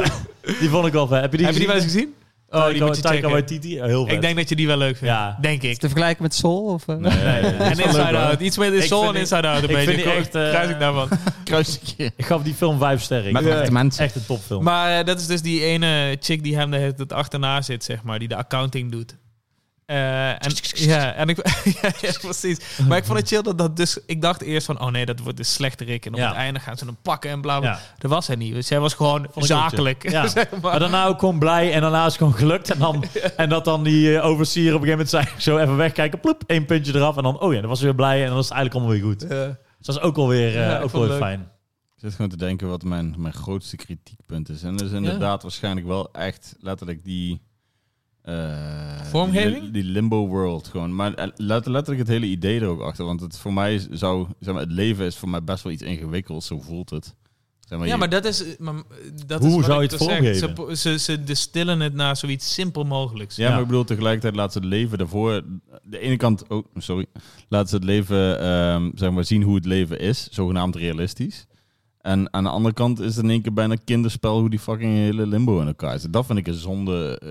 Speaker 1: die vond ik wel vet. Heb je die
Speaker 3: Heb je die wel eens gezien? Oh, die moet je
Speaker 1: Taika
Speaker 3: checken.
Speaker 1: Waititi? Ja, heel vet.
Speaker 3: Ik denk dat je die wel leuk vindt.
Speaker 1: Ja.
Speaker 3: Denk ik.
Speaker 4: Te vergelijken met Soul? Of, eh?
Speaker 1: Nou,
Speaker 2: Nee, ja, ja.
Speaker 3: En Inside Out. Iets met
Speaker 1: Ik
Speaker 3: Soul
Speaker 1: vind
Speaker 3: en
Speaker 1: die-
Speaker 3: Inside Out een
Speaker 1: ik
Speaker 3: beetje.
Speaker 1: vind die echt, eh,
Speaker 3: Kruis ik daarvan.
Speaker 2: Kruisje.
Speaker 1: Ik gaf die film vijf sterren.
Speaker 2: Met
Speaker 1: Ik vond
Speaker 2: echte
Speaker 1: het echt-
Speaker 2: mensen.
Speaker 1: Echt een topfilm.
Speaker 3: Maar eh, dat is dus die ene chick die hem de hele tijd achterna zit, zeg maar. Die de accounting doet. Eh, en, ja, en ik, ja, ja, precies. Maar ik vond het chill dat dat dus... Ik dacht eerst van, oh nee, dat wordt de slechterik. En op
Speaker 1: Ja.
Speaker 3: het einde gaan ze hem pakken en bla bla.
Speaker 1: ja.
Speaker 3: Dat was hij niet. Dus hij was gewoon
Speaker 1: ook
Speaker 3: zakelijk.
Speaker 1: Ja.
Speaker 3: zeg maar.
Speaker 1: maar daarna ook gewoon blij en daarna is het gewoon gelukt. En, dan, en dat dan die eh, overseer op een gegeven moment zei, zo even wegkijken, ploep, één puntje eraf. En dan, oh ja, dan was ze weer blij en dan is het eigenlijk allemaal weer goed.
Speaker 3: Eh,
Speaker 1: Dus dat is ook wel weer, eh,
Speaker 3: Ja, ik
Speaker 1: ook
Speaker 3: vond
Speaker 1: wel weer
Speaker 3: het leuk.
Speaker 1: fijn.
Speaker 2: Ik zit gewoon te denken wat mijn, mijn grootste kritiekpunt is. En dat is inderdaad waarschijnlijk wel echt letterlijk die... eh,
Speaker 3: Vormgeving?
Speaker 2: Die, die limbo world gewoon. Maar eh, let- letterlijk het hele idee er ook achter. Want het voor mij is- zou... Zeg maar, het leven is voor mij best wel iets ingewikkelds. Zo voelt het. Zeg maar,
Speaker 3: ja,
Speaker 2: je-
Speaker 3: maar dat is... Maar, dat
Speaker 1: Hoe
Speaker 3: is wat
Speaker 1: zou
Speaker 3: ik
Speaker 1: je het
Speaker 3: dus zeg.
Speaker 1: vormgeven?
Speaker 3: Ze, ze, ze distillen het naar zoiets simpel mogelijks.
Speaker 2: Ja,
Speaker 1: Ja.
Speaker 2: maar ik bedoel, tegelijkertijd laat ze het leven daarvoor... De ene kant... Oh, sorry. Laat ze het leven, ehm, zeg maar, zien hoe het leven is. Zogenaamd realistisch. En aan de andere kant is het in één keer bijna kinderspel hoe die fucking hele limbo in elkaar zit. Dat vind ik een zonde eh,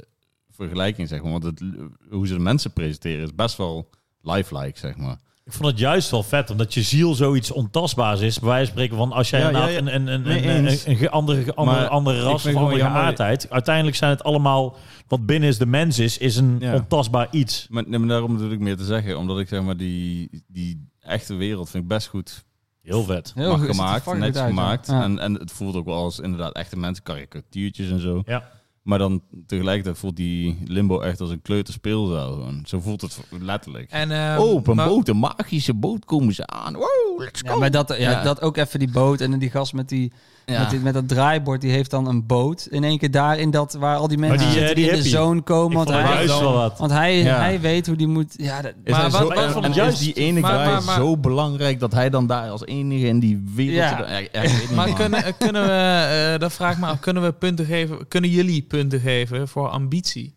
Speaker 2: vergelijking, zeg maar. Want het, hoe ze de mensen presenteren is best wel lifelike, zeg maar.
Speaker 1: Ik vond het juist wel vet, omdat je ziel zoiets ontastbaars is. Bij wijze van spreken van als jij
Speaker 2: Ja,
Speaker 1: inderdaad
Speaker 2: ja, ja.
Speaker 1: Een, een, een,
Speaker 2: Mee
Speaker 1: een, een,
Speaker 2: eens.
Speaker 1: een ge- andere, ge- andere,
Speaker 2: Maar
Speaker 1: andere
Speaker 2: ik
Speaker 1: ras
Speaker 2: vind
Speaker 1: of andere
Speaker 2: gewoon jammer-
Speaker 1: geaardheid. Uiteindelijk zijn het allemaal, wat binnen is de mens is, is een
Speaker 2: Ja.
Speaker 1: ontastbaar iets.
Speaker 2: Maar, nee, maar daarom bedoel ik meer te zeggen. Omdat ik zeg maar die, die echte wereld vind ik best goed
Speaker 1: Heel vet.
Speaker 4: Heel
Speaker 2: mag
Speaker 4: goed, ziet er
Speaker 2: gemaakt,
Speaker 4: fucking
Speaker 2: netjes
Speaker 4: goed uit, ja.
Speaker 2: gemaakt.
Speaker 4: Ja.
Speaker 2: En, en het voelt ook wel als inderdaad echte mensen, karikatuurtjes en zo.
Speaker 1: Ja.
Speaker 2: Maar dan tegelijkertijd voelt die limbo echt als een kleuterspeelzaal. gewoon. Zo voelt het letterlijk.
Speaker 3: En, eh,
Speaker 2: oh, op een
Speaker 3: maar-
Speaker 2: boot, een magische boot komen ze aan. Wow, let's go.
Speaker 4: Ja, maar dat, ja,
Speaker 2: Ja.
Speaker 4: dat ook even die boot en die gast met, die,
Speaker 2: Ja.
Speaker 4: met, die, met dat draaibord, die heeft dan een boot. In één keer daar in dat, waar al die mensen
Speaker 1: die, eh,
Speaker 4: zitten die
Speaker 1: die
Speaker 4: in de
Speaker 1: hippie.
Speaker 4: zone komen.
Speaker 1: Ik vond
Speaker 4: Want
Speaker 1: het
Speaker 3: hij-
Speaker 1: juist wel wat.
Speaker 4: Want hij,
Speaker 2: Ja.
Speaker 4: hij weet hoe die moet. Ja, dat,
Speaker 2: Is
Speaker 3: Maar
Speaker 2: hij
Speaker 3: wat-
Speaker 2: zo,
Speaker 3: wat-
Speaker 2: en-
Speaker 1: wat-
Speaker 2: en
Speaker 1: juist-
Speaker 2: is die ene
Speaker 3: maar-
Speaker 2: guy
Speaker 3: maar- maar-
Speaker 2: zo belangrijk dat hij dan daar als enige in die wereld...
Speaker 4: Ja.
Speaker 2: zit? Ja, ik- ik weet niet,
Speaker 3: Maar
Speaker 2: man.
Speaker 3: kunnen, eh, kunnen we, eh, dat vraag ik me af, kunnen we punten geven, kunnen jullie punten geven voor ambitie?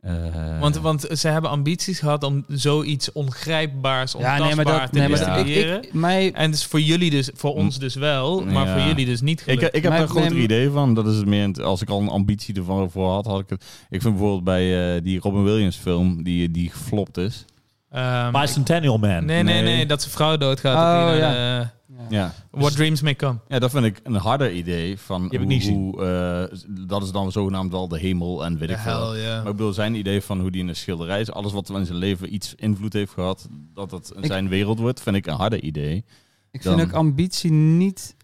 Speaker 2: Eh,
Speaker 3: Want, want ze hebben ambities gehad om zoiets ongrijpbaars,
Speaker 4: ja, nee, maar
Speaker 3: ontastbaar
Speaker 4: dat.
Speaker 3: te
Speaker 4: Nee, maar
Speaker 2: dat-
Speaker 4: ik,
Speaker 3: creëren.
Speaker 4: ik, Mm. mij,
Speaker 3: en dus voor jullie dus, voor ons dus wel, maar
Speaker 2: Ja.
Speaker 3: voor jullie dus niet
Speaker 2: Ik,
Speaker 3: gelukt.
Speaker 2: ik heb
Speaker 4: Maar-
Speaker 2: daar een groter
Speaker 4: maar-
Speaker 2: idee van. Dat is het meer. Als ik al een ambitie ervan voor had, had ik het. Ik vind bijvoorbeeld bij eh, die Robin Williams film die, die geflopt is.
Speaker 3: Ehm,
Speaker 1: Bicentennial Man.
Speaker 3: nee, nee,
Speaker 2: Nee.
Speaker 3: nee, dat zijn vrouw doodgaat.
Speaker 4: Oh,
Speaker 3: dat die naar
Speaker 4: ja.
Speaker 3: de-
Speaker 2: Ja.
Speaker 3: what dreams may come.
Speaker 2: Ja, dat vind ik een harder idee van
Speaker 1: heb ik
Speaker 2: hoe,
Speaker 1: niet gezien.
Speaker 2: hoe eh, dat is dan zogenaamd wel de hemel en weet ik veel.
Speaker 3: Hell, ja.
Speaker 2: Maar ik bedoel, zijn idee van hoe die in een schilderij is, alles wat in zijn leven iets invloed heeft gehad, dat dat
Speaker 4: Ik-
Speaker 2: zijn wereld wordt, vind ik een harder idee.
Speaker 4: ik vind
Speaker 2: dan-
Speaker 4: ook ambitie niet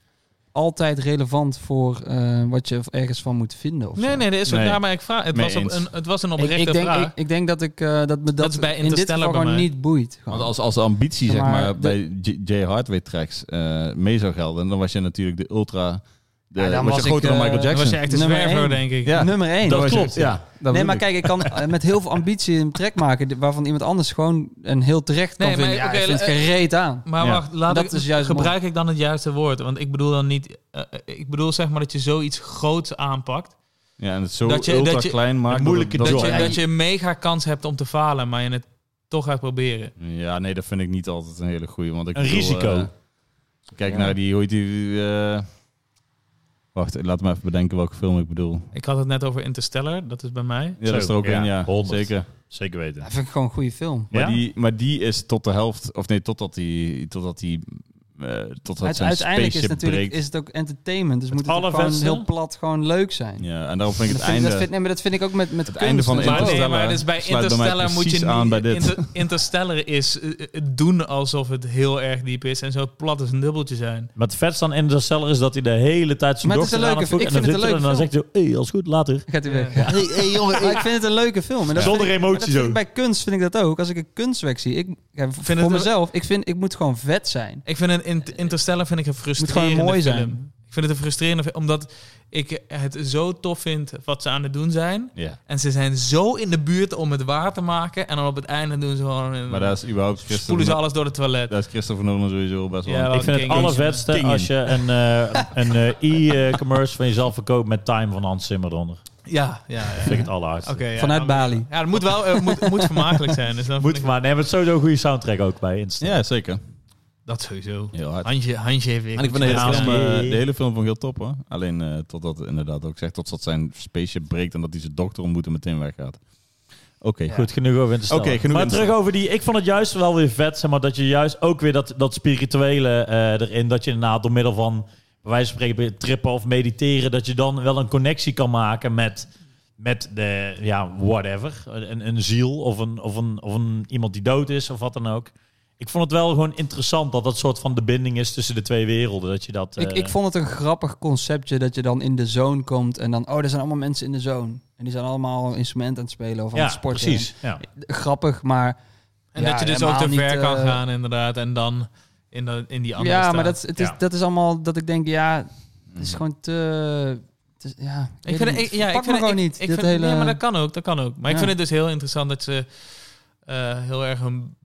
Speaker 4: altijd relevant voor eh, wat je ergens van moet vinden. Of zo.
Speaker 3: Nee, nee, dat is ook
Speaker 2: Nee.
Speaker 3: daar, maar ik vraag, het,
Speaker 2: Mee
Speaker 3: was op
Speaker 2: eens.
Speaker 3: een, het was een
Speaker 4: Ik,
Speaker 3: oprechte
Speaker 4: ik, denk,
Speaker 3: vraag.
Speaker 4: ik, ik denk dat ik eh, dat me dat,
Speaker 3: Dat is bij
Speaker 4: in dit
Speaker 3: Interstellar
Speaker 4: geval
Speaker 3: bij
Speaker 4: gewoon
Speaker 3: mij.
Speaker 4: niet boeit.
Speaker 2: Want
Speaker 4: gewoon.
Speaker 2: als, als de ambitie,
Speaker 4: Ja,
Speaker 2: zeg
Speaker 4: maar
Speaker 2: maar,
Speaker 4: de-
Speaker 2: bij J- J. Hardway tracks eh, mee zou gelden, dan was je natuurlijk de ultra. De,
Speaker 4: Ja, dan
Speaker 2: was je
Speaker 4: was ik,
Speaker 2: groter dan
Speaker 4: eh,
Speaker 2: Michael
Speaker 3: Dan
Speaker 2: Jackson.
Speaker 3: was je echt een
Speaker 4: Nummer één.
Speaker 3: zwerver, denk ik.
Speaker 2: Ja.
Speaker 4: Nummer 1.
Speaker 1: Dat
Speaker 2: was
Speaker 1: klopt,
Speaker 2: het, ja.
Speaker 1: ja.
Speaker 4: nee, maar kijk, ik kan eh, met heel veel ambitie een track maken die- waarvan iemand anders gewoon een heel terecht kan
Speaker 3: Nee, maar
Speaker 4: vinden. Ja, ik
Speaker 3: oké,
Speaker 4: vind het
Speaker 3: eh,
Speaker 4: gereed aan.
Speaker 3: Maar
Speaker 2: Ja.
Speaker 3: wacht, laat
Speaker 4: Dat
Speaker 3: ik,
Speaker 4: is juist
Speaker 3: gebruik ik dan het juiste woord? Want ik bedoel dan niet... eh, eh, ik bedoel zeg maar dat je zoiets groots aanpakt.
Speaker 2: Ja, en het zo
Speaker 3: Dat je-
Speaker 2: ultra
Speaker 3: dat je-
Speaker 2: klein maken.
Speaker 1: moeilijke
Speaker 2: dat,
Speaker 3: Dat
Speaker 1: joh.
Speaker 3: je,
Speaker 1: Ja,
Speaker 3: dat je een mega kans hebt om te falen, maar je het toch gaat proberen.
Speaker 2: Ja, nee, dat vind ik niet altijd een hele goeie. Want ik
Speaker 1: Een
Speaker 2: bedoel,
Speaker 1: risico.
Speaker 2: eh, kijk
Speaker 4: Ja.
Speaker 2: naar die, hoe heet die... eh, wacht, laat me even bedenken welke film ik bedoel.
Speaker 3: Ik had het net over Interstellar, dat is bij mij.
Speaker 2: Ja, dat is
Speaker 1: Zo,
Speaker 2: er ook
Speaker 1: ja,
Speaker 2: in, ja.
Speaker 1: 100.
Speaker 2: Zeker.
Speaker 1: Zeker weten.
Speaker 4: Dat vind ik gewoon een goede film.
Speaker 2: Maar,
Speaker 1: Ja?
Speaker 2: die, maar die is tot de helft... Of nee, totdat die... Totdat die eh totdat
Speaker 4: Uit-
Speaker 2: zijn
Speaker 4: uiteindelijk is,
Speaker 2: spaceship
Speaker 4: natuurlijk,
Speaker 2: breekt.
Speaker 4: is het ook entertainment. Dus moet het ook gewoon
Speaker 1: allervetste-
Speaker 4: heel plat gewoon leuk zijn.
Speaker 2: Ja, en daarom vind ik het
Speaker 4: Dat vind, ik-
Speaker 2: einde...
Speaker 4: dat vind, nee, maar dat vind ik ook met, met
Speaker 2: Het
Speaker 4: kunst
Speaker 2: einde van
Speaker 4: en zo.
Speaker 3: Maar nee,
Speaker 2: Interstellar
Speaker 3: maar dus bij
Speaker 2: sluit bij mij
Speaker 3: Interstellar moet je
Speaker 2: precies
Speaker 3: niet...
Speaker 2: aan bij dit.
Speaker 3: Inter- Interstellar is eh, eh, doen alsof het heel erg diep is en zo plat als een dubbeltje zijn.
Speaker 1: Maar het vetste aan Interstellar is dat hij de hele tijd zijn
Speaker 4: Maar het is
Speaker 1: dochter
Speaker 4: een
Speaker 1: aan
Speaker 4: leuke
Speaker 1: het voet-
Speaker 4: film.
Speaker 1: en dan
Speaker 4: Ik vind
Speaker 1: zit er en dan
Speaker 4: het een leuke
Speaker 1: zegt hij, hey, alles goed, later.
Speaker 4: Gaat hij weg.
Speaker 3: Ja.
Speaker 4: Ja. Maar ik vind het een leuke film. En dat
Speaker 1: Zonder
Speaker 4: vind ik- maar dat
Speaker 1: emotie
Speaker 4: vind
Speaker 1: zo.
Speaker 4: ik Bij kunst vind ik dat ook. Als ik een kunstwerk zie, ik, ja, voor
Speaker 3: het
Speaker 4: voor
Speaker 3: een-
Speaker 4: mezelf, ik, vind, ik moet gewoon vet zijn.
Speaker 3: Ik vind een Int- Interstellar vind ik een
Speaker 4: Het moet
Speaker 3: frustrerende
Speaker 4: gewoon mooi
Speaker 3: film.
Speaker 4: zijn.
Speaker 3: Ik vind het een frustrerende film, omdat ik het zo tof vind wat ze aan het doen zijn.
Speaker 2: Ja.
Speaker 3: En ze zijn zo in de buurt om het waar te maken. En dan op het einde doen ze gewoon... een-
Speaker 2: Maar daar is überhaupt
Speaker 3: spoelen ze
Speaker 2: Christopher,
Speaker 3: alles door het toilet.
Speaker 2: daar is Christopher Nolan sowieso best wel...
Speaker 3: Ja,
Speaker 1: Ik vind het
Speaker 3: King.
Speaker 1: allervetste
Speaker 2: King.
Speaker 1: als je een, eh, een eh, e-commerce van jezelf verkoopt met time van Hans Zimmer eronder.
Speaker 3: Ja, ja, ja.
Speaker 1: Vind ik het allerhardste.
Speaker 3: Oké, ja,
Speaker 4: Vanuit
Speaker 3: dan-
Speaker 4: Bali.
Speaker 3: Ja, het moet wel eh, moet, moet vermakelijk zijn. Dus dan
Speaker 1: Moet
Speaker 3: vind ik-
Speaker 1: maar. Nee, maar het is sowieso een goede soundtrack ook bij Insta.
Speaker 2: ja, zeker.
Speaker 3: Dat sowieso.
Speaker 2: Heel hard.
Speaker 3: Handje, handje heeft weer.
Speaker 2: En ik vind de hele,
Speaker 1: Ja,
Speaker 2: film,
Speaker 1: ja.
Speaker 2: eh, de hele film vond ik heel top hoor. Alleen eh, totdat inderdaad ook zegt, totdat zijn spaceship breekt en dat hij zijn dokter ontmoet en meteen weggaat. Oké, goed.
Speaker 1: Goed, genoeg over Interstellar.
Speaker 2: Oké, genoeg
Speaker 1: maar
Speaker 2: Interstellar.
Speaker 1: terug over die... Ik vond het juist wel weer vet, zeg maar, dat je juist ook weer dat, dat spirituele eh, erin... dat je inderdaad door middel van, bij wijze van spreken, trippen of mediteren... dat je dan wel een connectie kan maken met, met de, ja, whatever. Een, een ziel of, een, of, een, of een, iemand die dood is of wat dan ook. Ik vond het wel gewoon interessant dat dat soort van de binding is tussen de twee werelden. Dat je dat...
Speaker 4: Ik,
Speaker 1: eh,
Speaker 4: ik vond het een grappig conceptje dat je dan in de zone komt en dan, oh, er zijn allemaal mensen in de zone. En die zijn allemaal instrumenten aan het spelen of aan
Speaker 1: ja,
Speaker 4: het sporten.
Speaker 1: precies. Ja.
Speaker 4: Grappig, maar
Speaker 3: En
Speaker 4: Ja,
Speaker 3: dat je dus ook
Speaker 4: helemaal
Speaker 3: te
Speaker 4: niet,
Speaker 3: ver kan
Speaker 4: eh,
Speaker 3: gaan, inderdaad. En dan in, de, in die andere
Speaker 4: ja,
Speaker 3: staat.
Speaker 4: maar dat, is- het is,
Speaker 1: Ja.
Speaker 4: dat is allemaal dat ik denk, ja, het is gewoon te... het is- ja, ik,
Speaker 3: Hmm.
Speaker 4: weet
Speaker 3: Ik vind,
Speaker 4: het
Speaker 3: het-
Speaker 4: niet.
Speaker 3: ik, ja,
Speaker 4: Pak
Speaker 3: ik vind
Speaker 4: me gewoon
Speaker 3: het- ik-
Speaker 4: niet.
Speaker 3: Ik
Speaker 4: dit
Speaker 3: vind,
Speaker 4: hele...
Speaker 3: Nee, maar dat kan ook. Dat kan ook. Maar ik
Speaker 4: Ja.
Speaker 3: vind het dus heel interessant dat ze eh, heel erg hun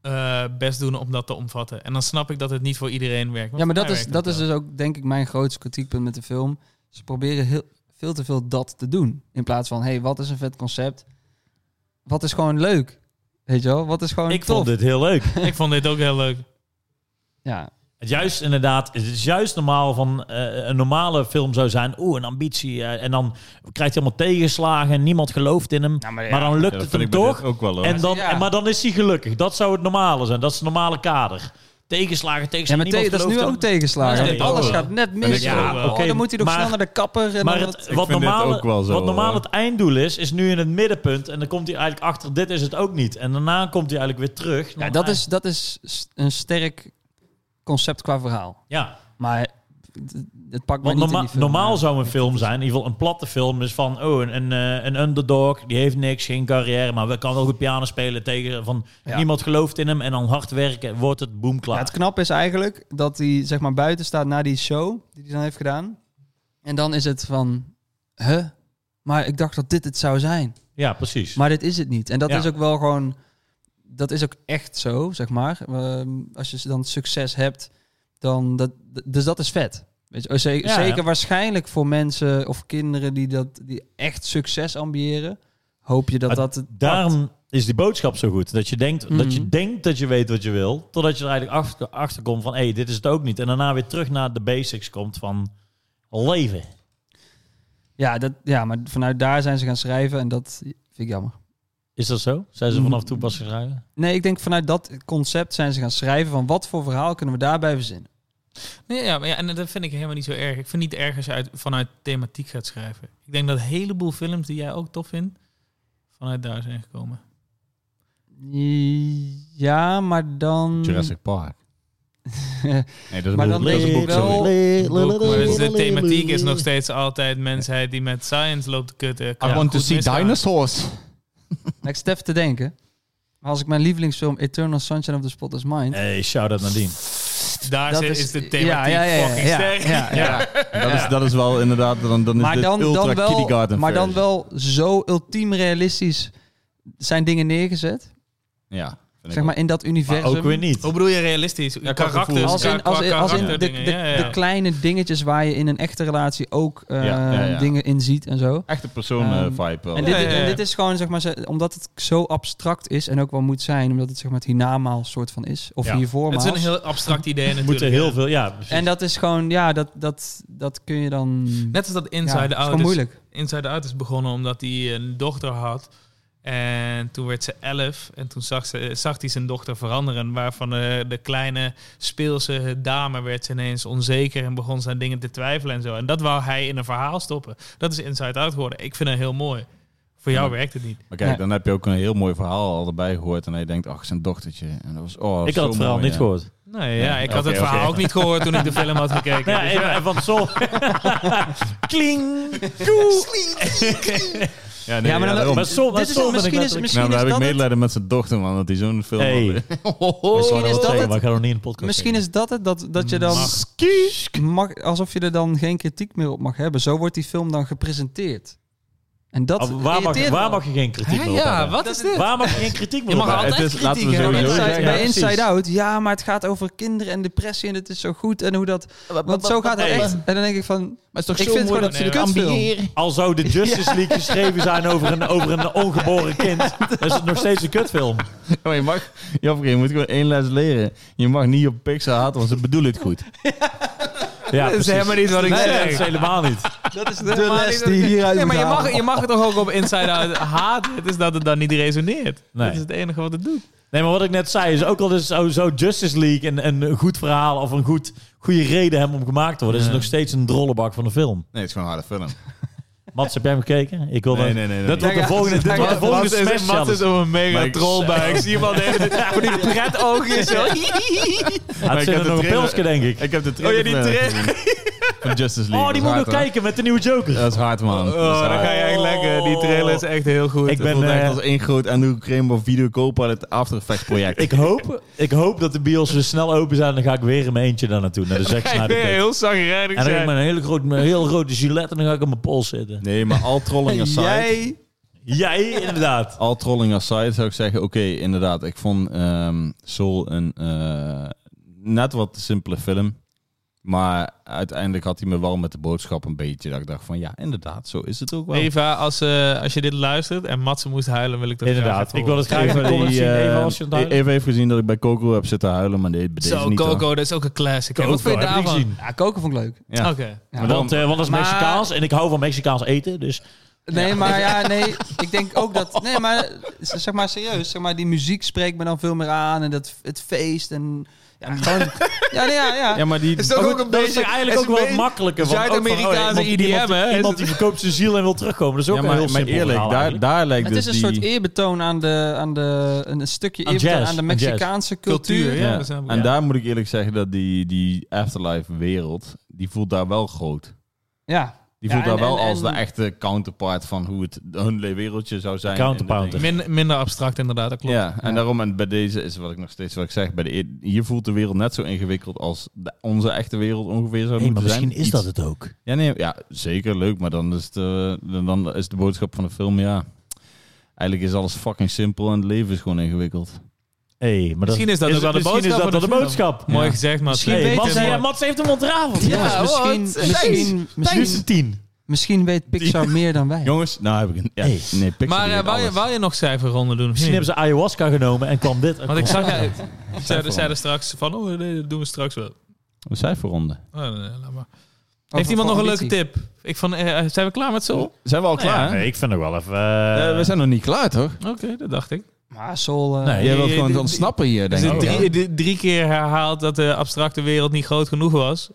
Speaker 3: eh, best doen om dat te omvatten. En dan snap ik dat het niet voor iedereen werkt.
Speaker 4: ja, maar
Speaker 3: voor
Speaker 4: dat
Speaker 3: mij
Speaker 4: is,
Speaker 3: werkt
Speaker 4: dat is
Speaker 3: het
Speaker 4: dus ook, denk ik, mijn grootste kritiekpunt met de film. Ze proberen heel, veel te veel dat te doen. In plaats van, hé, hey, wat is een vet concept? Wat is gewoon leuk? Weet je wel? Wat is gewoon
Speaker 1: Ik
Speaker 4: tof?
Speaker 1: vond dit heel leuk.
Speaker 3: wel. ik vond dit ook heel leuk.
Speaker 4: Ja,
Speaker 1: Het juist inderdaad, het is juist normaal van eh, een normale film zou zijn. Oeh, een ambitie. eh, en dan krijgt hij allemaal tegenslagen en niemand gelooft in hem.
Speaker 4: maar,
Speaker 1: Maar dan lukt
Speaker 2: Ja, dat
Speaker 1: het
Speaker 2: vind
Speaker 1: hem
Speaker 2: ik bij dit
Speaker 1: toch.
Speaker 2: ook wel. hoor.
Speaker 1: En dan,
Speaker 4: Ja.
Speaker 1: en- Maar dan is hij gelukkig. Dat zou het normale zijn. Dat is het normale kader. Tegenslagen,
Speaker 4: ja, maar
Speaker 1: tegenslagen.
Speaker 4: tegen- dat is nu ook tegenslagen.
Speaker 1: Nee,
Speaker 4: Alles
Speaker 1: ook wel.
Speaker 4: gaat net
Speaker 2: ik
Speaker 4: mis.
Speaker 2: ook
Speaker 4: Ja,
Speaker 1: wel.
Speaker 4: oh, dan moet hij nog
Speaker 1: Maar-
Speaker 4: snel naar de kapper. En
Speaker 1: Maar
Speaker 4: dan
Speaker 1: het,
Speaker 2: Ik
Speaker 1: wat,
Speaker 2: vind dit
Speaker 1: normaal,
Speaker 2: ook wel zo,
Speaker 1: wat normaal
Speaker 2: hoor.
Speaker 1: het einddoel is, is nu in het middenpunt. En dan komt hij eigenlijk achter, dit is het ook niet. En daarna komt hij eigenlijk weer terug. Nou,
Speaker 4: ja, dat, is, dat is s- een sterk concept qua verhaal.
Speaker 1: Ja,
Speaker 4: Maar d- het pakt
Speaker 1: want
Speaker 4: me niet in
Speaker 1: norma-
Speaker 4: die film.
Speaker 1: normaal zou een film zijn, in ieder geval een platte film, is van oh, een, een, eh, een underdog, die heeft niks, geen carrière, maar we kan wel goed piano spelen tegen van
Speaker 4: Ja.
Speaker 1: niemand gelooft in hem en dan hard werken, wordt het boom
Speaker 4: Ja,
Speaker 1: klaar.
Speaker 4: het knap is eigenlijk dat hij zeg maar buiten staat na die show die hij dan heeft gedaan. En dan is het van, huh? Maar ik dacht dat dit het zou zijn.
Speaker 1: Ja, precies.
Speaker 4: Maar dit is het niet. En dat
Speaker 1: Ja.
Speaker 4: is ook wel gewoon, dat is ook echt zo, zeg maar. Ehm, als je dan succes hebt, dan dat, d- dus dat is vet. Weet je, oh, ze-
Speaker 1: Ja,
Speaker 4: zeker
Speaker 1: ja.
Speaker 4: waarschijnlijk voor mensen of kinderen die dat die echt succes ambiëren, hoop je dat
Speaker 1: Maar
Speaker 4: dat het
Speaker 1: Daarom is die boodschap zo goed. Dat je, denkt,
Speaker 4: Mhm.
Speaker 1: dat je denkt dat je weet wat je wil, totdat je er eigenlijk achter, achter komt van hé, hey, dit is het ook niet. En daarna weer terug naar de basics komt van leven.
Speaker 4: Ja, dat, ja, maar vanuit daar zijn ze gaan schrijven en dat vind ik jammer.
Speaker 1: Is dat zo? Zijn ze vanaf toepassing schrijven?
Speaker 4: Nee, ik denk vanuit dat concept zijn ze gaan schrijven van wat voor verhaal kunnen we daarbij verzinnen.
Speaker 3: Nee, ja, maar ja, en dat vind ik helemaal niet zo erg. Ik vind niet erg als je uit, vanuit thematiek gaat schrijven. Ik denk dat een heleboel films die jij ook tof vindt, vanuit daar zijn gekomen.
Speaker 4: Ja, maar dan...
Speaker 2: Jurassic Park. nee, dat is
Speaker 4: Maar
Speaker 2: een
Speaker 4: dan
Speaker 2: boek. Dat is een boek,
Speaker 4: denk ik wel-
Speaker 2: sorry.
Speaker 3: Maar dus de thematiek is nog steeds altijd mensheid die met science loopt te kutten. Kan
Speaker 2: I want to
Speaker 3: goed
Speaker 2: see
Speaker 3: misgaan.
Speaker 2: dinosaurs.
Speaker 4: Nou, ik zit even te denken. Maar als ik mijn lievelingsfilm Eternal Sunshine of the Spotless Mind...
Speaker 1: Hey, shout-out Nadine.
Speaker 3: Daar
Speaker 4: dat
Speaker 3: zit, is, de thematiek
Speaker 4: ja, ja, ja,
Speaker 3: fucking
Speaker 4: ja,
Speaker 3: sterk.
Speaker 4: ja, ja.
Speaker 2: Dat is, dat is wel inderdaad, dan, dan is
Speaker 4: Maar
Speaker 2: dit
Speaker 4: dan,
Speaker 2: dus ultra
Speaker 4: dan wel,
Speaker 2: kindergarten
Speaker 4: maar dan
Speaker 2: versie.
Speaker 4: wel zo ultiem realistisch zijn dingen neergezet.
Speaker 2: Ja, vind ik
Speaker 4: Zeg
Speaker 2: ook.
Speaker 4: maar in dat
Speaker 1: Maar
Speaker 4: universum.
Speaker 1: ook weer niet.
Speaker 3: Hoe bedoel je realistisch?
Speaker 2: qua
Speaker 3: karakters,
Speaker 2: gevoel.
Speaker 4: Als in, als in, als in de, de,
Speaker 3: karakterdingen, ja, ja.
Speaker 4: de kleine dingetjes waar je in een echte relatie ook eh,
Speaker 2: Ja, ja, ja.
Speaker 4: dingen in ziet en zo.
Speaker 2: Echte persoon
Speaker 4: Ehm,
Speaker 2: eh, vibe wel.
Speaker 4: En,
Speaker 3: Ja,
Speaker 4: dit,
Speaker 3: ja, ja.
Speaker 4: en dit is gewoon, zeg maar, ze- omdat het zo abstract is en ook wel moet zijn, omdat het zeg maar het hiernamaals soort van is, of
Speaker 1: Ja.
Speaker 4: hiervoormaals.
Speaker 3: Het is een heel abstract idee
Speaker 1: We
Speaker 3: natuurlijk.
Speaker 1: moeten
Speaker 3: ja.
Speaker 1: heel veel, ja. precies.
Speaker 4: En dat is gewoon, ja, dat, dat, dat kun je dan...
Speaker 3: Net als dat
Speaker 4: ja,
Speaker 3: Inside
Speaker 4: het is
Speaker 3: Out dus
Speaker 4: gewoon
Speaker 3: is,
Speaker 4: moeilijk.
Speaker 3: Inside Out is begonnen omdat hij een dochter had. En toen werd ze elf. En toen zag, ze, zag hij zijn dochter veranderen. Waarvan eh, de kleine speelse dame werd ze ineens onzeker. En begon ze aan dingen te twijfelen en zo. En dat wou hij in een verhaal stoppen. Dat is Inside Out geworden. Ik vind dat heel mooi. Voor jou
Speaker 2: Ja.
Speaker 3: werkt het niet.
Speaker 2: Maar kijk,
Speaker 4: Nee.
Speaker 2: dan heb je ook een heel mooi verhaal al erbij gehoord. En hij denkt, ach, zijn dochtertje. En dat was, oh, dat
Speaker 1: ik had
Speaker 2: was
Speaker 1: het
Speaker 2: zo
Speaker 1: verhaal
Speaker 2: mooi,
Speaker 1: niet
Speaker 2: ja.
Speaker 1: gehoord.
Speaker 3: Nee, ja,
Speaker 2: Ja,
Speaker 3: ik had
Speaker 2: oké,
Speaker 3: het verhaal
Speaker 2: oké.
Speaker 3: ook niet gehoord toen ik de film had gekeken.
Speaker 1: Nou
Speaker 3: Dus
Speaker 1: ja,
Speaker 3: ja.
Speaker 1: even van Sol. Kling. Koe.
Speaker 2: Ja, nee,
Speaker 4: ja, maar dan,
Speaker 2: daarom.
Speaker 1: Maar Sol, maar
Speaker 4: dit is,
Speaker 1: Sol ben ik
Speaker 4: misschien is,
Speaker 1: letterlijk-
Speaker 4: misschien
Speaker 2: nou, dan heb ik
Speaker 4: is dat het.
Speaker 2: medelijden met zijn dochter, man. Dat hij zo'n film
Speaker 1: Hey.
Speaker 2: had.
Speaker 4: Misschien is dat
Speaker 1: Sorry, Maar
Speaker 4: het.
Speaker 1: ik ga nog niet in de podcast
Speaker 4: Misschien
Speaker 1: zeggen.
Speaker 4: is dat het, dat, dat je dan... Mag, alsof je er dan geen kritiek meer op mag hebben. Zo wordt die film dan gepresenteerd. En dat
Speaker 1: Ah, waar, mag,
Speaker 4: irriteert me
Speaker 1: waar
Speaker 4: al.
Speaker 1: mag je geen kritiek
Speaker 3: Hè,
Speaker 1: meer op
Speaker 3: ja,
Speaker 1: hebben?
Speaker 3: wat is dit?
Speaker 1: Waar mag je geen kritiek meer
Speaker 3: Je
Speaker 1: op
Speaker 3: mag
Speaker 1: hebben?
Speaker 3: altijd
Speaker 2: het is, laten we
Speaker 3: kritiek hebben.
Speaker 2: sowieso
Speaker 4: Inside,
Speaker 2: zeggen.
Speaker 4: bij
Speaker 1: ja,
Speaker 4: Inside
Speaker 1: precies.
Speaker 4: Out, ja, maar het gaat over kinderen en depressie en het is zo goed en hoe dat... Want zo gaat het
Speaker 1: Hey.
Speaker 4: echt. En dan denk ik van,
Speaker 2: Maar het is
Speaker 4: Ik vind gewoon
Speaker 3: dat ze
Speaker 4: de ambiëren.
Speaker 1: Al zou de Justice League geschreven zijn over een, over een ongeboren kind, dan is het nog steeds een kutfilm.
Speaker 2: Maar je mag, Joffrey, je moet gewoon één les leren. Je mag niet op Pixar haten, want ze bedoelen het goed.
Speaker 1: Ja,
Speaker 3: Dat is
Speaker 1: precies.
Speaker 3: helemaal niet wat ik
Speaker 1: Nee, dat
Speaker 3: zeg.
Speaker 1: is helemaal niet.
Speaker 4: dat is
Speaker 3: Dat is helemaal niet wat ik-
Speaker 4: hieruit
Speaker 3: Nee, maar je
Speaker 4: moet
Speaker 3: mag,
Speaker 4: halen.
Speaker 3: je mag het toch ook op Inside Out haten. Het is dat het dan niet resoneert.
Speaker 1: Nee.
Speaker 3: Dat is het enige wat het doet.
Speaker 1: Nee, maar wat ik net zei is ook al is zo, zo Justice League een, een goed verhaal of een goed, goede reden hebben om gemaakt te worden, is het
Speaker 3: Ja.
Speaker 1: nog steeds een drollebak van een film.
Speaker 2: Nee, het is gewoon een harde film.
Speaker 1: Mats, heb jij hem gekeken? Ik wil
Speaker 2: Nee,
Speaker 1: dat-
Speaker 2: nee, nee, nee,
Speaker 1: Dat wordt
Speaker 2: nee.
Speaker 1: de
Speaker 4: Ja, ja,
Speaker 1: volgende, dit
Speaker 4: ja,
Speaker 1: wordt de
Speaker 4: ja.
Speaker 1: volgende smash
Speaker 3: Mats is
Speaker 1: challenge.
Speaker 3: op een
Speaker 2: Maar
Speaker 3: mega
Speaker 2: ik-
Speaker 3: trollbuik. Ik zie hem al de hele tijd voor die pret oogjes. zo.
Speaker 1: Hij
Speaker 2: ik
Speaker 1: zit er
Speaker 2: heb de
Speaker 1: nog een
Speaker 2: trailer-
Speaker 1: pilsje, denk ik.
Speaker 2: Ik heb de
Speaker 3: Oh ja, die
Speaker 2: trailer eh,
Speaker 3: trailer.
Speaker 2: gezien. Van Justice League.
Speaker 1: Oh, die moet ik
Speaker 2: Dat is
Speaker 1: nog
Speaker 2: hard,
Speaker 1: kijken met de nieuwe Joker.
Speaker 2: hoor. Dat is hard, man. Dat is
Speaker 3: Oh, dan
Speaker 2: hard.
Speaker 3: ga je echt lekker. Die trailer is echt heel goed.
Speaker 1: Ik
Speaker 2: Ik
Speaker 1: ben,
Speaker 2: ben
Speaker 1: eh,
Speaker 2: echt als één groot Andrew Cramer video kopen aan het After Effects project.
Speaker 1: Ik hoop, ik hoop dat de bios weer snel open zijn. Dan ga ik weer in mijn eentje daar naartoe, naar de Zack
Speaker 3: Kijk,
Speaker 1: Snyder
Speaker 3: weer
Speaker 1: Cut.
Speaker 3: heel zagrijnig
Speaker 1: En dan heb ik
Speaker 3: zijn.
Speaker 1: mijn hele grote, mijn heel grote gilet en dan ga ik op mijn pols zitten.
Speaker 2: Nee, maar al trolling aside,
Speaker 4: Jij...
Speaker 1: Jij, inderdaad.
Speaker 2: al trolling aside zou ik zeggen, oké, inderdaad. Ik vond ehm Soul een eh, net wat simpele film. Maar uiteindelijk had hij me wel met de boodschap een beetje. Dat ik dacht van ja, inderdaad, zo is het ook wel.
Speaker 3: Eva, als, eh, als je dit luistert en Matze moest huilen, wil ik dat graag
Speaker 1: Inderdaad,
Speaker 3: even
Speaker 1: ik wil
Speaker 3: horen.
Speaker 1: het graag even die,
Speaker 2: die,
Speaker 1: zien,
Speaker 2: eh,
Speaker 1: even als je het duidelijk-
Speaker 2: Eva heeft gezien dat ik bij Coco heb zitten huilen, maar nee, bij deze
Speaker 3: Zo,
Speaker 2: niet. hoor.
Speaker 3: Coco, dat is ook een classic. En wat
Speaker 1: Coco,
Speaker 3: vind je
Speaker 1: heb ik
Speaker 3: daarvan?
Speaker 1: gezien.
Speaker 4: Ja, koken vond ik leuk.
Speaker 2: Ja.
Speaker 3: Oké.
Speaker 4: Ja.
Speaker 2: Maar dan-
Speaker 1: Want, eh, want dat is
Speaker 4: Maar-
Speaker 1: Mexicaans en ik hou van Mexicaans eten, dus...
Speaker 4: Nee, maar ja, nee, ik denk ook dat... Nee, maar z- zeg maar serieus, zeg maar, die muziek spreekt me dan veel meer aan. En dat, het feest en... Ja, gewoon, ja, nee, ja, ja.
Speaker 2: Ja, maar die,
Speaker 3: Is dat ook een
Speaker 1: Dat is
Speaker 3: beetje...
Speaker 1: eigenlijk ook wel makkelijker. want ook van, oh,
Speaker 3: Zuid-Amerikaanse
Speaker 1: iemand- iemand-
Speaker 3: IDM, hè?
Speaker 1: Iemand die verkoopt zijn ziel en wil terugkomen. Dat is ook
Speaker 2: ja, maar,
Speaker 1: een heel
Speaker 2: maar
Speaker 1: simpel Nou,
Speaker 2: eerlijk,
Speaker 1: verhaal
Speaker 2: daar,
Speaker 1: eigenlijk.
Speaker 2: daar lijkt
Speaker 4: Het is
Speaker 2: dus
Speaker 4: een
Speaker 2: die...
Speaker 4: soort eerbetoon aan de... Aan de een, een stukje
Speaker 1: Aan
Speaker 4: eerbetoon
Speaker 1: jazz,
Speaker 4: aan de
Speaker 1: aan jazz.
Speaker 4: Mexicaanse cultuur.
Speaker 3: Cultuur,
Speaker 2: Ja.
Speaker 3: Ja, dat snap ik.
Speaker 2: En
Speaker 1: Ja.
Speaker 2: daar moet ik eerlijk zeggen dat die, die afterlife wereld, die voelt daar wel groot.
Speaker 4: Ja,
Speaker 2: Die
Speaker 4: Ja,
Speaker 2: voelt
Speaker 4: en-
Speaker 2: daar wel
Speaker 4: en-
Speaker 2: als de
Speaker 4: en-
Speaker 2: echte counterpart van hoe het hun le- wereldje zou zijn. in de
Speaker 1: Counterpart.
Speaker 2: dingen.
Speaker 3: Min- minder abstract inderdaad, dat klopt.
Speaker 2: Ja, en
Speaker 4: Ja.
Speaker 2: daarom, en bij deze is wat ik nog steeds wat ik zeg, bij de, eer- hier voelt de wereld net zo ingewikkeld als de- onze echte wereld ongeveer zou
Speaker 1: Hey, maar
Speaker 2: moeten zijn.
Speaker 1: misschien is
Speaker 2: Iets-
Speaker 1: dat het ook.
Speaker 2: Ja, nee, ja, zeker leuk, maar dan is, de, dan- dan is de boodschap van de film, ja, eigenlijk is alles fucking simpel en het leven is gewoon ingewikkeld.
Speaker 1: Hey, maar
Speaker 3: Misschien is dat ook wel de
Speaker 1: misschien
Speaker 3: boodschap
Speaker 1: is dat wel
Speaker 3: van de
Speaker 1: de
Speaker 3: film.
Speaker 1: boodschap.
Speaker 3: Mooi
Speaker 2: Ja.
Speaker 3: gezegd, maar
Speaker 4: Misschien
Speaker 1: Hey,
Speaker 4: weet
Speaker 1: Mats,
Speaker 4: het
Speaker 1: hey,
Speaker 4: wel.
Speaker 1: Mats heeft hem ontrafeld.
Speaker 4: Jongens, misschien, misschien,
Speaker 1: Misschien
Speaker 4: misschien,
Speaker 1: tien.
Speaker 4: misschien weet Pixar meer dan wij.
Speaker 2: Jongens, nou heb ik een... Ja,
Speaker 1: Hey.
Speaker 2: Nee, Pixar
Speaker 3: Maar
Speaker 2: die
Speaker 3: eh,
Speaker 2: weet
Speaker 3: wou, je,
Speaker 2: alles.
Speaker 3: wou je nog cijferronden doen? of
Speaker 1: Misschien
Speaker 3: niet?
Speaker 1: hebben ze ayahuasca genomen en kwam dit.
Speaker 3: Want ik zag, ja, ik zei,
Speaker 2: Cijferronden.
Speaker 3: zei er straks van, oh nee, dat doen we straks wel.
Speaker 2: Een cijferronde.
Speaker 3: Oh, nee, nee, laat maar.
Speaker 4: Over-
Speaker 3: Heeft iemand nog een
Speaker 4: voor
Speaker 3: leuke
Speaker 4: ambitie.
Speaker 3: tip? Ik van, eh, zijn we klaar met Soul?
Speaker 2: Zijn we al klaar, hè?
Speaker 1: Nee, ik vind nog wel even...
Speaker 2: Eh, we zijn nog niet klaar, toch?
Speaker 3: Oké, dat dacht ik.
Speaker 4: Maar Sol... eh,
Speaker 1: Nee,
Speaker 2: Jij wilt
Speaker 3: eh,
Speaker 2: gewoon
Speaker 3: eh,
Speaker 2: ontsnappen hier,
Speaker 3: Er
Speaker 2: denk ik.
Speaker 3: is
Speaker 1: Oh, ja.
Speaker 3: drie, d- drie keer herhaald dat de abstracte wereld niet groot genoeg was.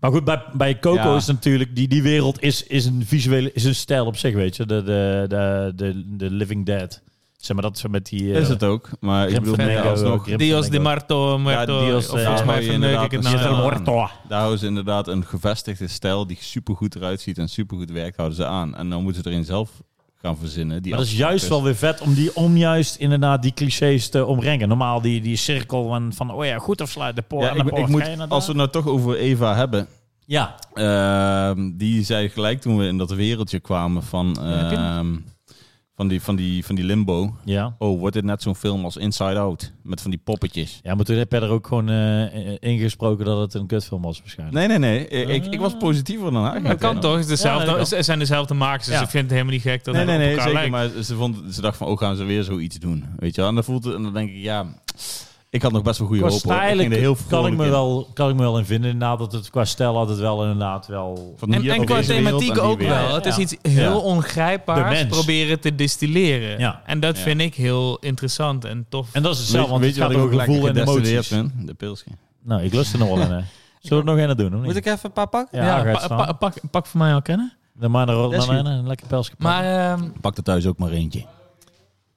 Speaker 1: Maar goed, bij, bij Coco
Speaker 2: Ja.
Speaker 1: is natuurlijk... Die, die wereld is, is een visuele... Is een stijl op zich, weet je. De, de, de, de, de Living Dead. Zeg maar, dat ze met die... eh,
Speaker 2: Is het ook, maar ik
Speaker 1: Grim
Speaker 2: bedoel,
Speaker 1: Fandango,
Speaker 2: nee, alsnog,
Speaker 1: Grim
Speaker 3: Dios
Speaker 1: Fandango.
Speaker 3: de Marto, Muerto.
Speaker 2: Dios,
Speaker 3: of
Speaker 2: eh,
Speaker 3: volgens
Speaker 2: hou
Speaker 3: mij
Speaker 2: je
Speaker 3: verneuk ik
Speaker 2: inderdaad
Speaker 3: het
Speaker 2: een
Speaker 1: Dios del
Speaker 2: eh, Ja.
Speaker 3: nou.
Speaker 1: Muerto.
Speaker 2: daar houden ze inderdaad een gevestigde stijl die supergoed eruit ziet en supergoed werkt, houden ze aan. En dan moeten ze er een zelf gaan verzinnen. Die
Speaker 1: Maar dat is
Speaker 2: afspraak
Speaker 1: juist wel weer vet om die onjuist inderdaad die clichés te omringen. Normaal die, die cirkel van, van oh ja, goed of sluit de poort
Speaker 2: Ja,
Speaker 1: aan
Speaker 2: ik,
Speaker 1: de
Speaker 2: ik
Speaker 1: poort. Ga je
Speaker 2: moet,
Speaker 1: naar
Speaker 2: als we
Speaker 1: daar?
Speaker 2: het nou toch over Eva hebben,
Speaker 1: Ja,
Speaker 2: Ehm, die zei gelijk toen we in dat wereldje kwamen van,
Speaker 3: heb je nog?
Speaker 2: ehm, van, die, van, die, van die limbo.
Speaker 1: ja.
Speaker 2: Oh, wordt dit net zo'n film als Inside Out? Met van die poppetjes.
Speaker 1: Ja, maar toen heb je er ook gewoon eh, ingesproken dat het een kutfilm was waarschijnlijk.
Speaker 2: Nee, nee, nee. Ik, ik was positiever dan haar.
Speaker 3: Dat kan toch? Het is dezelfde-
Speaker 1: Ja, dat kan.
Speaker 3: het zijn dezelfde makers, dus
Speaker 1: Ja.
Speaker 3: ik vind het helemaal niet gek dat
Speaker 2: Nee,
Speaker 3: het
Speaker 2: nee,
Speaker 3: op
Speaker 2: nee.
Speaker 3: elkaar
Speaker 2: Zeker,
Speaker 3: lijkt.
Speaker 2: maar ze, vond, ze dacht van, oh, gaan ze weer zoiets doen? Weet je wel? En dan, voelt het, en dan denk ik, ja... Ik had nog best wel goede hoop, hoor. Ik ging
Speaker 1: Waarschijnlijk
Speaker 2: er heel
Speaker 1: kan ik,
Speaker 2: vrolijk
Speaker 1: me
Speaker 2: in.
Speaker 1: wel, kan ik me wel in vinden inderdaad dat het qua stijl altijd wel inderdaad wel...
Speaker 2: Van
Speaker 3: En,
Speaker 2: hier
Speaker 3: en
Speaker 2: op
Speaker 3: qua
Speaker 2: deze wereld en
Speaker 3: thematiek
Speaker 2: die
Speaker 3: ook
Speaker 2: wereld.
Speaker 3: wel. Het is
Speaker 1: Ja.
Speaker 3: iets heel
Speaker 2: Ja.
Speaker 1: De
Speaker 3: ongrijpbaars
Speaker 1: mens.
Speaker 3: proberen te distilleren.
Speaker 1: Ja.
Speaker 3: En dat
Speaker 2: Ja.
Speaker 3: vind ik heel interessant en tof.
Speaker 1: En dat is hetzelfde, want
Speaker 2: Weet
Speaker 1: het
Speaker 2: je wat
Speaker 1: gaat
Speaker 2: ik ook
Speaker 1: over
Speaker 2: lekker
Speaker 1: gevoel en
Speaker 2: gedestilleerd
Speaker 1: emoties.
Speaker 2: ben? De pilsje.
Speaker 1: Nou, ik lust er nog wel in, hè. Zullen we het nog een doen, of
Speaker 4: Moet
Speaker 1: niet?
Speaker 4: ik even een paar pakken?
Speaker 1: Ja, ga je het
Speaker 3: pa-
Speaker 1: staan.
Speaker 3: pa- pak, pak voor mij al kennen.
Speaker 1: Dan maar een rol-
Speaker 4: Dat is
Speaker 1: dan maar een lekker pelsje pakken.
Speaker 3: Maar ehm,
Speaker 2: Pak er thuis ook maar eentje.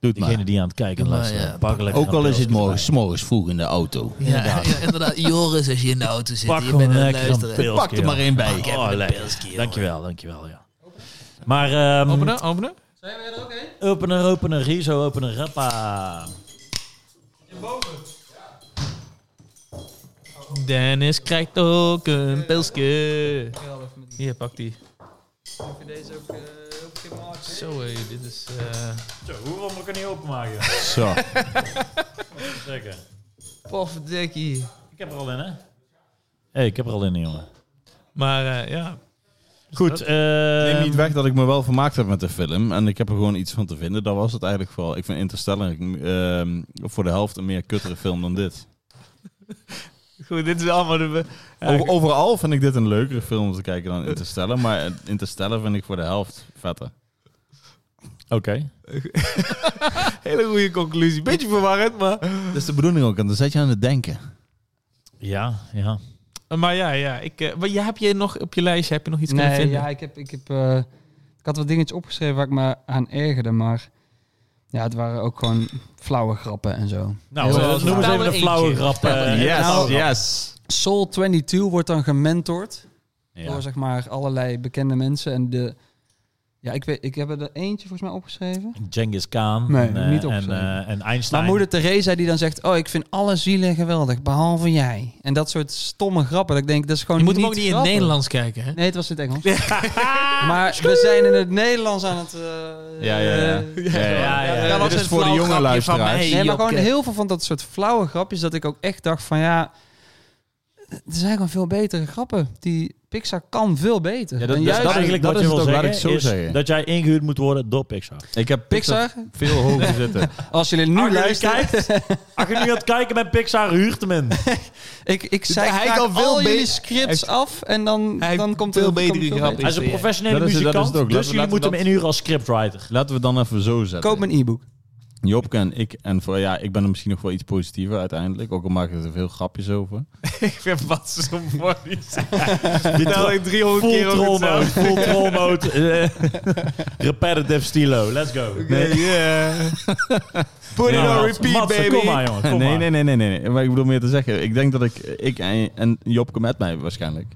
Speaker 2: Doe het maar.
Speaker 1: Degene die aan het kijken en
Speaker 5: Maar,
Speaker 1: luisteren,
Speaker 5: ja,
Speaker 1: pak lekker een pilsje erbij.
Speaker 2: morgens vroeg in de auto.
Speaker 5: Ja, inderdaad. Ja, inderdaad. Joris, als je in de auto zit,
Speaker 1: Pak
Speaker 5: je bent
Speaker 1: gewoon
Speaker 5: aan het
Speaker 1: lekker een
Speaker 5: luisteren.
Speaker 1: pilsje,
Speaker 5: pak er maar
Speaker 1: joh.
Speaker 5: één bij.
Speaker 1: Oh,
Speaker 5: Ik heb een
Speaker 1: lekker.
Speaker 5: pilsje, joh.
Speaker 1: Dankjewel, dankjewel, ja. Maar ehm
Speaker 3: openen, openen.
Speaker 1: opener, opener, riso, opener, rappa.
Speaker 3: Dennis krijgt ook een pilsje. Hier, pak die. Zo, hé, dit is... eh,
Speaker 1: Zo, hoeveel moet ik er niet openmaken?
Speaker 2: Zo.
Speaker 1: Zeker.
Speaker 3: Poffdekkie.
Speaker 1: Ik heb er al in, hè? hey, ik heb er al in, jongen.
Speaker 3: Maar eh, ja,
Speaker 1: Goed,
Speaker 2: Neem
Speaker 1: ehm
Speaker 2: niet weg dat ik me wel vermaakt heb met de film. En ik heb er gewoon iets van te vinden. Dat was het eigenlijk vooral. Ik vind Interstellar ehm, voor de helft een meer kuttere film dan dit.
Speaker 3: goed, dit is allemaal... De,
Speaker 2: Over- overal vind ik dit een leukere film om te kijken dan Interstellar. Maar Interstellar vind ik voor de helft vetter.
Speaker 1: Oké.
Speaker 3: hele goede conclusie. Beetje verwarrend, maar...
Speaker 2: Dat is de bedoeling ook. En dan zet je aan het denken.
Speaker 1: Ja, ja.
Speaker 3: Maar ja, ja. Ik, eh, maar jij- heb je nog op je lijstje heb je nog iets kunnen
Speaker 4: Nee,
Speaker 3: vinden?
Speaker 4: ja, ik, heb, ik, heb, eh, ik had wat dingetjes opgeschreven waar ik me aan ergerde, maar ja, het waren ook gewoon flauwe grappen en zo.
Speaker 1: Nou,
Speaker 4: Heel
Speaker 1: eh,
Speaker 4: erg
Speaker 1: noem eens
Speaker 3: flauw.
Speaker 1: even de flauwe
Speaker 3: Vertel er
Speaker 1: grap. eh,
Speaker 2: yes,
Speaker 4: nou-
Speaker 2: yes.
Speaker 4: Soul 22 wordt dan gementord
Speaker 2: Ja.
Speaker 4: door zeg maar allerlei bekende mensen en de... Ja, ik, weet, ik heb er eentje volgens mij opgeschreven.
Speaker 1: Genghis Khan
Speaker 4: Nee,
Speaker 1: en, eh,
Speaker 4: niet
Speaker 1: en,
Speaker 4: opgeschreven.
Speaker 1: eh, en Einstein.
Speaker 4: Maar moeder Theresa die dan zegt, oh, ik vind alle zielen geweldig, behalve jij. En dat soort stomme grappen. Dat ik denk, dat is gewoon
Speaker 3: Je moet hem ook
Speaker 4: niet
Speaker 3: niet in het
Speaker 4: grappig.
Speaker 3: Nederlands kijken, hè?
Speaker 4: Nee, het was in het Engels. maar we zijn in het Nederlands aan het... eh,
Speaker 2: Ja, ja, ja.
Speaker 4: eh,
Speaker 2: Ja, ja, ja.
Speaker 3: ja.
Speaker 2: Dat
Speaker 3: Dat was
Speaker 2: is
Speaker 3: een
Speaker 2: voor de
Speaker 3: flauw
Speaker 2: jonge
Speaker 3: grapje van
Speaker 2: luisteraars.
Speaker 3: mij.
Speaker 4: Nee, maar
Speaker 3: Jokke.
Speaker 4: gewoon heel veel van dat soort flauwe grapjes dat ik ook echt dacht van ja, er zijn gewoon veel betere grappen. Die Pixar kan veel beter.
Speaker 2: Ja,
Speaker 4: Ja,
Speaker 2: dat-
Speaker 4: en
Speaker 2: dat is
Speaker 4: juist
Speaker 1: Eigenlijk
Speaker 2: dat
Speaker 1: wat
Speaker 2: is
Speaker 1: je wil
Speaker 2: het ook, laat
Speaker 1: zeggen,
Speaker 2: ik het zo
Speaker 1: is
Speaker 2: zeggen.
Speaker 1: dat jij ingehuurd moet worden door Pixar.
Speaker 2: Ik heb Pixar
Speaker 4: Pixar,
Speaker 2: veel hoger zitten.
Speaker 4: als jullie nu
Speaker 1: Als je
Speaker 4: luisteren...
Speaker 1: Als je nu gaat kijken bij Pixar, huurt hem in.
Speaker 4: Ik, ik zei
Speaker 6: Hij
Speaker 4: graag
Speaker 6: kan veel
Speaker 4: al jullie
Speaker 6: beter-
Speaker 4: scripts
Speaker 6: hij-
Speaker 4: af en dan,
Speaker 6: hij
Speaker 4: dan
Speaker 6: heeft
Speaker 4: komt
Speaker 6: veel
Speaker 4: er komt
Speaker 6: betere
Speaker 4: er veel
Speaker 6: grappen.
Speaker 1: Hij is een
Speaker 6: Ja,
Speaker 1: professionele
Speaker 2: dat is- dat is het
Speaker 1: muzikant,
Speaker 2: ook. Laten
Speaker 1: dus
Speaker 2: we-
Speaker 1: jullie
Speaker 2: laten we
Speaker 1: moeten
Speaker 2: dat-
Speaker 1: hem inhuren als scriptwriter.
Speaker 2: Laten we dan even zo zetten.
Speaker 4: Koop mijn e-book.
Speaker 2: Job en ik, en voor, ja, ik ben er misschien nog wel iets positiever uiteindelijk. Ook al maak ik er veel grapjes over.
Speaker 3: ik vind wat zo mooi.
Speaker 1: Full
Speaker 2: Nou,
Speaker 3: Vertel ik 300 keer over
Speaker 1: troll mode,
Speaker 3: hetzelfde.
Speaker 1: full troll mode. eh, repetitive stilo, let's go.
Speaker 6: Nee, yeah. Put it
Speaker 1: Nou,
Speaker 6: on
Speaker 1: Mats,
Speaker 6: repeat,
Speaker 1: Mats,
Speaker 6: baby.
Speaker 1: Kom maar, jongen. Kom
Speaker 2: nee,
Speaker 1: maar.
Speaker 2: nee, nee, nee, nee. nee. Maar ik bedoel meer te zeggen. Ik denk dat ik, ik en, en Job met mij waarschijnlijk.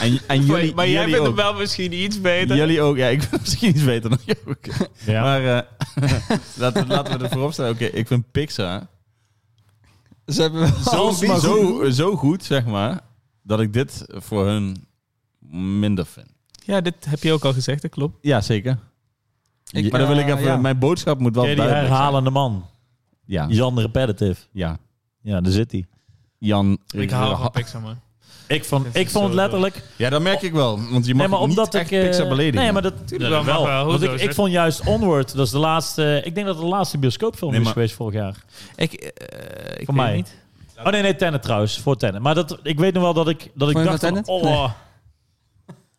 Speaker 2: En, en jullie,
Speaker 3: maar jij
Speaker 2: jullie
Speaker 3: bent hem
Speaker 2: ook.
Speaker 3: wel misschien iets beter.
Speaker 2: Jullie ook. Ja, ik ben misschien iets beter dan jou. ook.
Speaker 1: Ja.
Speaker 2: Maar eh, laten, we- laten we er voorop staan. Oké, ik vind Pixar
Speaker 4: Ze hebben wel
Speaker 2: zo,
Speaker 4: een beetje-
Speaker 2: zo, zo goed, zeg maar, dat ik dit voor hun minder vind.
Speaker 3: Ja, dit heb je ook al gezegd, dat klopt.
Speaker 2: Ja, zeker.
Speaker 4: Ik-
Speaker 2: maar dan wil ik
Speaker 4: eh,
Speaker 2: even,
Speaker 4: ja.
Speaker 2: mijn boodschap moet wel
Speaker 1: Ken je die
Speaker 2: duidelijk zijn.
Speaker 1: herhalende man?
Speaker 2: Ja,
Speaker 1: Jan Repetitive.
Speaker 2: ja.
Speaker 1: Ja, daar zit hij.
Speaker 2: Jan.
Speaker 3: Ik hou van Pixar, man.
Speaker 1: Ik vond,
Speaker 3: Dit
Speaker 1: ik
Speaker 3: is
Speaker 1: vond
Speaker 3: zo
Speaker 1: het letterlijk...
Speaker 2: Ja, dat merk ik wel. Want je mag
Speaker 1: nee, maar
Speaker 2: niet
Speaker 1: omdat
Speaker 2: echt
Speaker 1: ik, eh,
Speaker 2: Pixar beledigen.
Speaker 1: Nee, maar dat...
Speaker 3: Tuurlijk
Speaker 1: Ja,
Speaker 3: wel, mag wel.
Speaker 1: Want
Speaker 3: Hoezo,
Speaker 1: ik,
Speaker 3: zeg.
Speaker 1: ik vond juist Onward, dat is de laatste... eh, Ik denk dat het de laatste bioscoopfilm
Speaker 2: Nee,
Speaker 1: is
Speaker 2: maar-
Speaker 1: geweest vorig jaar.
Speaker 3: Ik, eh, ik
Speaker 1: Voor
Speaker 3: weet
Speaker 1: mij.
Speaker 3: niet.
Speaker 1: Oh nee, nee, Tenet trouwens. Voor Tenet. Maar dat, ik weet nog wel dat ik, dat ik
Speaker 4: Vond je
Speaker 1: dacht...
Speaker 4: van
Speaker 1: van,
Speaker 4: Tenet?
Speaker 1: oh,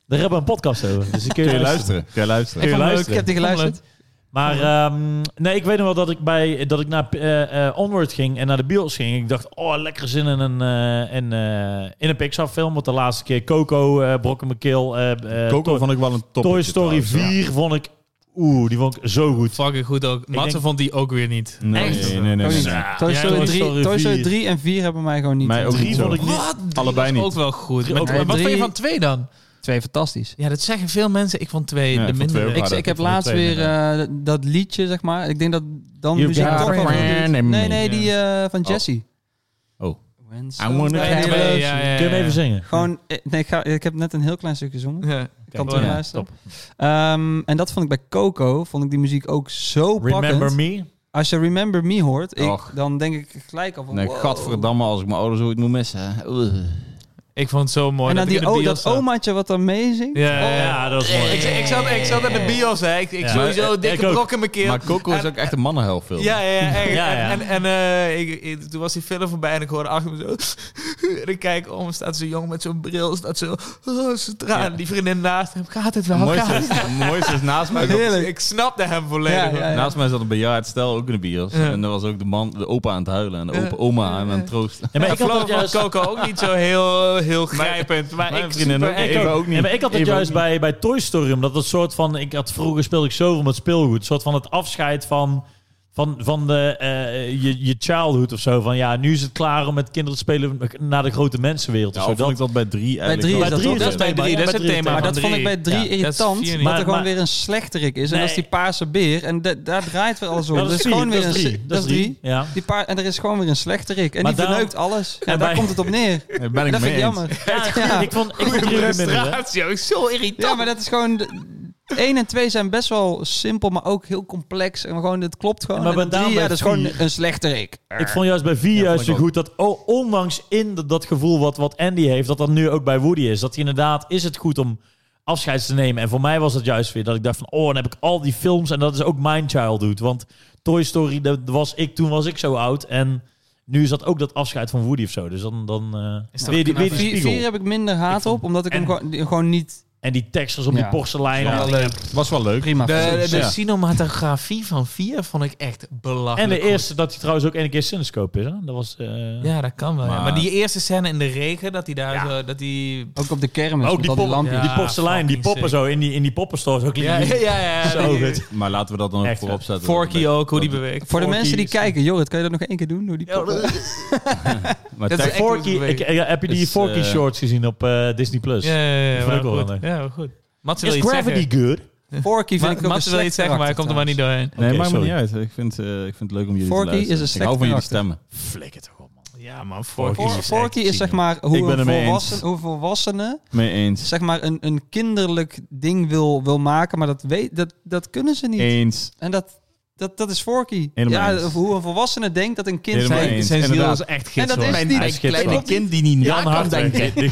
Speaker 1: Daar hebben we een podcast over. Dus ik kun
Speaker 2: Kun
Speaker 1: je luisteren.
Speaker 2: je luisteren? Kun je luisteren?
Speaker 1: Kun je
Speaker 4: Ik vond-
Speaker 1: luisteren?
Speaker 4: Ik heb die geluisterd.
Speaker 1: Maar ehm, nee, ik weet nog wel dat ik bij dat ik naar eh, eh, Onward ging en naar de bios ging. Ik dacht, oh, lekker zin in een, eh, in, eh, in een Pixar film. Want de laatste keer Coco, eh Brok in mijn keel. eh, eh,
Speaker 2: Coco
Speaker 1: Toy-
Speaker 2: vond ik wel een top.
Speaker 1: Toy Story 4 vond ik, oeh, die vond ik zo goed.
Speaker 3: Fucking goed ook. Matze
Speaker 1: denk-
Speaker 3: vond die ook weer niet.
Speaker 2: Nee,
Speaker 1: Echt?
Speaker 2: nee, nee. nee,
Speaker 4: Ook
Speaker 2: nee,
Speaker 4: niet.
Speaker 2: nee.
Speaker 4: Toy
Speaker 3: Ja,
Speaker 4: Story
Speaker 1: Toy
Speaker 4: 3
Speaker 1: Story
Speaker 4: Toy Story
Speaker 1: 4.
Speaker 4: 3 en 4 hebben mij gewoon niet.
Speaker 2: Mij ook
Speaker 4: Drie
Speaker 2: niet
Speaker 1: Drie
Speaker 2: zo.
Speaker 1: vond ik niet.
Speaker 3: Wat? Drie
Speaker 2: Allebei
Speaker 3: was
Speaker 2: niet.
Speaker 3: ook wel goed.
Speaker 1: Drie
Speaker 3: Maar,
Speaker 1: ook
Speaker 3: maar
Speaker 4: wel.
Speaker 3: wat vind je
Speaker 4: Drie-
Speaker 3: van twee dan?
Speaker 4: Twee fantastisch.
Speaker 3: Ja, dat zeggen veel mensen. Ik vond twee
Speaker 2: Ja, ik
Speaker 3: de
Speaker 2: vond
Speaker 3: minder.
Speaker 2: twee ook
Speaker 4: Ik,
Speaker 2: dat
Speaker 4: ik heb
Speaker 2: is wel
Speaker 4: laatst
Speaker 2: twee,
Speaker 4: weer eh, dat- dat liedje, zeg maar. Ik denk dat dan
Speaker 2: You've
Speaker 4: muziek
Speaker 2: got
Speaker 4: toch
Speaker 2: a
Speaker 4: wel
Speaker 2: friend
Speaker 4: doet.
Speaker 2: in me.
Speaker 4: Nee, nee, die eh, van
Speaker 2: Oh.
Speaker 4: Jesse. When
Speaker 2: I wanna
Speaker 4: somebody
Speaker 2: get
Speaker 4: loves you.
Speaker 3: away, ja, ja.
Speaker 1: Kun je hem even zingen?
Speaker 4: Gewoon, eh, nee, ik, ga, ik heb net een heel klein stukje gezongen.
Speaker 3: Ja.
Speaker 4: kan
Speaker 3: ja,
Speaker 4: toch luisteren. Ehm, en dat vond ik bij Coco, vond ik die muziek ook zo
Speaker 1: Remember
Speaker 4: pakkend.
Speaker 1: Me?
Speaker 4: Als je Remember Me hoort, ik,
Speaker 2: Och.
Speaker 4: dan denk ik gelijk al van
Speaker 2: Nee,
Speaker 4: wow.
Speaker 2: gadverdamme als ik mijn ouders ooit moet missen.
Speaker 3: Ik vond het zo mooi.
Speaker 4: En dan
Speaker 3: dat ik
Speaker 4: die,
Speaker 3: in de
Speaker 4: oh,
Speaker 3: bios
Speaker 4: dat
Speaker 3: zat.
Speaker 4: omaatje wat dan meezingt.
Speaker 3: Ja, ja, ja.
Speaker 1: Eh, Oh, Ja, dat is mooi.
Speaker 3: Oh. Ik, ik, zat, ik zat in de bios, hè. Ik, ik
Speaker 1: Ja.
Speaker 3: sowieso
Speaker 2: Maar, eh,
Speaker 3: dikke
Speaker 1: ik ook.
Speaker 3: brok in mijn keel.
Speaker 2: Maar Coco is ook echt een mannenhelfilm.
Speaker 3: Ja, ja, ja. echt.
Speaker 1: Ja, ja.
Speaker 3: En, en, en, eh, ik, ik- toen was die film voorbij en ik hoorde achter me zo... en ik kijk om, staat zo'n jongen met zo'n bril, staat zo... Oh, ze traan. Die vriendin naast hem, gaat het wel,
Speaker 2: Mooi
Speaker 3: gaat het
Speaker 2: is, mooiste is naast mij. zat-
Speaker 3: wel? Ik snapte hem volledig.
Speaker 4: Ja, ja, ja.
Speaker 2: Naast mij zat een bejaard stel, ook in de bios.
Speaker 3: Ja.
Speaker 2: En er was ook de man, de opa aan het huilen. En de opa,
Speaker 3: Ja.
Speaker 2: oma aan het troosten.
Speaker 1: Ja, maar
Speaker 3: Ik
Speaker 1: ik had
Speaker 3: vond
Speaker 1: dat
Speaker 3: van
Speaker 1: juist...
Speaker 3: Coco ook niet zo heel, heel grijpend. Maar
Speaker 2: mijn
Speaker 3: ik
Speaker 2: vriendin
Speaker 3: super
Speaker 2: ook.
Speaker 3: eng.
Speaker 2: Ik ook. niet.
Speaker 1: Ja, maar ik had het
Speaker 2: Even
Speaker 1: juist
Speaker 2: ook
Speaker 1: bij,
Speaker 2: niet.
Speaker 1: bij Toy Story, omdat dat soort van... Ik had, vroeger speelde ik zoveel met speelgoed. Een soort van het afscheid van, van, van de, eh, je, je childhood of zo. Van ja, nu is het klaar om met kinderen te spelen naar de grote mensenwereld.
Speaker 2: Ja,
Speaker 1: of zo.
Speaker 2: of vond ik
Speaker 1: Dat,
Speaker 2: dat bij drie eigenlijk
Speaker 4: drie
Speaker 2: wel.
Speaker 1: bij
Speaker 4: dat
Speaker 1: drie
Speaker 4: ook-
Speaker 1: is
Speaker 4: dat
Speaker 1: het
Speaker 4: is
Speaker 3: bij
Speaker 1: thema.
Speaker 3: drie,
Speaker 1: Ja,
Speaker 3: dat is
Speaker 1: bij
Speaker 3: het
Speaker 1: drie
Speaker 3: thema.
Speaker 4: Maar
Speaker 3: van
Speaker 4: dat vond ik bij
Speaker 3: drie.
Speaker 4: drie
Speaker 3: Ja, dat is
Speaker 4: irritant,
Speaker 3: vier
Speaker 4: dat,
Speaker 3: niet.
Speaker 1: Maar-
Speaker 4: er gewoon
Speaker 1: maar-
Speaker 4: weer een slechterik is. En
Speaker 1: Nee.
Speaker 4: dat is die paarse beer. En da- daar draait weer alles om.
Speaker 1: Ja,
Speaker 4: dat is
Speaker 1: vier,
Speaker 4: gewoon weer
Speaker 1: dat is
Speaker 4: een...
Speaker 1: drie. Dat is drie. Ja.
Speaker 4: Die paar, en er is gewoon weer een slechterik. En
Speaker 1: Maar
Speaker 4: die
Speaker 1: daarom-
Speaker 4: verneukt alles. En daar
Speaker 1: bij-
Speaker 4: komt het op neer.
Speaker 2: Daar ben ik
Speaker 4: dat
Speaker 2: mee
Speaker 4: vind ik
Speaker 2: eens.
Speaker 4: jammer.
Speaker 1: Ja,
Speaker 4: Ja.
Speaker 1: Ik vond ik vond drie minder. hè.
Speaker 3: Frustratie, ook zo irritant.
Speaker 4: Ja, maar dat is gewoon... de- één en twee zijn best wel simpel, maar ook heel complex. En gewoon, het klopt gewoon.
Speaker 1: Maar
Speaker 4: En dan
Speaker 1: bij
Speaker 4: drie, ja,
Speaker 1: daarom
Speaker 4: dat is
Speaker 1: bij
Speaker 4: gewoon
Speaker 1: vier-
Speaker 4: een slechterik.
Speaker 1: Ik vond juist bij vier
Speaker 2: Ja,
Speaker 1: juist
Speaker 2: vond ik
Speaker 1: zo goed dat o- ondanks in de- dat gevoel wat, wat Andy heeft, dat dat nu ook bij Woody is. Dat hij inderdaad, is het goed om afscheid te nemen. En voor mij was dat juist weer dat ik dacht van, oh, dan heb ik al die films en dat is ook mijn childhood. Want Toy Story, dat was ik, toen was ik zo oud en nu is dat ook dat afscheid van Woody of zo. Dus dan, dan eh,
Speaker 3: Is dat
Speaker 1: weer, die,
Speaker 3: knap,
Speaker 1: weer die
Speaker 3: hè?
Speaker 4: Vier,
Speaker 1: spiegel.
Speaker 4: vier heb ik minder haat op, omdat ik hem
Speaker 1: en-
Speaker 4: gewoon, die- gewoon niet
Speaker 1: En die teksters op
Speaker 4: Ja.
Speaker 1: die porselein.
Speaker 2: Ja.
Speaker 1: en-
Speaker 2: Was wel leuk.
Speaker 4: prima vind.
Speaker 3: De, de
Speaker 2: Ja.
Speaker 3: cinematografie van vier vond ik echt belachelijk.
Speaker 1: En de
Speaker 3: goed.
Speaker 1: eerste dat hij trouwens ook één keer Cinescope is. Hè? Dat was... eh,
Speaker 3: Ja, dat kan wel. Maar, ja.
Speaker 2: Maar-
Speaker 3: maar die eerste scène in de regen, dat hij daar zo, dat die
Speaker 4: Ook op de kermis,
Speaker 1: ook Oh,
Speaker 4: met
Speaker 1: die,
Speaker 4: al die
Speaker 1: pop-
Speaker 4: lampjes.
Speaker 3: Ja.
Speaker 1: die porselein, die
Speaker 3: fucking
Speaker 1: poppen
Speaker 3: sick.
Speaker 1: zo in die, in die poppenstores. Ook
Speaker 3: Ja, ja, ja. ja
Speaker 1: Zo
Speaker 3: die-
Speaker 1: goed.
Speaker 2: Maar laten we dat dan ook
Speaker 1: Echt,
Speaker 2: voorop
Speaker 1: hè?
Speaker 2: zetten.
Speaker 3: Forky ook, hoe die beweegt.
Speaker 4: Voor de
Speaker 1: Forky
Speaker 4: mensen die
Speaker 1: is-
Speaker 4: kijken, Jorrit, kan je dat nog één keer doen? Hoe die poppen-
Speaker 2: Maar
Speaker 3: Dat is
Speaker 2: Tex-
Speaker 3: echt-
Speaker 1: Forky,
Speaker 3: hoe ze
Speaker 1: ik, ja, heb je die
Speaker 2: Is,
Speaker 1: Forky
Speaker 2: eh,
Speaker 1: shorts gezien op eh, Disney Plus?
Speaker 3: Ja, ja, ja,
Speaker 1: Die
Speaker 3: ja.
Speaker 1: vond ik
Speaker 3: wel
Speaker 1: wel
Speaker 3: goed.
Speaker 1: leuk.
Speaker 3: Ja, wel goed. Mats wil
Speaker 1: Is
Speaker 3: iets
Speaker 1: Gravity
Speaker 3: zeggen.
Speaker 1: good?
Speaker 4: Forky vind
Speaker 3: Ma-
Speaker 4: ik ook
Speaker 3: Mats
Speaker 4: een
Speaker 3: wil
Speaker 4: slecht
Speaker 3: iets zeggen, maar hij
Speaker 4: karakter
Speaker 3: komt er maar niet doorheen.
Speaker 2: Nee,
Speaker 1: Oké,
Speaker 2: maakt me
Speaker 1: sorry.
Speaker 2: niet uit. Ik vind, eh, ik vind het leuk om jullie
Speaker 4: Forky
Speaker 2: te luisteren.
Speaker 4: is een
Speaker 2: Ik hou van jullie
Speaker 4: slecht
Speaker 2: stemmen.
Speaker 1: Flikker toch op, man.
Speaker 3: Ja, man.
Speaker 1: Forky
Speaker 4: trouwens. For-
Speaker 1: is echt
Speaker 4: Forky is
Speaker 1: ziek,
Speaker 4: zeg
Speaker 1: man.
Speaker 4: maar hoe,
Speaker 2: Ik ben
Speaker 4: een
Speaker 2: ermee eens.
Speaker 4: volwassen, hoe volwassenen
Speaker 2: Mee eens.
Speaker 4: zeg maar een, een kinderlijk ding wil, wil maken, maar dat, weet, dat, dat kunnen ze niet.
Speaker 2: Eens.
Speaker 4: En dat Dat, dat is Forky.
Speaker 2: Helemaal
Speaker 4: Ja,
Speaker 2: eens.
Speaker 4: of hoe een volwassene denkt dat een kind
Speaker 2: Helemaal
Speaker 4: denkt.
Speaker 2: eens.
Speaker 3: Zijn, zijn ziel
Speaker 2: inderdaad.
Speaker 3: is echt
Speaker 6: En
Speaker 3: gids.
Speaker 6: dat is
Speaker 2: Mijn
Speaker 6: die
Speaker 2: ijs-
Speaker 6: kleine
Speaker 2: gitzwart.
Speaker 6: kind die niet na
Speaker 1: Jan
Speaker 6: kan
Speaker 1: Hartweg,
Speaker 6: denken.
Speaker 1: de, de,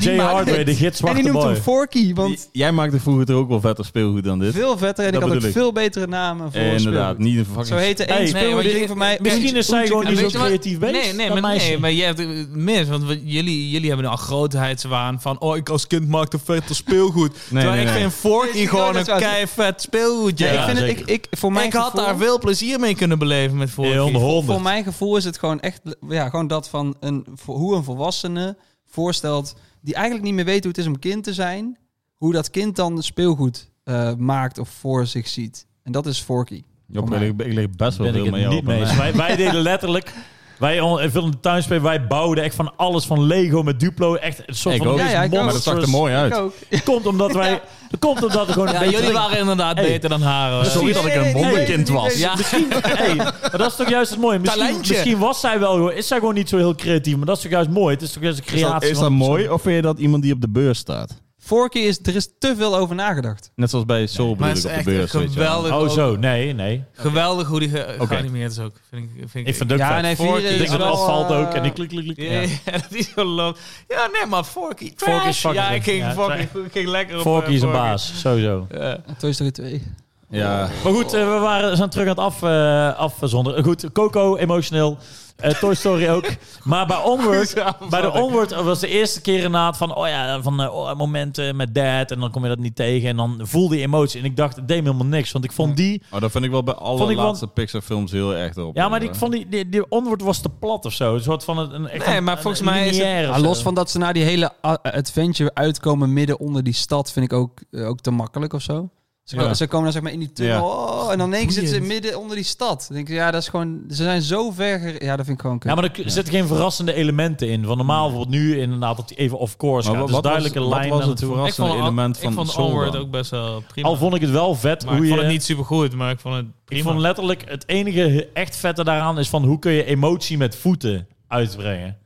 Speaker 1: Jay
Speaker 6: maakt
Speaker 1: Hardway,
Speaker 6: het.
Speaker 1: de gids
Speaker 4: En die
Speaker 1: zwarte
Speaker 4: noemt hem
Speaker 1: boy.
Speaker 4: Forky, want
Speaker 2: Jij maakte vroeger toch ook wel vetter speelgoed dan dit?
Speaker 4: veel vetter en
Speaker 2: Dat
Speaker 4: ik had ook
Speaker 2: bedoel ik.
Speaker 4: veel betere namen voor
Speaker 2: Eh, inderdaad,
Speaker 4: speelgoed.
Speaker 2: niet een vervanging.
Speaker 4: Zo heette één
Speaker 1: Hey,
Speaker 4: speelgoed
Speaker 3: nee, want
Speaker 4: ding
Speaker 3: je-
Speaker 4: voor mij.
Speaker 1: Misschien is zij gewoon
Speaker 4: Oentje-
Speaker 1: niet zo
Speaker 3: Weet je
Speaker 1: creatief
Speaker 3: wat?
Speaker 1: bezig.
Speaker 3: Nee, nee,
Speaker 1: dat
Speaker 3: maar,
Speaker 1: meisje.
Speaker 3: nee, maar jij hebt het mis. Want wat- jullie, jullie hebben al grootheidswaan van... Oh, ik als kind maakte vetter speelgoed. Terwijl
Speaker 2: nee,
Speaker 3: ik
Speaker 2: nee.
Speaker 3: vind
Speaker 4: Nee,
Speaker 3: Forky
Speaker 4: is
Speaker 3: gewoon
Speaker 4: niet
Speaker 3: een
Speaker 4: waar.
Speaker 3: keivet speelgoedje.
Speaker 4: Ja,
Speaker 1: Ja,
Speaker 4: ik vind het,
Speaker 1: zeker.
Speaker 4: ik, ik, voor mijn
Speaker 3: ik had
Speaker 4: gevoel-
Speaker 3: daar veel plezier mee kunnen beleven met Forky.
Speaker 1: Heel honderd.
Speaker 4: Voor mijn gevoel is het gewoon echt ja, gewoon dat van een, voor- hoe een volwassene voorstelt die eigenlijk niet meer weet hoe het is om kind te zijn, hoe dat kind dan speelgoed eh, maakt of voor zich ziet. En dat is Forky.
Speaker 2: Job,
Speaker 4: voor mij.
Speaker 2: ik, lig- ik lig best wel
Speaker 1: ben
Speaker 2: veel
Speaker 1: ik
Speaker 2: met
Speaker 1: het
Speaker 2: jou
Speaker 1: niet
Speaker 2: op,
Speaker 1: mee eens.
Speaker 2: maar-
Speaker 1: Wij, wij deden letterlijk... Wij on- eh, wilden de tuin spelen. Wij bouwden echt van alles. Van Lego met Duplo. Echt een soort
Speaker 2: Ik
Speaker 1: van
Speaker 2: ook.
Speaker 4: Ja, ja, ik ook.
Speaker 2: Maar dat zag er mooi
Speaker 4: Ik
Speaker 2: uit.
Speaker 4: ook.
Speaker 1: Het komt omdat wij... Het komt omdat we gewoon een
Speaker 3: Ja,
Speaker 1: beetje...
Speaker 3: jullie waren inderdaad
Speaker 1: Hey.
Speaker 3: beter dan haar. hoor.
Speaker 1: Precies.
Speaker 2: Sorry dat ik een wonderkind was.
Speaker 3: Ja,
Speaker 1: Hey, maar dat is toch juist het mooie. Misschien,
Speaker 3: Talentje.
Speaker 1: misschien was zij wel... gewoon- Is zij gewoon niet zo heel creatief. Maar dat is toch juist mooi. Het is toch juist een
Speaker 2: Is dat,
Speaker 1: creatie.
Speaker 2: is
Speaker 1: van
Speaker 2: dat
Speaker 1: een persoon.
Speaker 2: mooi of vind je dat iemand die op de beurs staat?
Speaker 4: Forky is, er is te veel over nagedacht.
Speaker 2: Net zoals bij Soul
Speaker 3: maar
Speaker 2: bedoel
Speaker 3: het
Speaker 2: ik op
Speaker 3: is
Speaker 2: de
Speaker 3: echt
Speaker 2: beurs. weet je wel.
Speaker 3: geweldig.
Speaker 1: Oh
Speaker 3: ook-
Speaker 1: zo, nee, nee.
Speaker 3: Geweldig hoe die ge-
Speaker 2: Oké.
Speaker 3: geanimeerd is ook. Vind ik, vind
Speaker 1: Ik vind het ook
Speaker 4: Ja,
Speaker 1: vet.
Speaker 4: nee,
Speaker 1: Vork,
Speaker 4: vieren
Speaker 1: Ik denk
Speaker 4: is
Speaker 1: dat
Speaker 4: wel,
Speaker 1: asfalt
Speaker 4: eh,
Speaker 1: ook. En die klik, klik, klik.
Speaker 3: Ja, dat is zo loof. Ja, nee, maar Forky. Trash.
Speaker 1: Forky is fucking
Speaker 3: ja, ik
Speaker 1: goed.
Speaker 3: ging,
Speaker 1: Ja,
Speaker 3: Forky, ik ging lekker op.
Speaker 1: Forky
Speaker 3: eh,
Speaker 1: is een baas, sowieso.
Speaker 3: Ja.
Speaker 4: Toy Story 2.
Speaker 2: Ja,
Speaker 1: Maar goed, eh, we waren, zijn terug aan het af, eh, afzonderen. Goed, Coco, emotioneel. Eh, Toy Story ook. Maar bij Onward, bij de Onward was de eerste keer inderdaad van... Oh ja, van eh, oh, momenten met dad. En dan kom je dat niet tegen. En dan voel die emotie. En ik dacht, het deed me helemaal niks. Want ik vond die...
Speaker 2: maar dat vind ik wel bij
Speaker 1: Vond
Speaker 2: alle
Speaker 1: ik wel-
Speaker 2: laatste Pixar films heel erg erop.
Speaker 1: Ja, maar
Speaker 2: hoor.
Speaker 1: ik vond die, die, die Onward was te plat of zo. Een soort van een... een echt
Speaker 3: Nee,
Speaker 1: een-
Speaker 3: maar
Speaker 1: een
Speaker 3: volgens mij is het-
Speaker 1: lineair of
Speaker 2: Ah,
Speaker 4: Ja, Ah, los
Speaker 1: zo.
Speaker 4: van dat ze naar die hele a- adventure uitkomen midden onder die stad, vind ik ook, eh, ook te makkelijk of zo. Ze, ko-
Speaker 1: Ja.
Speaker 4: ze komen dan zeg maar in die tunnel oh, en dan ineens zitten ze midden onder die stad. Dan denk ik, ja, dat is gewoon, ze zijn zo ver. ge- Ja, dat vind ik gewoon kut.
Speaker 1: Ja, maar er k- zitten geen verrassende elementen in. Want normaal bijvoorbeeld nu inderdaad dat hij even off course
Speaker 2: Maar
Speaker 1: gaat. Dus
Speaker 2: wa- wat was-
Speaker 1: duidelijke
Speaker 2: wat
Speaker 1: lijn
Speaker 2: was
Speaker 1: daar
Speaker 2: het
Speaker 1: naartoe.
Speaker 2: verrassende
Speaker 3: Ik vond,
Speaker 2: element
Speaker 3: ik
Speaker 2: van
Speaker 3: vond
Speaker 2: Soul
Speaker 3: Onward
Speaker 2: dan?
Speaker 3: ook best wel prima.
Speaker 1: Al vond ik het wel vet
Speaker 3: maar
Speaker 1: hoe
Speaker 3: ik vond
Speaker 1: je...
Speaker 3: het niet super goed, maar ik vond het prima.
Speaker 1: Ik vond letterlijk het enige echt vette daaraan is van hoe kun je emotie met voeten uitbrengen.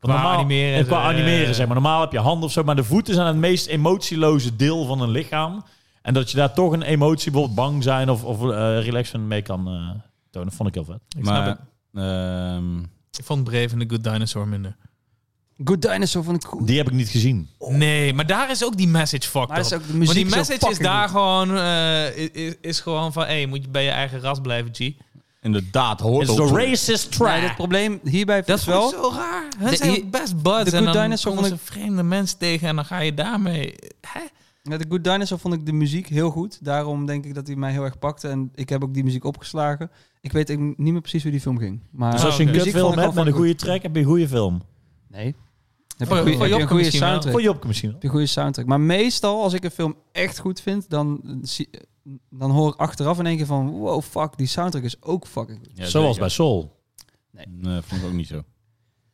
Speaker 1: Want
Speaker 3: Qua animeren,
Speaker 1: eh, qua
Speaker 3: eh,
Speaker 1: animeren zeg maar. Normaal heb je handen of zo, maar de voeten zijn het meest emotieloze deel van een lichaam. En dat je daar toch een emotie, bijvoorbeeld bang zijn of, of eh, relaxen mee kan eh, tonen, vond ik heel vet.
Speaker 3: ik, snap
Speaker 2: Maar,
Speaker 3: het.
Speaker 2: ehm,
Speaker 3: ik vond Brave en The Good Dinosaur minder.
Speaker 4: Good Dinosaur vond ik cool.
Speaker 1: Die heb ik niet gezien.
Speaker 3: Nee, maar daar is ook die message fucked
Speaker 4: Maar
Speaker 3: up.
Speaker 4: is ook de muziek
Speaker 3: maar die
Speaker 4: zo
Speaker 3: message is
Speaker 4: fucking
Speaker 3: daar
Speaker 4: goed.
Speaker 3: gewoon, eh, i- i- is gewoon van... Hé, moet je bij je eigen ras blijven, G.
Speaker 2: inderdaad, hoort
Speaker 1: It's
Speaker 2: op.
Speaker 1: the racist track.
Speaker 4: Nee, het probleem hierbij
Speaker 3: Dat
Speaker 4: is
Speaker 3: is
Speaker 4: wel.
Speaker 3: wel zo raar. Hun
Speaker 4: De-
Speaker 3: zijn
Speaker 4: hier-
Speaker 3: ook best buds.
Speaker 4: de
Speaker 3: En
Speaker 4: Good
Speaker 3: dan
Speaker 4: Dinosaur
Speaker 3: komen ze
Speaker 4: vond
Speaker 3: vreemde mensen tegen en dan ga je daarmee... Hè?
Speaker 4: Met de Good Dinosaur vond ik de muziek heel goed. Daarom denk ik dat hij mij heel erg pakte. En ik heb ook die muziek opgeslagen. Ik weet ook niet meer precies hoe die film ging. Maar
Speaker 1: Dus als je een
Speaker 4: de muziek
Speaker 1: kutfilm
Speaker 4: vond ik
Speaker 1: hebt
Speaker 4: wel
Speaker 1: met een
Speaker 4: fucking
Speaker 1: goede track, heb je een goede film.
Speaker 4: goed. Nee. Heb je
Speaker 3: Voor-
Speaker 4: een goede-
Speaker 3: voor
Speaker 4: heb je een
Speaker 3: Jokke
Speaker 4: goede
Speaker 3: misschien wel.
Speaker 4: soundtrack?
Speaker 1: Voor Jopke misschien wel.
Speaker 4: Heb je een goede soundtrack. Maar meestal, als ik een film echt goed vind, dan, zie- dan hoor ik achteraf in één keer van... Wow, fuck, die soundtrack is ook fucking goed.
Speaker 2: Ja,
Speaker 1: Zoals
Speaker 2: zeker.
Speaker 1: bij Soul.
Speaker 2: Nee, vond ik ook niet zo.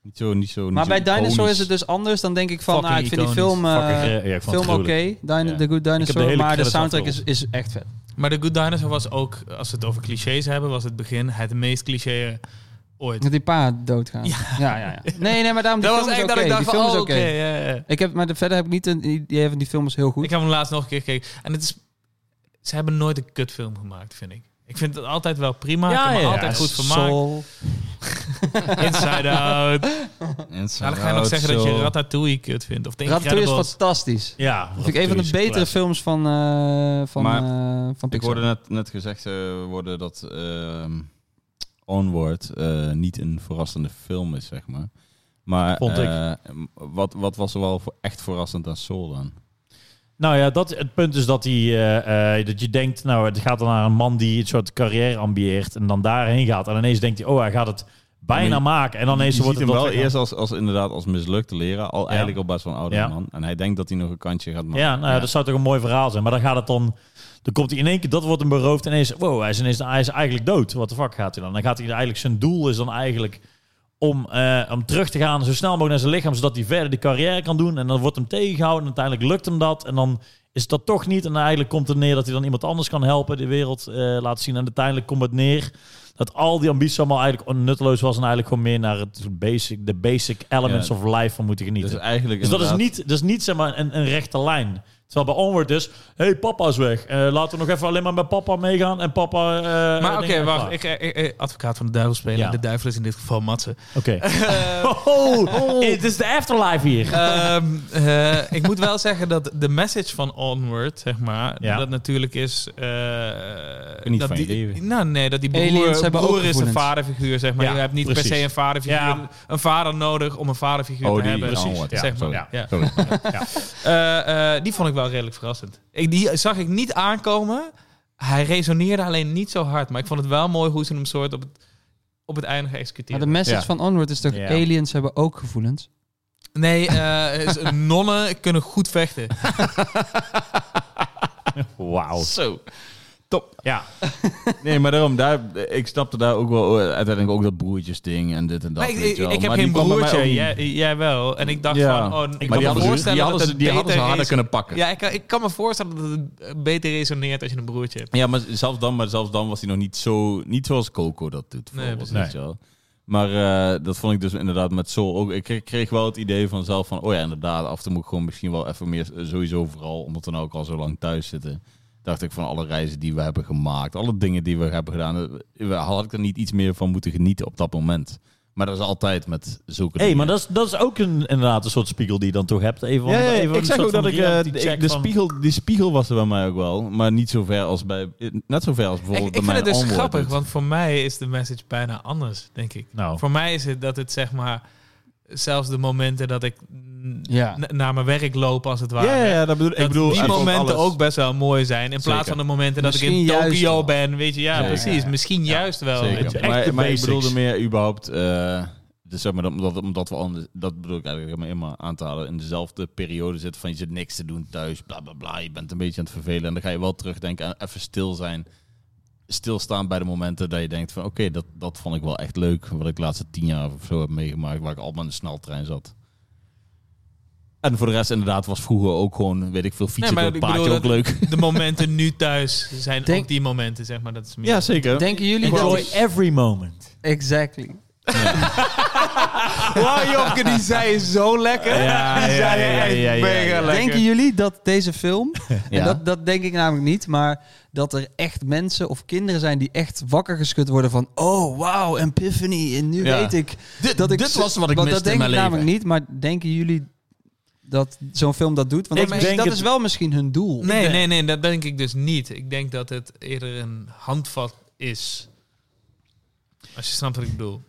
Speaker 2: Niet zo, niet zo. niet
Speaker 4: Maar
Speaker 2: zo
Speaker 4: bij Dinosaur
Speaker 2: iconisch.
Speaker 4: is het dus anders. Dan denk ik van,
Speaker 3: Fucking
Speaker 4: nou, ik vind die
Speaker 3: iconisch.
Speaker 4: film, eh,
Speaker 1: Fucking, eh, ja, ik vond het
Speaker 4: film oké.
Speaker 1: gruwelijk.
Speaker 4: Dino-
Speaker 2: Ja.
Speaker 4: The Good Dinosaur.
Speaker 1: hele
Speaker 4: maar de
Speaker 1: credits
Speaker 4: soundtrack is,
Speaker 1: afgerond.
Speaker 4: is echt vet.
Speaker 3: Maar The Good Dinosaur was ook, als we het over clichés hebben, was het begin het meest cliché ooit.
Speaker 4: Dat die pa doodgaan. Ja, ja, ja. Nee, nee, maar daarom, die
Speaker 3: Dat was
Speaker 4: film is
Speaker 3: echt
Speaker 4: oké.
Speaker 3: dat ik dacht
Speaker 4: Die
Speaker 3: van,
Speaker 4: film is
Speaker 3: oh,
Speaker 4: oké.
Speaker 3: oké. ja, ja, ja.
Speaker 4: Ik heb, maar de- verder heb ik niet een idee van die film is heel goed.
Speaker 3: Ik heb hem laatst nog een keer gekeken. En het is, ze hebben nooit een kutfilm gemaakt, vind ik. Ik vind het altijd wel prima.
Speaker 1: Ja,
Speaker 3: ik heb me
Speaker 1: ja, ja.
Speaker 3: altijd goed vermaakt.
Speaker 4: Soul.
Speaker 3: Inside Out. Nou,
Speaker 2: Inside
Speaker 3: dan ga je nog
Speaker 2: Out,
Speaker 3: zeggen dat
Speaker 2: Soul.
Speaker 3: je Ratatouille kut vindt. Of de
Speaker 4: Ratatouille is
Speaker 3: Incredibles.
Speaker 4: fantastisch.
Speaker 1: Ja.
Speaker 4: Dat vind ik een van de betere films van, eh van,
Speaker 2: Maar
Speaker 4: eh, van
Speaker 2: Ik
Speaker 4: Pixar.
Speaker 2: hoorde net, net gezegd eh, worden dat ehm, Onward eh, niet een verrassende film is, zeg maar. Maar
Speaker 1: Vond ik.
Speaker 2: eh, m- wat, wat was er wel voor echt verrassend aan Soul dan?
Speaker 1: Nou ja, dat, het punt is dat, die, eh, eh, dat je denkt, nou, het gaat dan naar een man die een soort carrière ambieert en dan daarheen gaat. En ineens denkt hij, oh, hij gaat het bijna
Speaker 2: Maar je-
Speaker 1: maken. En dan ineens
Speaker 2: je
Speaker 1: wordt
Speaker 2: ziet
Speaker 1: het
Speaker 2: hem wel
Speaker 1: dat-
Speaker 2: eerst als, als inderdaad als mislukte leraar, al eigenlijk al best wel een oude
Speaker 1: Ja.
Speaker 2: man. En hij denkt dat hij nog een kantje gaat maken.
Speaker 1: Ja, nou ja, dat zou toch een mooi verhaal zijn. Maar dan gaat het dan, dan komt hij in één keer, dat wordt hem beroofd. En ineens, wow, hij is, ineens, hij is eigenlijk dood. Wat de fuck gaat hij dan? Dan gaat hij eigenlijk, zijn doel is dan eigenlijk om, eh, om terug te gaan zo snel mogelijk naar zijn lichaam, zodat hij verder de carrière kan doen. En dan wordt hem tegengehouden en uiteindelijk lukt hem dat. En dan is dat toch niet. En eigenlijk komt het neer dat hij dan iemand anders kan helpen, de wereld eh laat zien. En uiteindelijk komt het neer dat al die ambitie allemaal eigenlijk nutteloos was en eigenlijk gewoon meer naar het basic, de basic elements
Speaker 2: Ja.
Speaker 1: of life van moeten genieten.
Speaker 2: Dus
Speaker 1: Dus,
Speaker 2: eigenlijk
Speaker 1: dat is
Speaker 2: inderdaad-
Speaker 1: niet, dat is niet zeg maar, een, een rechte lijn. Terwijl bij Onward is, hey, papa is weg. Eh, laten we nog even alleen maar met papa meegaan en papa... eh,
Speaker 3: maar
Speaker 1: dingen
Speaker 3: oké,
Speaker 1: uit
Speaker 3: wacht.
Speaker 1: elkaar.
Speaker 3: Ik, ik- ik- advocaat van de duivel spelen.
Speaker 1: Ja.
Speaker 3: De duivel is in dit geval Matze.
Speaker 1: Oké.
Speaker 2: Eh,
Speaker 1: oh, het is de afterlife hier.
Speaker 3: Ehm, eh, ik moet wel zeggen dat de message van Onward, zeg maar,
Speaker 1: Ja.
Speaker 3: dat natuurlijk is... eh,
Speaker 2: niet
Speaker 3: dat
Speaker 2: van je
Speaker 3: die,
Speaker 2: leven.
Speaker 3: Nou nee, dat die broer,
Speaker 4: Aliens hebben ook
Speaker 3: broer is een
Speaker 4: gevoelens.
Speaker 3: vaderfiguur, zeg maar.
Speaker 1: Ja,
Speaker 3: je hebt niet
Speaker 1: precies.
Speaker 3: per se een vaderfiguur,
Speaker 1: Ja.
Speaker 3: een vader nodig om een vaderfiguur
Speaker 2: Oh,
Speaker 3: te
Speaker 2: die
Speaker 3: hebben.
Speaker 2: is
Speaker 3: Precies,
Speaker 2: Onward. Ja,
Speaker 3: zeg maar.
Speaker 2: sorry.
Speaker 3: Ja.
Speaker 2: Sorry.
Speaker 3: Eh, eh, die vond ik wel redelijk verrassend. Ik, die zag ik niet aankomen. Hij resoneerde alleen niet zo hard. Maar ik vond het wel mooi hoe ze hem soort op het, op het einde
Speaker 4: Maar
Speaker 3: geëxecuteerd
Speaker 4: de message
Speaker 1: Ja.
Speaker 4: van Onward is toch
Speaker 1: Ja.
Speaker 4: aliens hebben ook gevoelens?
Speaker 3: Nee, eh, is- nonnen kunnen goed vechten.
Speaker 1: Wauw.
Speaker 2: Zo.
Speaker 1: Ja.
Speaker 2: Nee, maar daarom, daar, ik snapte daar ook wel eh, uiteindelijk ook dat broertjesding en dit en dat.
Speaker 3: Maar ik,
Speaker 2: weet
Speaker 3: ik,
Speaker 2: je wel.
Speaker 3: ik heb
Speaker 2: Maar die
Speaker 3: geen
Speaker 2: kwam bij mij ook
Speaker 3: broertje,
Speaker 2: niet.
Speaker 3: jij, jij wel. En ik dacht
Speaker 2: Ja.
Speaker 3: van, oh,
Speaker 2: maar
Speaker 3: ik kan
Speaker 2: die
Speaker 3: me
Speaker 2: hadden ze,
Speaker 3: voorstellen
Speaker 2: die hadden
Speaker 3: dat
Speaker 2: ze,
Speaker 3: het
Speaker 2: die hadden ze
Speaker 3: beter
Speaker 2: harder
Speaker 3: is-
Speaker 2: kunnen pakken. Ja.
Speaker 3: Ja, ik kan, ik kan me voorstellen dat het eh, beter resoneert als je een broertje hebt.
Speaker 2: maar zelfs dan, maar zelfs dan was hij nog niet zo, niet zoals Coco dat doet.
Speaker 3: Nee,
Speaker 2: bijvoorbeeld,
Speaker 1: precies.
Speaker 2: weet je wel. Maar eh, dat vond ik dus inderdaad met Soul ook. Ik kreeg, kreeg wel het idee van zelf van, oh ja, inderdaad, af en toe moet ik gewoon misschien wel even meer, eh, sowieso vooral, omdat we nou ook al zo lang thuis zitten, dacht ik van alle reizen die we hebben gemaakt, alle dingen die we hebben gedaan, eh, had ik er niet iets meer van moeten genieten op dat moment. Maar dat is altijd met zulke
Speaker 1: Hé, hey,
Speaker 2: dingen.
Speaker 1: maar dat is, dat is ook een, inderdaad een soort spiegel die je dan toch hebt. Even,
Speaker 2: Ja, ja,
Speaker 1: even
Speaker 2: ik
Speaker 1: een
Speaker 2: zeg
Speaker 1: soort
Speaker 2: ook dat
Speaker 1: van
Speaker 2: ik, eh,
Speaker 1: reality
Speaker 2: ik-
Speaker 1: check
Speaker 2: de
Speaker 1: van-
Speaker 2: spiegel, die spiegel was er bij mij ook wel, maar niet zo ver als bij, eh, net zo ver als
Speaker 3: Ik,
Speaker 2: bijvoorbeeld
Speaker 3: ik
Speaker 2: bij
Speaker 3: vind het
Speaker 2: mijn
Speaker 3: dus
Speaker 2: Onward.
Speaker 3: grappig, want voor mij is de message bijna anders, denk ik.
Speaker 1: Nou,
Speaker 3: Voor mij is het dat het zeg maar, zelfs de momenten dat ik mm,
Speaker 4: Ja.
Speaker 3: n- naar mijn werk loop als het ware.
Speaker 2: ja, ja, ja, dat bedoel ik.
Speaker 3: Dat
Speaker 2: bedoel,
Speaker 3: die
Speaker 2: eigenlijk
Speaker 3: momenten
Speaker 2: alles.
Speaker 3: ook best wel mooi zijn. In plaats
Speaker 2: Zeker.
Speaker 3: van de momenten dat
Speaker 4: Misschien
Speaker 3: ik in
Speaker 4: juist wel.
Speaker 3: Tokio ben. Weet je, ja,
Speaker 2: Zeker.
Speaker 3: precies. Misschien juist wel.
Speaker 2: Zeker.
Speaker 3: weet je.
Speaker 1: Echt de
Speaker 2: Maar, maar ik
Speaker 1: basics.
Speaker 2: bedoelde meer überhaupt, eh, dus zeg maar, dat- omdat, omdat we anders, dat bedoel ik eigenlijk helemaal in maar aan te halen, in dezelfde periode zitten van je zit niks te doen thuis, bla bla bla, je bent een beetje aan het vervelen en dan ga je wel terugdenken aan even stil zijn. Stilstaan bij de momenten dat je denkt van oké, dat, dat vond ik wel echt leuk. Wat ik de laatste tien jaar of zo heb meegemaakt, waar ik allemaal in de sneltrein zat. En voor de rest inderdaad was vroeger ook gewoon, weet ik veel, fietsen
Speaker 3: maar
Speaker 2: door het
Speaker 3: ik
Speaker 2: paadje
Speaker 3: bedoel
Speaker 2: ook leuk.
Speaker 3: De momenten nu thuis zijn
Speaker 4: Denk-
Speaker 3: ook die momenten, zeg maar. Dat is meer.
Speaker 2: Ja, zeker.
Speaker 4: Denken jullie dat...
Speaker 1: enjoy every moment.
Speaker 4: Exactly.
Speaker 3: Wauw, Ah, Jopke, die zei je zo Oh, lekker.
Speaker 2: Ja,
Speaker 3: Die
Speaker 2: ja,
Speaker 3: zei je
Speaker 2: ja,
Speaker 3: echt
Speaker 2: ja, ja,
Speaker 3: mega
Speaker 2: ja.
Speaker 3: lekker.
Speaker 4: Denken jullie dat deze film, en
Speaker 2: Ja.
Speaker 4: dat, dat denk ik namelijk niet, maar dat er echt mensen of kinderen zijn die echt wakker geschud worden van, oh wow, epiphany, en nu
Speaker 2: Ja.
Speaker 4: weet ik
Speaker 2: Dit,
Speaker 4: dat ik...
Speaker 2: dit
Speaker 4: zo-
Speaker 2: was wat ik
Speaker 4: want
Speaker 2: miste
Speaker 4: Dat
Speaker 2: in
Speaker 4: denk
Speaker 2: mijn
Speaker 4: ik
Speaker 2: leven.
Speaker 4: namelijk niet, maar denken jullie dat zo'n film dat doet? Want
Speaker 1: Ik
Speaker 4: dat, is-
Speaker 1: denk
Speaker 4: dat
Speaker 1: het-
Speaker 4: is wel misschien hun doel.
Speaker 3: Nee, nee, nee, dat denk ik dus niet. Ik denk dat het eerder een handvat is. Als je snapt wat ik bedoel.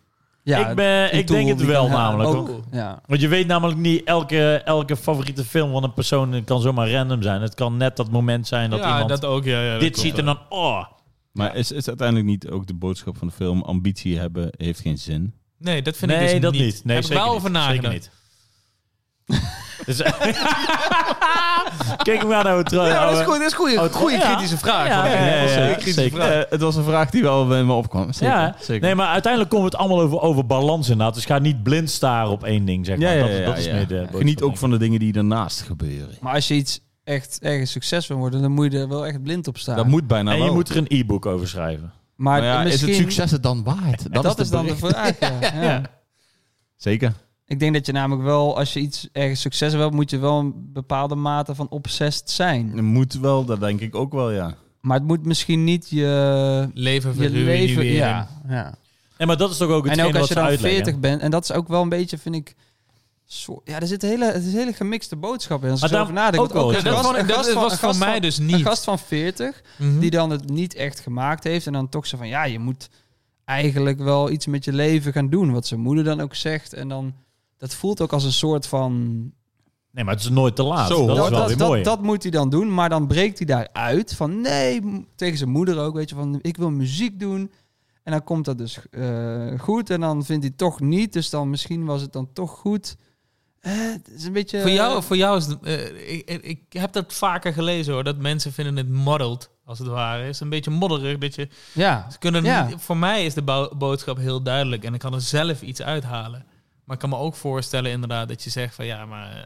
Speaker 1: ik ben,
Speaker 4: een
Speaker 1: ik
Speaker 4: doel
Speaker 1: denk het
Speaker 4: die
Speaker 1: wel
Speaker 4: kan- ja,
Speaker 1: namelijk.
Speaker 4: ook-
Speaker 1: hoor.
Speaker 4: ja.
Speaker 1: Want je weet namelijk niet, elke, elke favoriete film van een persoon kan zomaar random zijn. Het kan net dat moment zijn dat
Speaker 3: ja,
Speaker 1: iemand
Speaker 3: dat ook. Ja, ja, dat
Speaker 1: dit
Speaker 3: klopt.
Speaker 1: ziet en dan... Oh,
Speaker 2: Maar is, is uiteindelijk niet ook de boodschap van de film... ambitie hebben heeft geen zin?
Speaker 3: Nee, dat vind ik
Speaker 1: nee,
Speaker 3: dus
Speaker 1: dat
Speaker 3: niet.
Speaker 1: niet. Nee,
Speaker 3: Heb ik
Speaker 1: zeker
Speaker 3: wel
Speaker 1: niet.
Speaker 3: over nagedacht.
Speaker 1: Zeker niet. Dus- Kijk hem aan nou terug.
Speaker 3: Ja, dat is goed. Dat is goede,
Speaker 1: Oh, het-
Speaker 3: goede
Speaker 1: ja.
Speaker 3: kritische vraag.
Speaker 1: Ja,
Speaker 3: hoor.
Speaker 1: ja, ja,
Speaker 3: Dat is een
Speaker 1: ja,
Speaker 3: goede kritische
Speaker 1: zeker.
Speaker 3: vraag.
Speaker 2: Eh, het was een vraag die wel bij me opkwam. Zeker,
Speaker 1: Ja,
Speaker 2: zeker.
Speaker 1: Nee, maar uiteindelijk komt het allemaal over, over balans inderdaad. Dus ga niet blind staren op één ding, zeg maar.
Speaker 2: ja, ja,
Speaker 1: dat,
Speaker 2: ja,
Speaker 1: dat is
Speaker 2: ja.
Speaker 1: meer de boodschap,
Speaker 2: Geniet
Speaker 1: denk
Speaker 2: ook
Speaker 1: ik.
Speaker 2: van de dingen die daarnaast gebeuren.
Speaker 4: Maar als je iets echt ergens succes wil worden, dan moet je er wel echt blind op staan.
Speaker 2: Dat moet bijna
Speaker 1: En
Speaker 2: wel.
Speaker 1: je moet er een e-book over schrijven.
Speaker 4: maar
Speaker 2: Maar ja,
Speaker 4: misschien,
Speaker 2: is het succes het dan waard?
Speaker 4: Dat, is, dan de
Speaker 2: bericht.
Speaker 4: vraag. ja. Ja.
Speaker 2: Zeker.
Speaker 4: Ik denk dat je namelijk wel, als je iets ergens succes wilt, moet je wel een bepaalde mate van obsessed zijn.
Speaker 2: Het Moet wel, dat denk ik ook wel, ja.
Speaker 4: Maar het moet misschien niet je,
Speaker 3: Leven
Speaker 4: je
Speaker 3: verruwen je
Speaker 4: leven.
Speaker 3: weer.
Speaker 4: Ja, ja.
Speaker 1: En maar dat is toch ook het
Speaker 4: En ook als
Speaker 1: wat
Speaker 4: je nou
Speaker 1: ze
Speaker 4: dan
Speaker 1: uitleggen.
Speaker 4: 40 bent, en dat is ook wel een beetje, vind ik. Zo, ja, er zit hele, het is hele gemixte boodschappen. in. Als je
Speaker 1: Maar
Speaker 4: zo
Speaker 1: daar-
Speaker 4: over nadenkt,
Speaker 1: ook wel.
Speaker 4: een
Speaker 1: Ja,
Speaker 3: dat
Speaker 4: gast-
Speaker 3: vond ik-
Speaker 4: een
Speaker 3: dat
Speaker 4: gast
Speaker 3: was
Speaker 4: van- een
Speaker 3: voor
Speaker 4: gast
Speaker 3: mij
Speaker 4: van-
Speaker 3: dus
Speaker 4: Een
Speaker 3: niet.
Speaker 4: gast van 40
Speaker 3: Mhm.
Speaker 4: die dan het niet echt gemaakt heeft. En dan toch zo van, ja, je moet eigenlijk wel iets met je leven gaan doen. Wat zijn moeder dan ook zegt. En dan, dat voelt ook als een soort van...
Speaker 1: Nee, maar het is nooit te laat.
Speaker 2: Zo,
Speaker 1: dat is
Speaker 4: dat,
Speaker 1: wel
Speaker 4: dat,
Speaker 1: weer
Speaker 4: dat-
Speaker 1: mooi.
Speaker 4: dat moet hij dan doen. Maar dan breekt hij daaruit van, nee, m- tegen zijn moeder ook. Weet je, van, ik wil muziek doen. En dan komt dat dus eh, goed. En dan vindt hij toch niet. Dus dan misschien was het dan toch goed. Eh, het is een beetje...
Speaker 3: Voor jou, voor jou is het, eh, ik, ik- ik heb dat vaker gelezen hoor, dat mensen vinden het moddeld, als het ware. Het is een beetje modderig. Dat je,
Speaker 4: Ja.
Speaker 3: ze kunnen
Speaker 4: Ja.
Speaker 3: niet- voor mij is de bou- boodschap heel duidelijk en ik kan er zelf iets uithalen. Maar ik kan me ook voorstellen inderdaad dat je zegt van ja, maar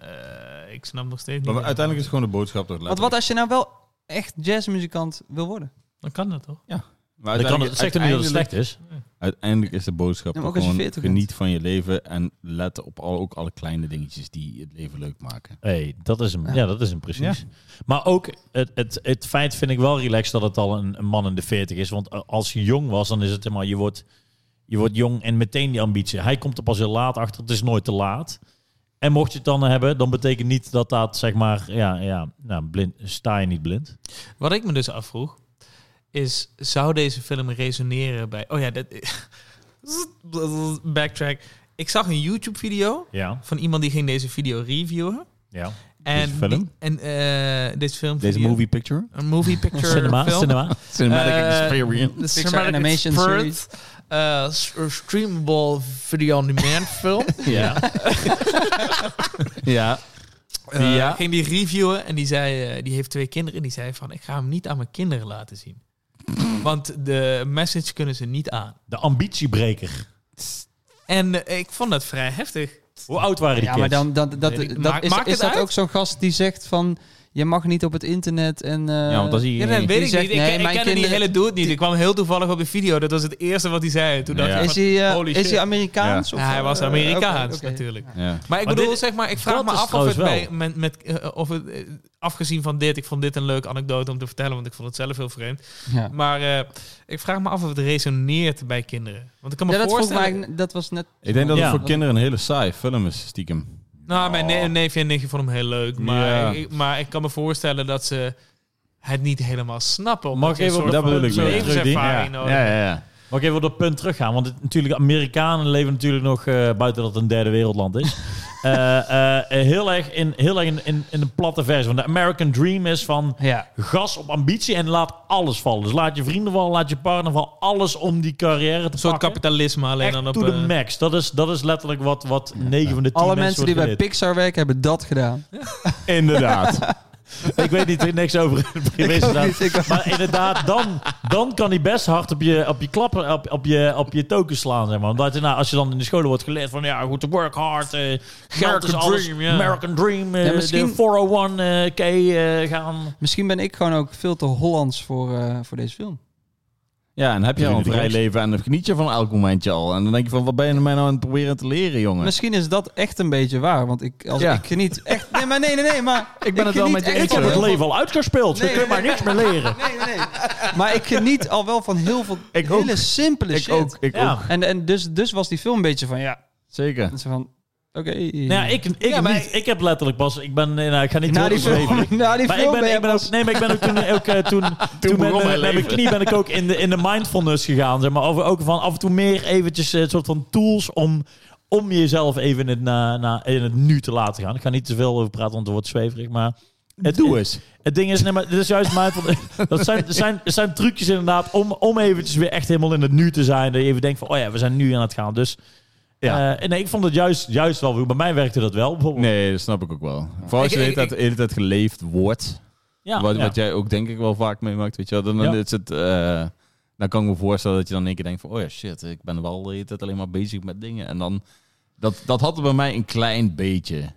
Speaker 3: eh, ik snap nog steeds niet.
Speaker 2: Maar uiteindelijk is het gewoon de boodschap toch
Speaker 4: Want wat als je nou wel echt jazzmuzikant wil worden?
Speaker 3: Dan kan dat toch?
Speaker 2: Maar
Speaker 1: Dat, kan,
Speaker 2: uiteindelijk-
Speaker 1: dat zegt toch niet dat het
Speaker 2: uiteindelijk-
Speaker 1: slecht is?
Speaker 2: Uiteindelijk is de boodschap
Speaker 4: Ja, maar
Speaker 2: toch
Speaker 4: ook als je
Speaker 2: gewoon
Speaker 4: 40 bent.
Speaker 2: geniet van je leven en let op al, ook alle kleine dingetjes die het leven leuk maken.
Speaker 1: Hey, dat is hem. Ja.
Speaker 4: Ja.
Speaker 1: dat is hem precies. Maar ook het, het, het feit vind ik wel relaxed dat het al een, een man in de 40 is. Want eh, als je jong was, dan is het helemaal, je wordt, je wordt jong en meteen die ambitie. Hij komt er pas heel laat achter. Het is nooit te laat. En mocht je het dan hebben, dan betekent niet dat dat, zeg maar, ja, ja nou, blind, sta je niet blind.
Speaker 3: Wat ik me dus afvroeg, is zou deze film resoneren bij... Oh ja, dat... Backtrack. Ik zag een YouTube-video
Speaker 1: Ja,
Speaker 3: van iemand die ging deze video reviewen.
Speaker 1: ja.
Speaker 3: En
Speaker 2: Deze film?
Speaker 3: die- en eh dit film.
Speaker 2: Deze movie picture?
Speaker 3: Een movie picture
Speaker 1: Cinema,
Speaker 3: film.
Speaker 1: cinema.
Speaker 2: Cinematic
Speaker 3: Eh,
Speaker 2: experience.
Speaker 3: De
Speaker 4: Pixar
Speaker 3: cinematic
Speaker 4: Animation
Speaker 3: expert,
Speaker 4: Series.
Speaker 3: eh, s- een streamable video on demand film.
Speaker 2: Ja. ja.
Speaker 3: Eh,
Speaker 2: Ja.
Speaker 3: Ging die reviewen en die zei, eh, die heeft twee kinderen. En die zei van, ik ga hem niet aan mijn kinderen laten zien. Want de message kunnen ze niet aan.
Speaker 1: De ambitiebreker.
Speaker 3: En eh, ik vond dat vrij heftig.
Speaker 1: Hoe oud waren die
Speaker 4: Ja, maar
Speaker 1: kids?
Speaker 4: dan, dat, dat,
Speaker 3: Nee,
Speaker 4: dat,
Speaker 3: maakt-
Speaker 4: is,
Speaker 3: maakt
Speaker 4: is
Speaker 3: het
Speaker 4: dat
Speaker 3: uit?
Speaker 4: ook zo'n gast die zegt van... Je mag niet op het internet en... eh,
Speaker 2: ja, want dat is
Speaker 3: Ja, dat
Speaker 2: hier...
Speaker 3: weet ik
Speaker 4: zegt,
Speaker 3: niet. Ik,
Speaker 4: nee,
Speaker 3: ik
Speaker 4: mijn
Speaker 3: kende die
Speaker 4: kinderen-
Speaker 3: hele dude niet. Ik kwam heel toevallig op de video. Dat was het eerste wat hij zei. Toen dacht
Speaker 2: Ja.
Speaker 3: ik van,
Speaker 4: Is, hij, eh,
Speaker 3: holy
Speaker 4: is
Speaker 3: shit.
Speaker 4: hij Amerikaans?
Speaker 3: Ja,
Speaker 4: of,
Speaker 3: hij was
Speaker 4: eh,
Speaker 3: Amerikaans
Speaker 4: oké, oké.
Speaker 3: natuurlijk.
Speaker 2: Ja.
Speaker 3: Maar ik
Speaker 1: Maar
Speaker 3: bedoel,
Speaker 1: dit-
Speaker 3: zeg maar, ik
Speaker 1: dat
Speaker 3: vraag me
Speaker 1: is
Speaker 3: af of
Speaker 1: trouwens
Speaker 3: het
Speaker 1: wel.
Speaker 3: bij, met, met, eh, of het, eh, afgezien van dit, ik vond dit een leuke anekdote om te vertellen, want ik vond het zelf heel vreemd.
Speaker 4: Ja.
Speaker 3: Maar eh, ik vraag me af of het resoneert bij kinderen. Want ik kan me
Speaker 4: Ja, dat, vroeg
Speaker 3: voorstellen.
Speaker 4: mij, dat was net...
Speaker 2: Ik denk dat
Speaker 1: Ja.
Speaker 2: het voor kinderen een hele saai film is, stiekem.
Speaker 3: Nou, mijn ne- neefje en nichtje vonden hem heel leuk. Maar,
Speaker 2: Ja.
Speaker 3: ik, maar ik kan me voorstellen dat ze het niet helemaal snappen. omdat
Speaker 1: Mag ik
Speaker 3: je een
Speaker 1: even op
Speaker 3: soort
Speaker 1: dat
Speaker 3: van
Speaker 1: bedoel ik
Speaker 2: meer.
Speaker 3: levenservaring
Speaker 2: Ja,
Speaker 3: nodig
Speaker 2: ja, ja.
Speaker 1: Mag ik even op dat punt teruggaan? Want het, natuurlijk, Amerikanen leven natuurlijk nog, eh, buiten dat het een derde wereldland is, Eh, eh, heel erg, in, heel erg in, in, in een platte versie. Want de American Dream is van
Speaker 4: Ja.
Speaker 1: gas op ambitie en laat alles vallen. Dus laat je vrienden vallen, laat je partner vallen, alles om die carrière te
Speaker 3: Een soort
Speaker 1: pakken.
Speaker 3: kapitalisme alleen dan
Speaker 1: Echt
Speaker 3: op...
Speaker 1: to the
Speaker 3: eh,
Speaker 1: max. Dat is, dat is letterlijk wat, wat 9 van de 10
Speaker 4: Alle
Speaker 1: mensen,
Speaker 4: mensen die bij
Speaker 1: wordt
Speaker 4: Pixar werken hebben dat gedaan.
Speaker 2: Inderdaad.
Speaker 1: geleerd. Ik weet niet, er is niks over het privéstaat.
Speaker 4: niet, ik ook-
Speaker 1: Maar inderdaad, dan, dan kan hij best hard op je, op je klappen, op, op je, op je token slaan, zeg maar. Omdat, je, nou, als je dan in de scholen wordt geleerd van, ja, goed, work hard, eh, geld is
Speaker 3: American
Speaker 1: alles,
Speaker 3: dream, ja.
Speaker 1: American Dream, eh,
Speaker 4: Ja, misschien-
Speaker 1: de 401k eh, gaan.
Speaker 4: Misschien ben ik gewoon ook veel te Hollands voor, eh, voor deze film.
Speaker 2: Ja, en heb je al een vrij leven en dan geniet je van elk momentje al. En dan denk je van, wat ben je mij nou aan het proberen te leren, jongen?
Speaker 4: Misschien is dat echt een beetje waar, want ik, als
Speaker 2: Ja.
Speaker 4: ik geniet echt... Nee, maar nee, nee, nee, maar... Ik
Speaker 2: ben het wel
Speaker 4: geniet
Speaker 2: met je
Speaker 4: echt
Speaker 1: Ik
Speaker 2: eens,
Speaker 4: van
Speaker 1: heb het
Speaker 2: hoor.
Speaker 4: heel
Speaker 1: leven al uitgespeeld,
Speaker 4: Nee,
Speaker 1: ze kunnen
Speaker 4: nee,
Speaker 1: maar niks meer leren.
Speaker 4: veel- Nee, nee, nee. Maar ik geniet al wel van heel veel
Speaker 2: Ik ook.
Speaker 4: hele simpele
Speaker 2: Ik
Speaker 4: shit.
Speaker 2: ook, ik
Speaker 1: Ja.
Speaker 2: ook.
Speaker 4: En, en dus, dus was die film een beetje van, ja...
Speaker 2: Zeker.
Speaker 4: En ze van, oké...
Speaker 1: Nou, ja, ik, ik,
Speaker 4: Ja, maar
Speaker 1: niet. ik heb letterlijk pas, ik ben, nee, nou, ik ga niet
Speaker 4: na
Speaker 1: heel
Speaker 4: die film,
Speaker 1: zweverig.
Speaker 4: na die
Speaker 1: Maar
Speaker 4: film
Speaker 1: ik ben,
Speaker 4: ben
Speaker 1: ik
Speaker 4: je
Speaker 1: ben
Speaker 4: pas-
Speaker 1: ook, nee, maar ik ben ook toen, ook, eh, toen, toen, ben,
Speaker 2: begon
Speaker 1: eh, met
Speaker 2: mijn
Speaker 1: mijn
Speaker 2: leven.
Speaker 1: knie ben ik ook in de, in de mindfulness gegaan, zeg maar. Over, ook van af en toe meer eventjes eh, een soort van tools om, om jezelf even in het, na, na, in het nu te laten gaan. Ik ga niet te veel over praten, want het wordt zweverig, maar... Het,
Speaker 2: Doe eens.
Speaker 1: Het ding is, nee, maar dit is juist mindfulness. Dat zijn, zijn, zijn trucjes inderdaad om, om eventjes weer echt helemaal in het nu te zijn. Dat je even denkt van, oh ja, we zijn nu aan het gaan. Dus
Speaker 2: Ja.
Speaker 1: eh, nee, ik vond het juist, juist wel goed. Bij mij werkte dat wel, bijvoorbeeld.
Speaker 2: Nee, dat snap ik ook wel. Vooral als je
Speaker 3: Ik-
Speaker 2: de hele
Speaker 3: ik-
Speaker 2: tijd, de hele tijd geleefd wordt.
Speaker 1: Ja,
Speaker 2: wat,
Speaker 1: ja.
Speaker 2: wat jij ook denk ik wel vaak meemaakt, weet je wel. Dan, dan
Speaker 1: Ja.
Speaker 2: is het... eh, dan kan ik me voorstellen dat je dan in één keer denkt van... Oh ja, shit, ik ben wel de hele tijd alleen maar bezig met dingen. En dan... Dat, dat had er bij mij een klein beetje.
Speaker 3: nee,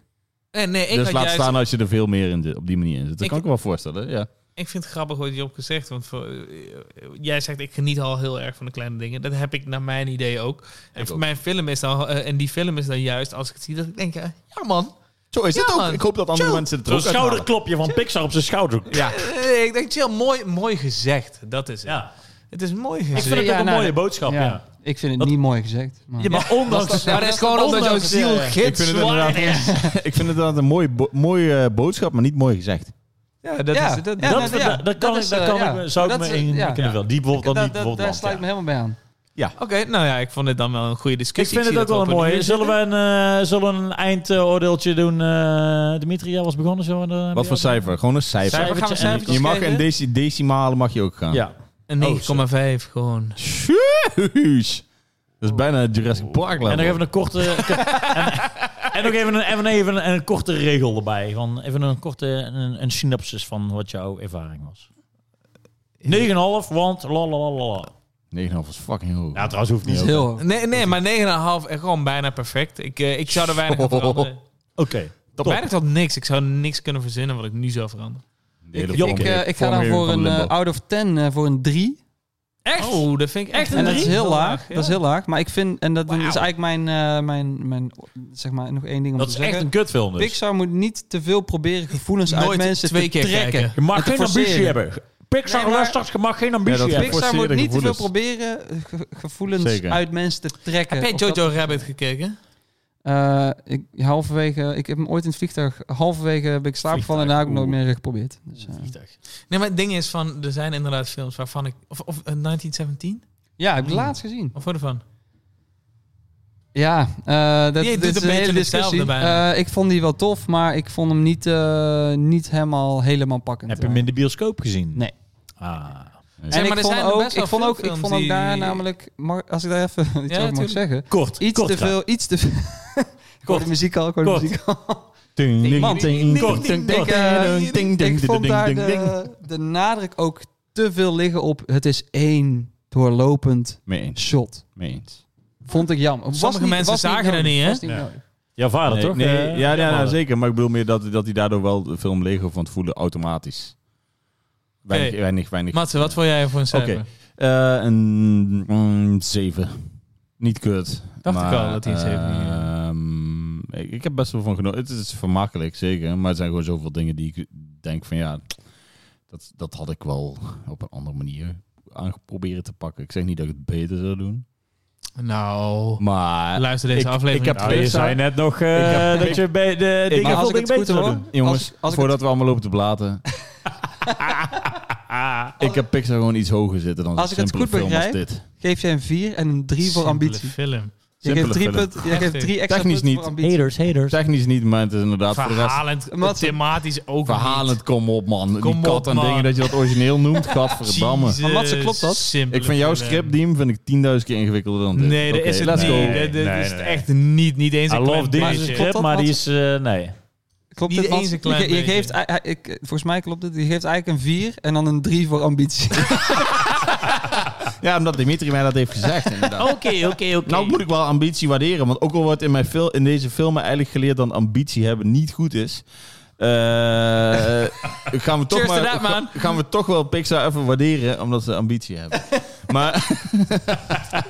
Speaker 3: Eh, nee, ik
Speaker 2: dus
Speaker 3: had
Speaker 2: laat
Speaker 3: juist-
Speaker 2: staan als je er veel meer in zit, op die manier in zit. Dat
Speaker 3: Ik-
Speaker 2: kan ik me wel voorstellen, ja.
Speaker 3: Ik vind het grappig wat je op gezegd, want voor, eh, jij zegt ik geniet al heel erg van de kleine dingen. Dat heb ik naar mijn idee ook. En
Speaker 2: Ik
Speaker 3: voor
Speaker 2: ook.
Speaker 3: mijn film is dan eh, en die film is dan juist als ik het zie dat ik denk eh, ja man,
Speaker 2: Zo is
Speaker 3: Ja,
Speaker 2: het ook.
Speaker 3: man.
Speaker 2: Ik hoop dat andere
Speaker 3: Chill.
Speaker 2: mensen het er
Speaker 1: Zo'n
Speaker 2: ook uithalen.
Speaker 1: schouderklopje van Pixar op zijn schouder.
Speaker 2: Ja.
Speaker 3: Eh, ik denk chill, mooi, mooi gezegd. Dat is het.
Speaker 1: Ja,
Speaker 3: Het is mooi
Speaker 1: ik
Speaker 3: gezegd.
Speaker 1: vind het
Speaker 4: Ja,
Speaker 1: ook een
Speaker 4: nou,
Speaker 1: mooie boodschap, ja.
Speaker 4: Ja, ik vind het
Speaker 1: Dat-
Speaker 4: niet mooi gezegd. maar-
Speaker 1: Ja, maar ondanks...
Speaker 3: maar dat is gewoon omdat jouw
Speaker 1: ondanks- eh,
Speaker 3: ziel
Speaker 1: ja, ja.
Speaker 2: Ik
Speaker 3: gids
Speaker 2: vind het inderdaad, ik vind het inderdaad een mooie, bo- mooie eh, boodschap, maar niet mooi gezegd.
Speaker 3: Ja, dat
Speaker 4: Ja.
Speaker 3: is het. Dat-
Speaker 4: Ja.
Speaker 1: Dat,
Speaker 4: nou,
Speaker 1: dat-
Speaker 4: ja,
Speaker 1: dat
Speaker 4: dat
Speaker 1: kan, ik,
Speaker 4: is,
Speaker 1: dat
Speaker 4: eh,
Speaker 1: kan
Speaker 4: ja.
Speaker 1: ik, me- zou ik
Speaker 4: Dat
Speaker 1: me
Speaker 4: is- eh,
Speaker 1: in
Speaker 4: ja.
Speaker 1: kunnen vullen. Die bijvoorbeeld dan
Speaker 4: Da-
Speaker 1: niet.
Speaker 4: da- daar
Speaker 1: bijvoorbeeld
Speaker 4: sluit ik
Speaker 1: land,
Speaker 4: me
Speaker 1: ja.
Speaker 4: helemaal bij aan.
Speaker 3: Oké, nou ja, ik vond dit dan wel een goede
Speaker 1: Ik
Speaker 3: discussie.
Speaker 1: vind het
Speaker 3: zie
Speaker 1: ook wel
Speaker 3: dat
Speaker 1: een
Speaker 3: we op
Speaker 1: mooie.
Speaker 3: uur
Speaker 1: Zullen we
Speaker 3: zitten.
Speaker 1: een, eh, zullen we een eindoordeeltje doen? eh Dimitri, jij was begonnen zo. en, eh,
Speaker 2: Wat voor cijfer? Gewoon een cijfer.
Speaker 1: Cijfer.
Speaker 3: Gaan we
Speaker 1: Cijfertje en-
Speaker 3: cijfertjes
Speaker 2: Je mag
Speaker 3: kijken?
Speaker 2: in deci decimalen mag je ook gaan.
Speaker 1: Ja.
Speaker 3: Een 9,5 gewoon.
Speaker 2: Sjoesh. Dat is bijna het Jurassic Park level.
Speaker 1: En nog even een korte. en, en nog even een, even, even een, een korte regel erbij. Van even een korte een, een synopsis van wat jouw ervaring was. 9,5, want la la la la.
Speaker 2: 9,5 is fucking hoog.
Speaker 1: Ja, trouwens hoeft
Speaker 4: Dat
Speaker 1: niet.
Speaker 4: is
Speaker 1: Oké.
Speaker 4: heel hoog.
Speaker 3: Nee, nee, maar 9,5 en eh, gewoon bijna perfect. Ik, eh, ik zou er weinig aan veranderen.
Speaker 1: top.
Speaker 3: Weinig tot niks. Ik zou niks kunnen verzinnen wat ik nu zou veranderen.
Speaker 2: De hele
Speaker 4: Ik,
Speaker 2: vormgeving-
Speaker 4: eh, ik ga dan
Speaker 2: vormgeving
Speaker 4: voor
Speaker 2: van
Speaker 4: een eh,
Speaker 2: Limbo.
Speaker 4: out of 10 eh, voor een 3.
Speaker 3: Echt? Oh, dat vind ik echt,
Speaker 1: Echt
Speaker 4: En
Speaker 1: een
Speaker 4: dat is
Speaker 1: drie?
Speaker 4: heel laag.
Speaker 3: ja.
Speaker 4: Dat is heel laag. Maar ik vind, en dat
Speaker 3: Wauw.
Speaker 4: is eigenlijk mijn, eh, mijn, mijn, zeg maar, nog één ding om
Speaker 1: Dat
Speaker 4: te
Speaker 1: is
Speaker 4: zeggen.
Speaker 1: echt een kutfilm dus.
Speaker 4: Pixar moet niet te veel proberen
Speaker 2: Dus
Speaker 4: gevoelens uit
Speaker 5: Nooit
Speaker 4: mensen
Speaker 5: twee
Speaker 4: te
Speaker 5: keer
Speaker 4: trekken.
Speaker 5: kijken.
Speaker 1: Je mag
Speaker 4: te
Speaker 1: geen ambitie
Speaker 4: forceren.
Speaker 1: hebben. Pixar
Speaker 4: Nee, maar-
Speaker 1: luistert, je mag geen ambitie
Speaker 2: dat-
Speaker 1: hebben.
Speaker 4: Pixar moet
Speaker 2: forceren
Speaker 4: niet te veel
Speaker 2: gevoelens.
Speaker 4: proberen eh, ge- gevoelens
Speaker 2: Zeker.
Speaker 4: uit mensen te trekken.
Speaker 3: Heb jij
Speaker 4: Of
Speaker 3: Jojo
Speaker 4: dat-
Speaker 3: Rabbit gekeken?
Speaker 4: Eh, ik, halverwege, ik heb hem ooit in het vliegtuig, halverwege ben ik slaapgevallen en daar heb ik nooit
Speaker 1: Vliegtuig,
Speaker 4: meer geprobeerd. Dus, eh,
Speaker 3: Nee, maar het ding is van, er zijn inderdaad films waarvan ik... Of, of eh, 1917?
Speaker 4: ja, heb ik laatst gezien.
Speaker 3: Of voor ervan?
Speaker 4: Ja, eh dat
Speaker 3: Die doet
Speaker 4: dit is
Speaker 3: een
Speaker 4: een hele
Speaker 3: beetje
Speaker 4: discussie.
Speaker 3: hetzelfde bijna.
Speaker 4: Eh, ik vond die wel tof, maar ik vond hem niet, eh, niet helemaal, helemaal pakkend.
Speaker 1: Heb je hem in de bioscoop gezien?
Speaker 4: Nee.
Speaker 1: Ah.
Speaker 4: En
Speaker 3: Zeg,
Speaker 4: ik
Speaker 3: maar er
Speaker 4: vond
Speaker 3: zijn er
Speaker 4: ook,
Speaker 3: best wel
Speaker 4: ik vond
Speaker 3: veel
Speaker 4: ook, ik
Speaker 3: films
Speaker 4: vond ook
Speaker 3: die-
Speaker 4: daar namelijk, mag- als ik daar even iets over mag
Speaker 3: tuurlijk.
Speaker 4: zeggen,
Speaker 1: Kort,
Speaker 4: iets
Speaker 1: kort
Speaker 4: te
Speaker 1: graag.
Speaker 4: veel, iets te veel. Ik hoor de muziek al, ik hoor de
Speaker 1: Kort.
Speaker 4: muziek al.
Speaker 1: Ding, ding,
Speaker 4: Man,
Speaker 1: ding,
Speaker 4: ding,
Speaker 1: kort,
Speaker 4: ding,
Speaker 1: ding, kort.
Speaker 4: Ik, eh,
Speaker 1: Ding, ding,
Speaker 4: Ik
Speaker 1: ding,
Speaker 4: vond
Speaker 1: ding,
Speaker 4: daar
Speaker 1: ding, ding.
Speaker 4: de, de nadruk ook te veel liggen op het is één doorlopend
Speaker 2: Mee eens.
Speaker 4: shot.
Speaker 2: Mee eens.
Speaker 4: Vond ik jammer. Was
Speaker 3: Sommige
Speaker 4: niet-
Speaker 3: mensen
Speaker 4: was niet
Speaker 3: zagen dat
Speaker 4: nodig,
Speaker 3: niet, hè?
Speaker 4: was
Speaker 1: Ja.
Speaker 4: nodig.
Speaker 1: Jouw vader,
Speaker 2: Nee,
Speaker 1: toch?
Speaker 2: nee,
Speaker 1: Eh, jouw
Speaker 2: ja, ja,
Speaker 1: vader.
Speaker 2: zeker. Maar ik bedoel meer dat, dat hij daardoor wel de film leger van het voelen automatisch. Weinig,
Speaker 3: Oké.
Speaker 2: weinig, weinig.
Speaker 3: Matze, wat vond jij voor een
Speaker 2: Oké.
Speaker 3: cijfer?
Speaker 2: Eh, een mm, zeven. Niet kut.
Speaker 3: Dacht ik
Speaker 2: maar,
Speaker 3: al dat hij een zeven ging geven.
Speaker 2: ehm, ik, ik heb best wel van genoten. Het is vermakkelijk, zeker. Maar er zijn gewoon zoveel dingen die ik denk van ja, dat, dat had ik wel op een andere manier aangeprobeerd te pakken. Ik zeg niet dat ik het beter zou doen.
Speaker 3: Nou,
Speaker 2: Maar
Speaker 3: luister deze
Speaker 2: ik-
Speaker 3: aflevering. Oh,
Speaker 2: ik heb
Speaker 1: Nou, je
Speaker 2: Pixar-
Speaker 1: zei net nog eh,
Speaker 2: Ik heb-
Speaker 1: dat je bij de dingen
Speaker 4: Maar als
Speaker 1: veel
Speaker 4: ik
Speaker 1: dingen
Speaker 4: het goed
Speaker 1: beter zou
Speaker 4: hoor,
Speaker 1: doen.
Speaker 2: jongens,
Speaker 4: als ik
Speaker 2: voordat we allemaal lopen te blaten. ik heb Pixar gewoon iets hoger zitten dan
Speaker 4: Als
Speaker 2: zo'n
Speaker 4: ik het
Speaker 2: simpele
Speaker 4: goed
Speaker 2: film als
Speaker 4: begrijp,
Speaker 2: dit.
Speaker 4: geef jij een 4 en een 3 voor ambitie.
Speaker 3: film.
Speaker 4: Je geeft
Speaker 2: Simpele
Speaker 4: 3
Speaker 2: film.
Speaker 4: punten, je geeft
Speaker 3: Echt,
Speaker 4: 3 extra
Speaker 2: Technisch
Speaker 4: punten
Speaker 2: niet.
Speaker 4: voor ambitie.
Speaker 1: Haters, haters.
Speaker 2: Technisch niet, maar het is inderdaad voor de rest
Speaker 3: Verhalend,
Speaker 4: Matze-
Speaker 3: thematisch ook
Speaker 2: Verhalend, kom op man.
Speaker 3: Kom
Speaker 2: die kat
Speaker 3: op,
Speaker 2: en
Speaker 3: man.
Speaker 2: dingen dat je dat origineel noemt,
Speaker 3: niet.
Speaker 2: gadverdamme.
Speaker 3: Jezus,
Speaker 4: Maar Matze, klopt dat?
Speaker 3: simpele
Speaker 2: Ik vind jouw
Speaker 3: film.
Speaker 2: script, Diem, vind ik 10.000 keer ingewikkelder dan dit.
Speaker 3: Nee, dat
Speaker 2: Oké,
Speaker 3: is het
Speaker 2: let's
Speaker 3: niet.
Speaker 2: go.
Speaker 3: Nee, dat- dat
Speaker 1: Nee,
Speaker 3: is
Speaker 1: nee.
Speaker 3: echt niet, niet eens
Speaker 1: I
Speaker 3: een
Speaker 1: love
Speaker 3: klein
Speaker 1: this
Speaker 3: beetje.
Speaker 4: Klopt
Speaker 1: script,
Speaker 4: dat,
Speaker 1: maar die
Speaker 4: Mats?
Speaker 1: is... eh, nee.
Speaker 4: Klopt
Speaker 3: Niet
Speaker 4: dit, Mats?
Speaker 3: eens een
Speaker 4: je,
Speaker 3: klein
Speaker 4: ge- je
Speaker 3: beetje.
Speaker 4: geeft, ei- ei- ik, volgens mij klopt het, je geeft eigenlijk een 4 en dan een 3 voor ambitie.
Speaker 2: Ja, omdat Dimitri mij dat heeft gezegd, inderdaad.
Speaker 3: Oké, oké, oké.
Speaker 2: Nou moet ik wel ambitie waarderen, want ook al wordt in, mijn fil- in deze film eigenlijk geleerd dat ambitie hebben niet goed is. eh, gaan, we toch
Speaker 3: Cheers
Speaker 2: maar,
Speaker 3: to that, man.
Speaker 2: ga- gaan we toch wel Pixar even waarderen, omdat ze ambitie hebben. maar...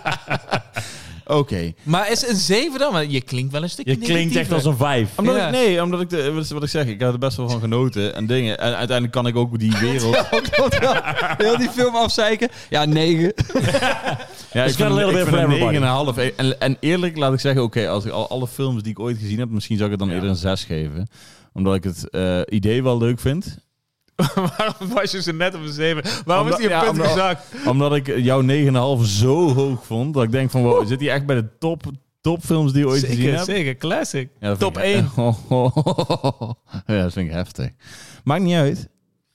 Speaker 2: Oké.
Speaker 3: Maar is een 7 dan? Want je klinkt wel een stukje
Speaker 1: Je klinkt echt als een vijf.
Speaker 2: Omdat
Speaker 3: Ja.
Speaker 2: ik, nee, omdat ik, de, wat- wat ik zeg, ik heb er best wel van genoten en dingen. En uiteindelijk kan ik ook die wereld...
Speaker 4: Heel die film afzeiken. Ja, 9.
Speaker 2: Ja,
Speaker 1: It's
Speaker 2: ik vind,
Speaker 1: got a little
Speaker 2: ik
Speaker 1: bit
Speaker 2: vind
Speaker 1: for
Speaker 2: een
Speaker 1: everybody.
Speaker 2: 9,5. En, en, en eerlijk laat ik zeggen, oké, als ik al alle films die ik ooit gezien heb, misschien zou ik het dan eerder een 6 geven. Omdat ik het eh, idee wel leuk vind.
Speaker 3: Waarom was je ze net op een 7? Waarom
Speaker 2: Omdat-
Speaker 3: is die een
Speaker 2: ja,
Speaker 3: punt
Speaker 2: omdat-
Speaker 3: gezakt?
Speaker 2: Omdat ik jouw 9,5 zo hoog vond, dat ik denk van, wow, zit hij echt bij de top, topfilms die ik ooit gezien heb?
Speaker 3: zeker. Classic.
Speaker 2: Ja, dat vind
Speaker 3: Top
Speaker 2: ik-
Speaker 3: 1.
Speaker 2: ja, dat vind ik heftig. Maakt niet uit.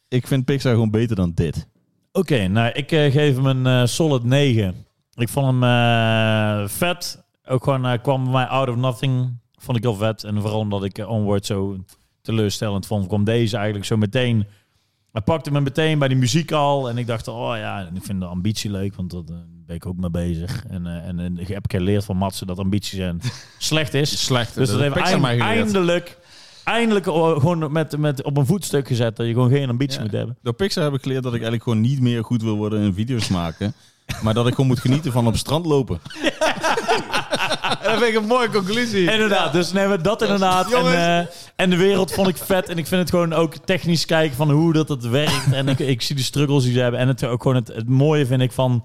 Speaker 2: Ik vind Pixar gewoon beter dan dit.
Speaker 1: Oké, nou, ik eh, geef hem een eh, solid 9. Ik vond hem eh, vet. Ook gewoon eh, kwam bij mij out of nothing. Vond ik heel vet. En vooral omdat ik eh, Onward zo teleurstellend vond, kwam deze eigenlijk zo meteen. Hij pakte me meteen bij die muziek al. En ik dacht, oh ja, en ik vind de ambitie leuk, want daar ben ik ook mee bezig. En, eh, en eh, ik heb geleerd van Matsen dat ambitie zijn slecht is.
Speaker 2: Slecht.
Speaker 1: Dus dat heeft
Speaker 2: Pixar mij
Speaker 1: eind-
Speaker 2: geleerd.
Speaker 1: eindelijk, eindelijk o- gewoon met, met, op een voetstuk gezet dat je gewoon geen ambitie
Speaker 2: Ja.
Speaker 1: moet hebben.
Speaker 2: Door Pixar heb ik geleerd dat ik eigenlijk gewoon niet meer goed wil worden in video's maken. maar dat ik gewoon moet genieten van op strand lopen.
Speaker 3: Dat vind ik een mooie conclusie.
Speaker 1: Inderdaad, dus nee, maar dat inderdaad. En, eh, en de wereld vond ik vet. En ik vind het gewoon ook technisch kijken van hoe dat het werkt. En ik, ik zie de struggles die ze hebben. En het, ook gewoon het, het mooie vind ik van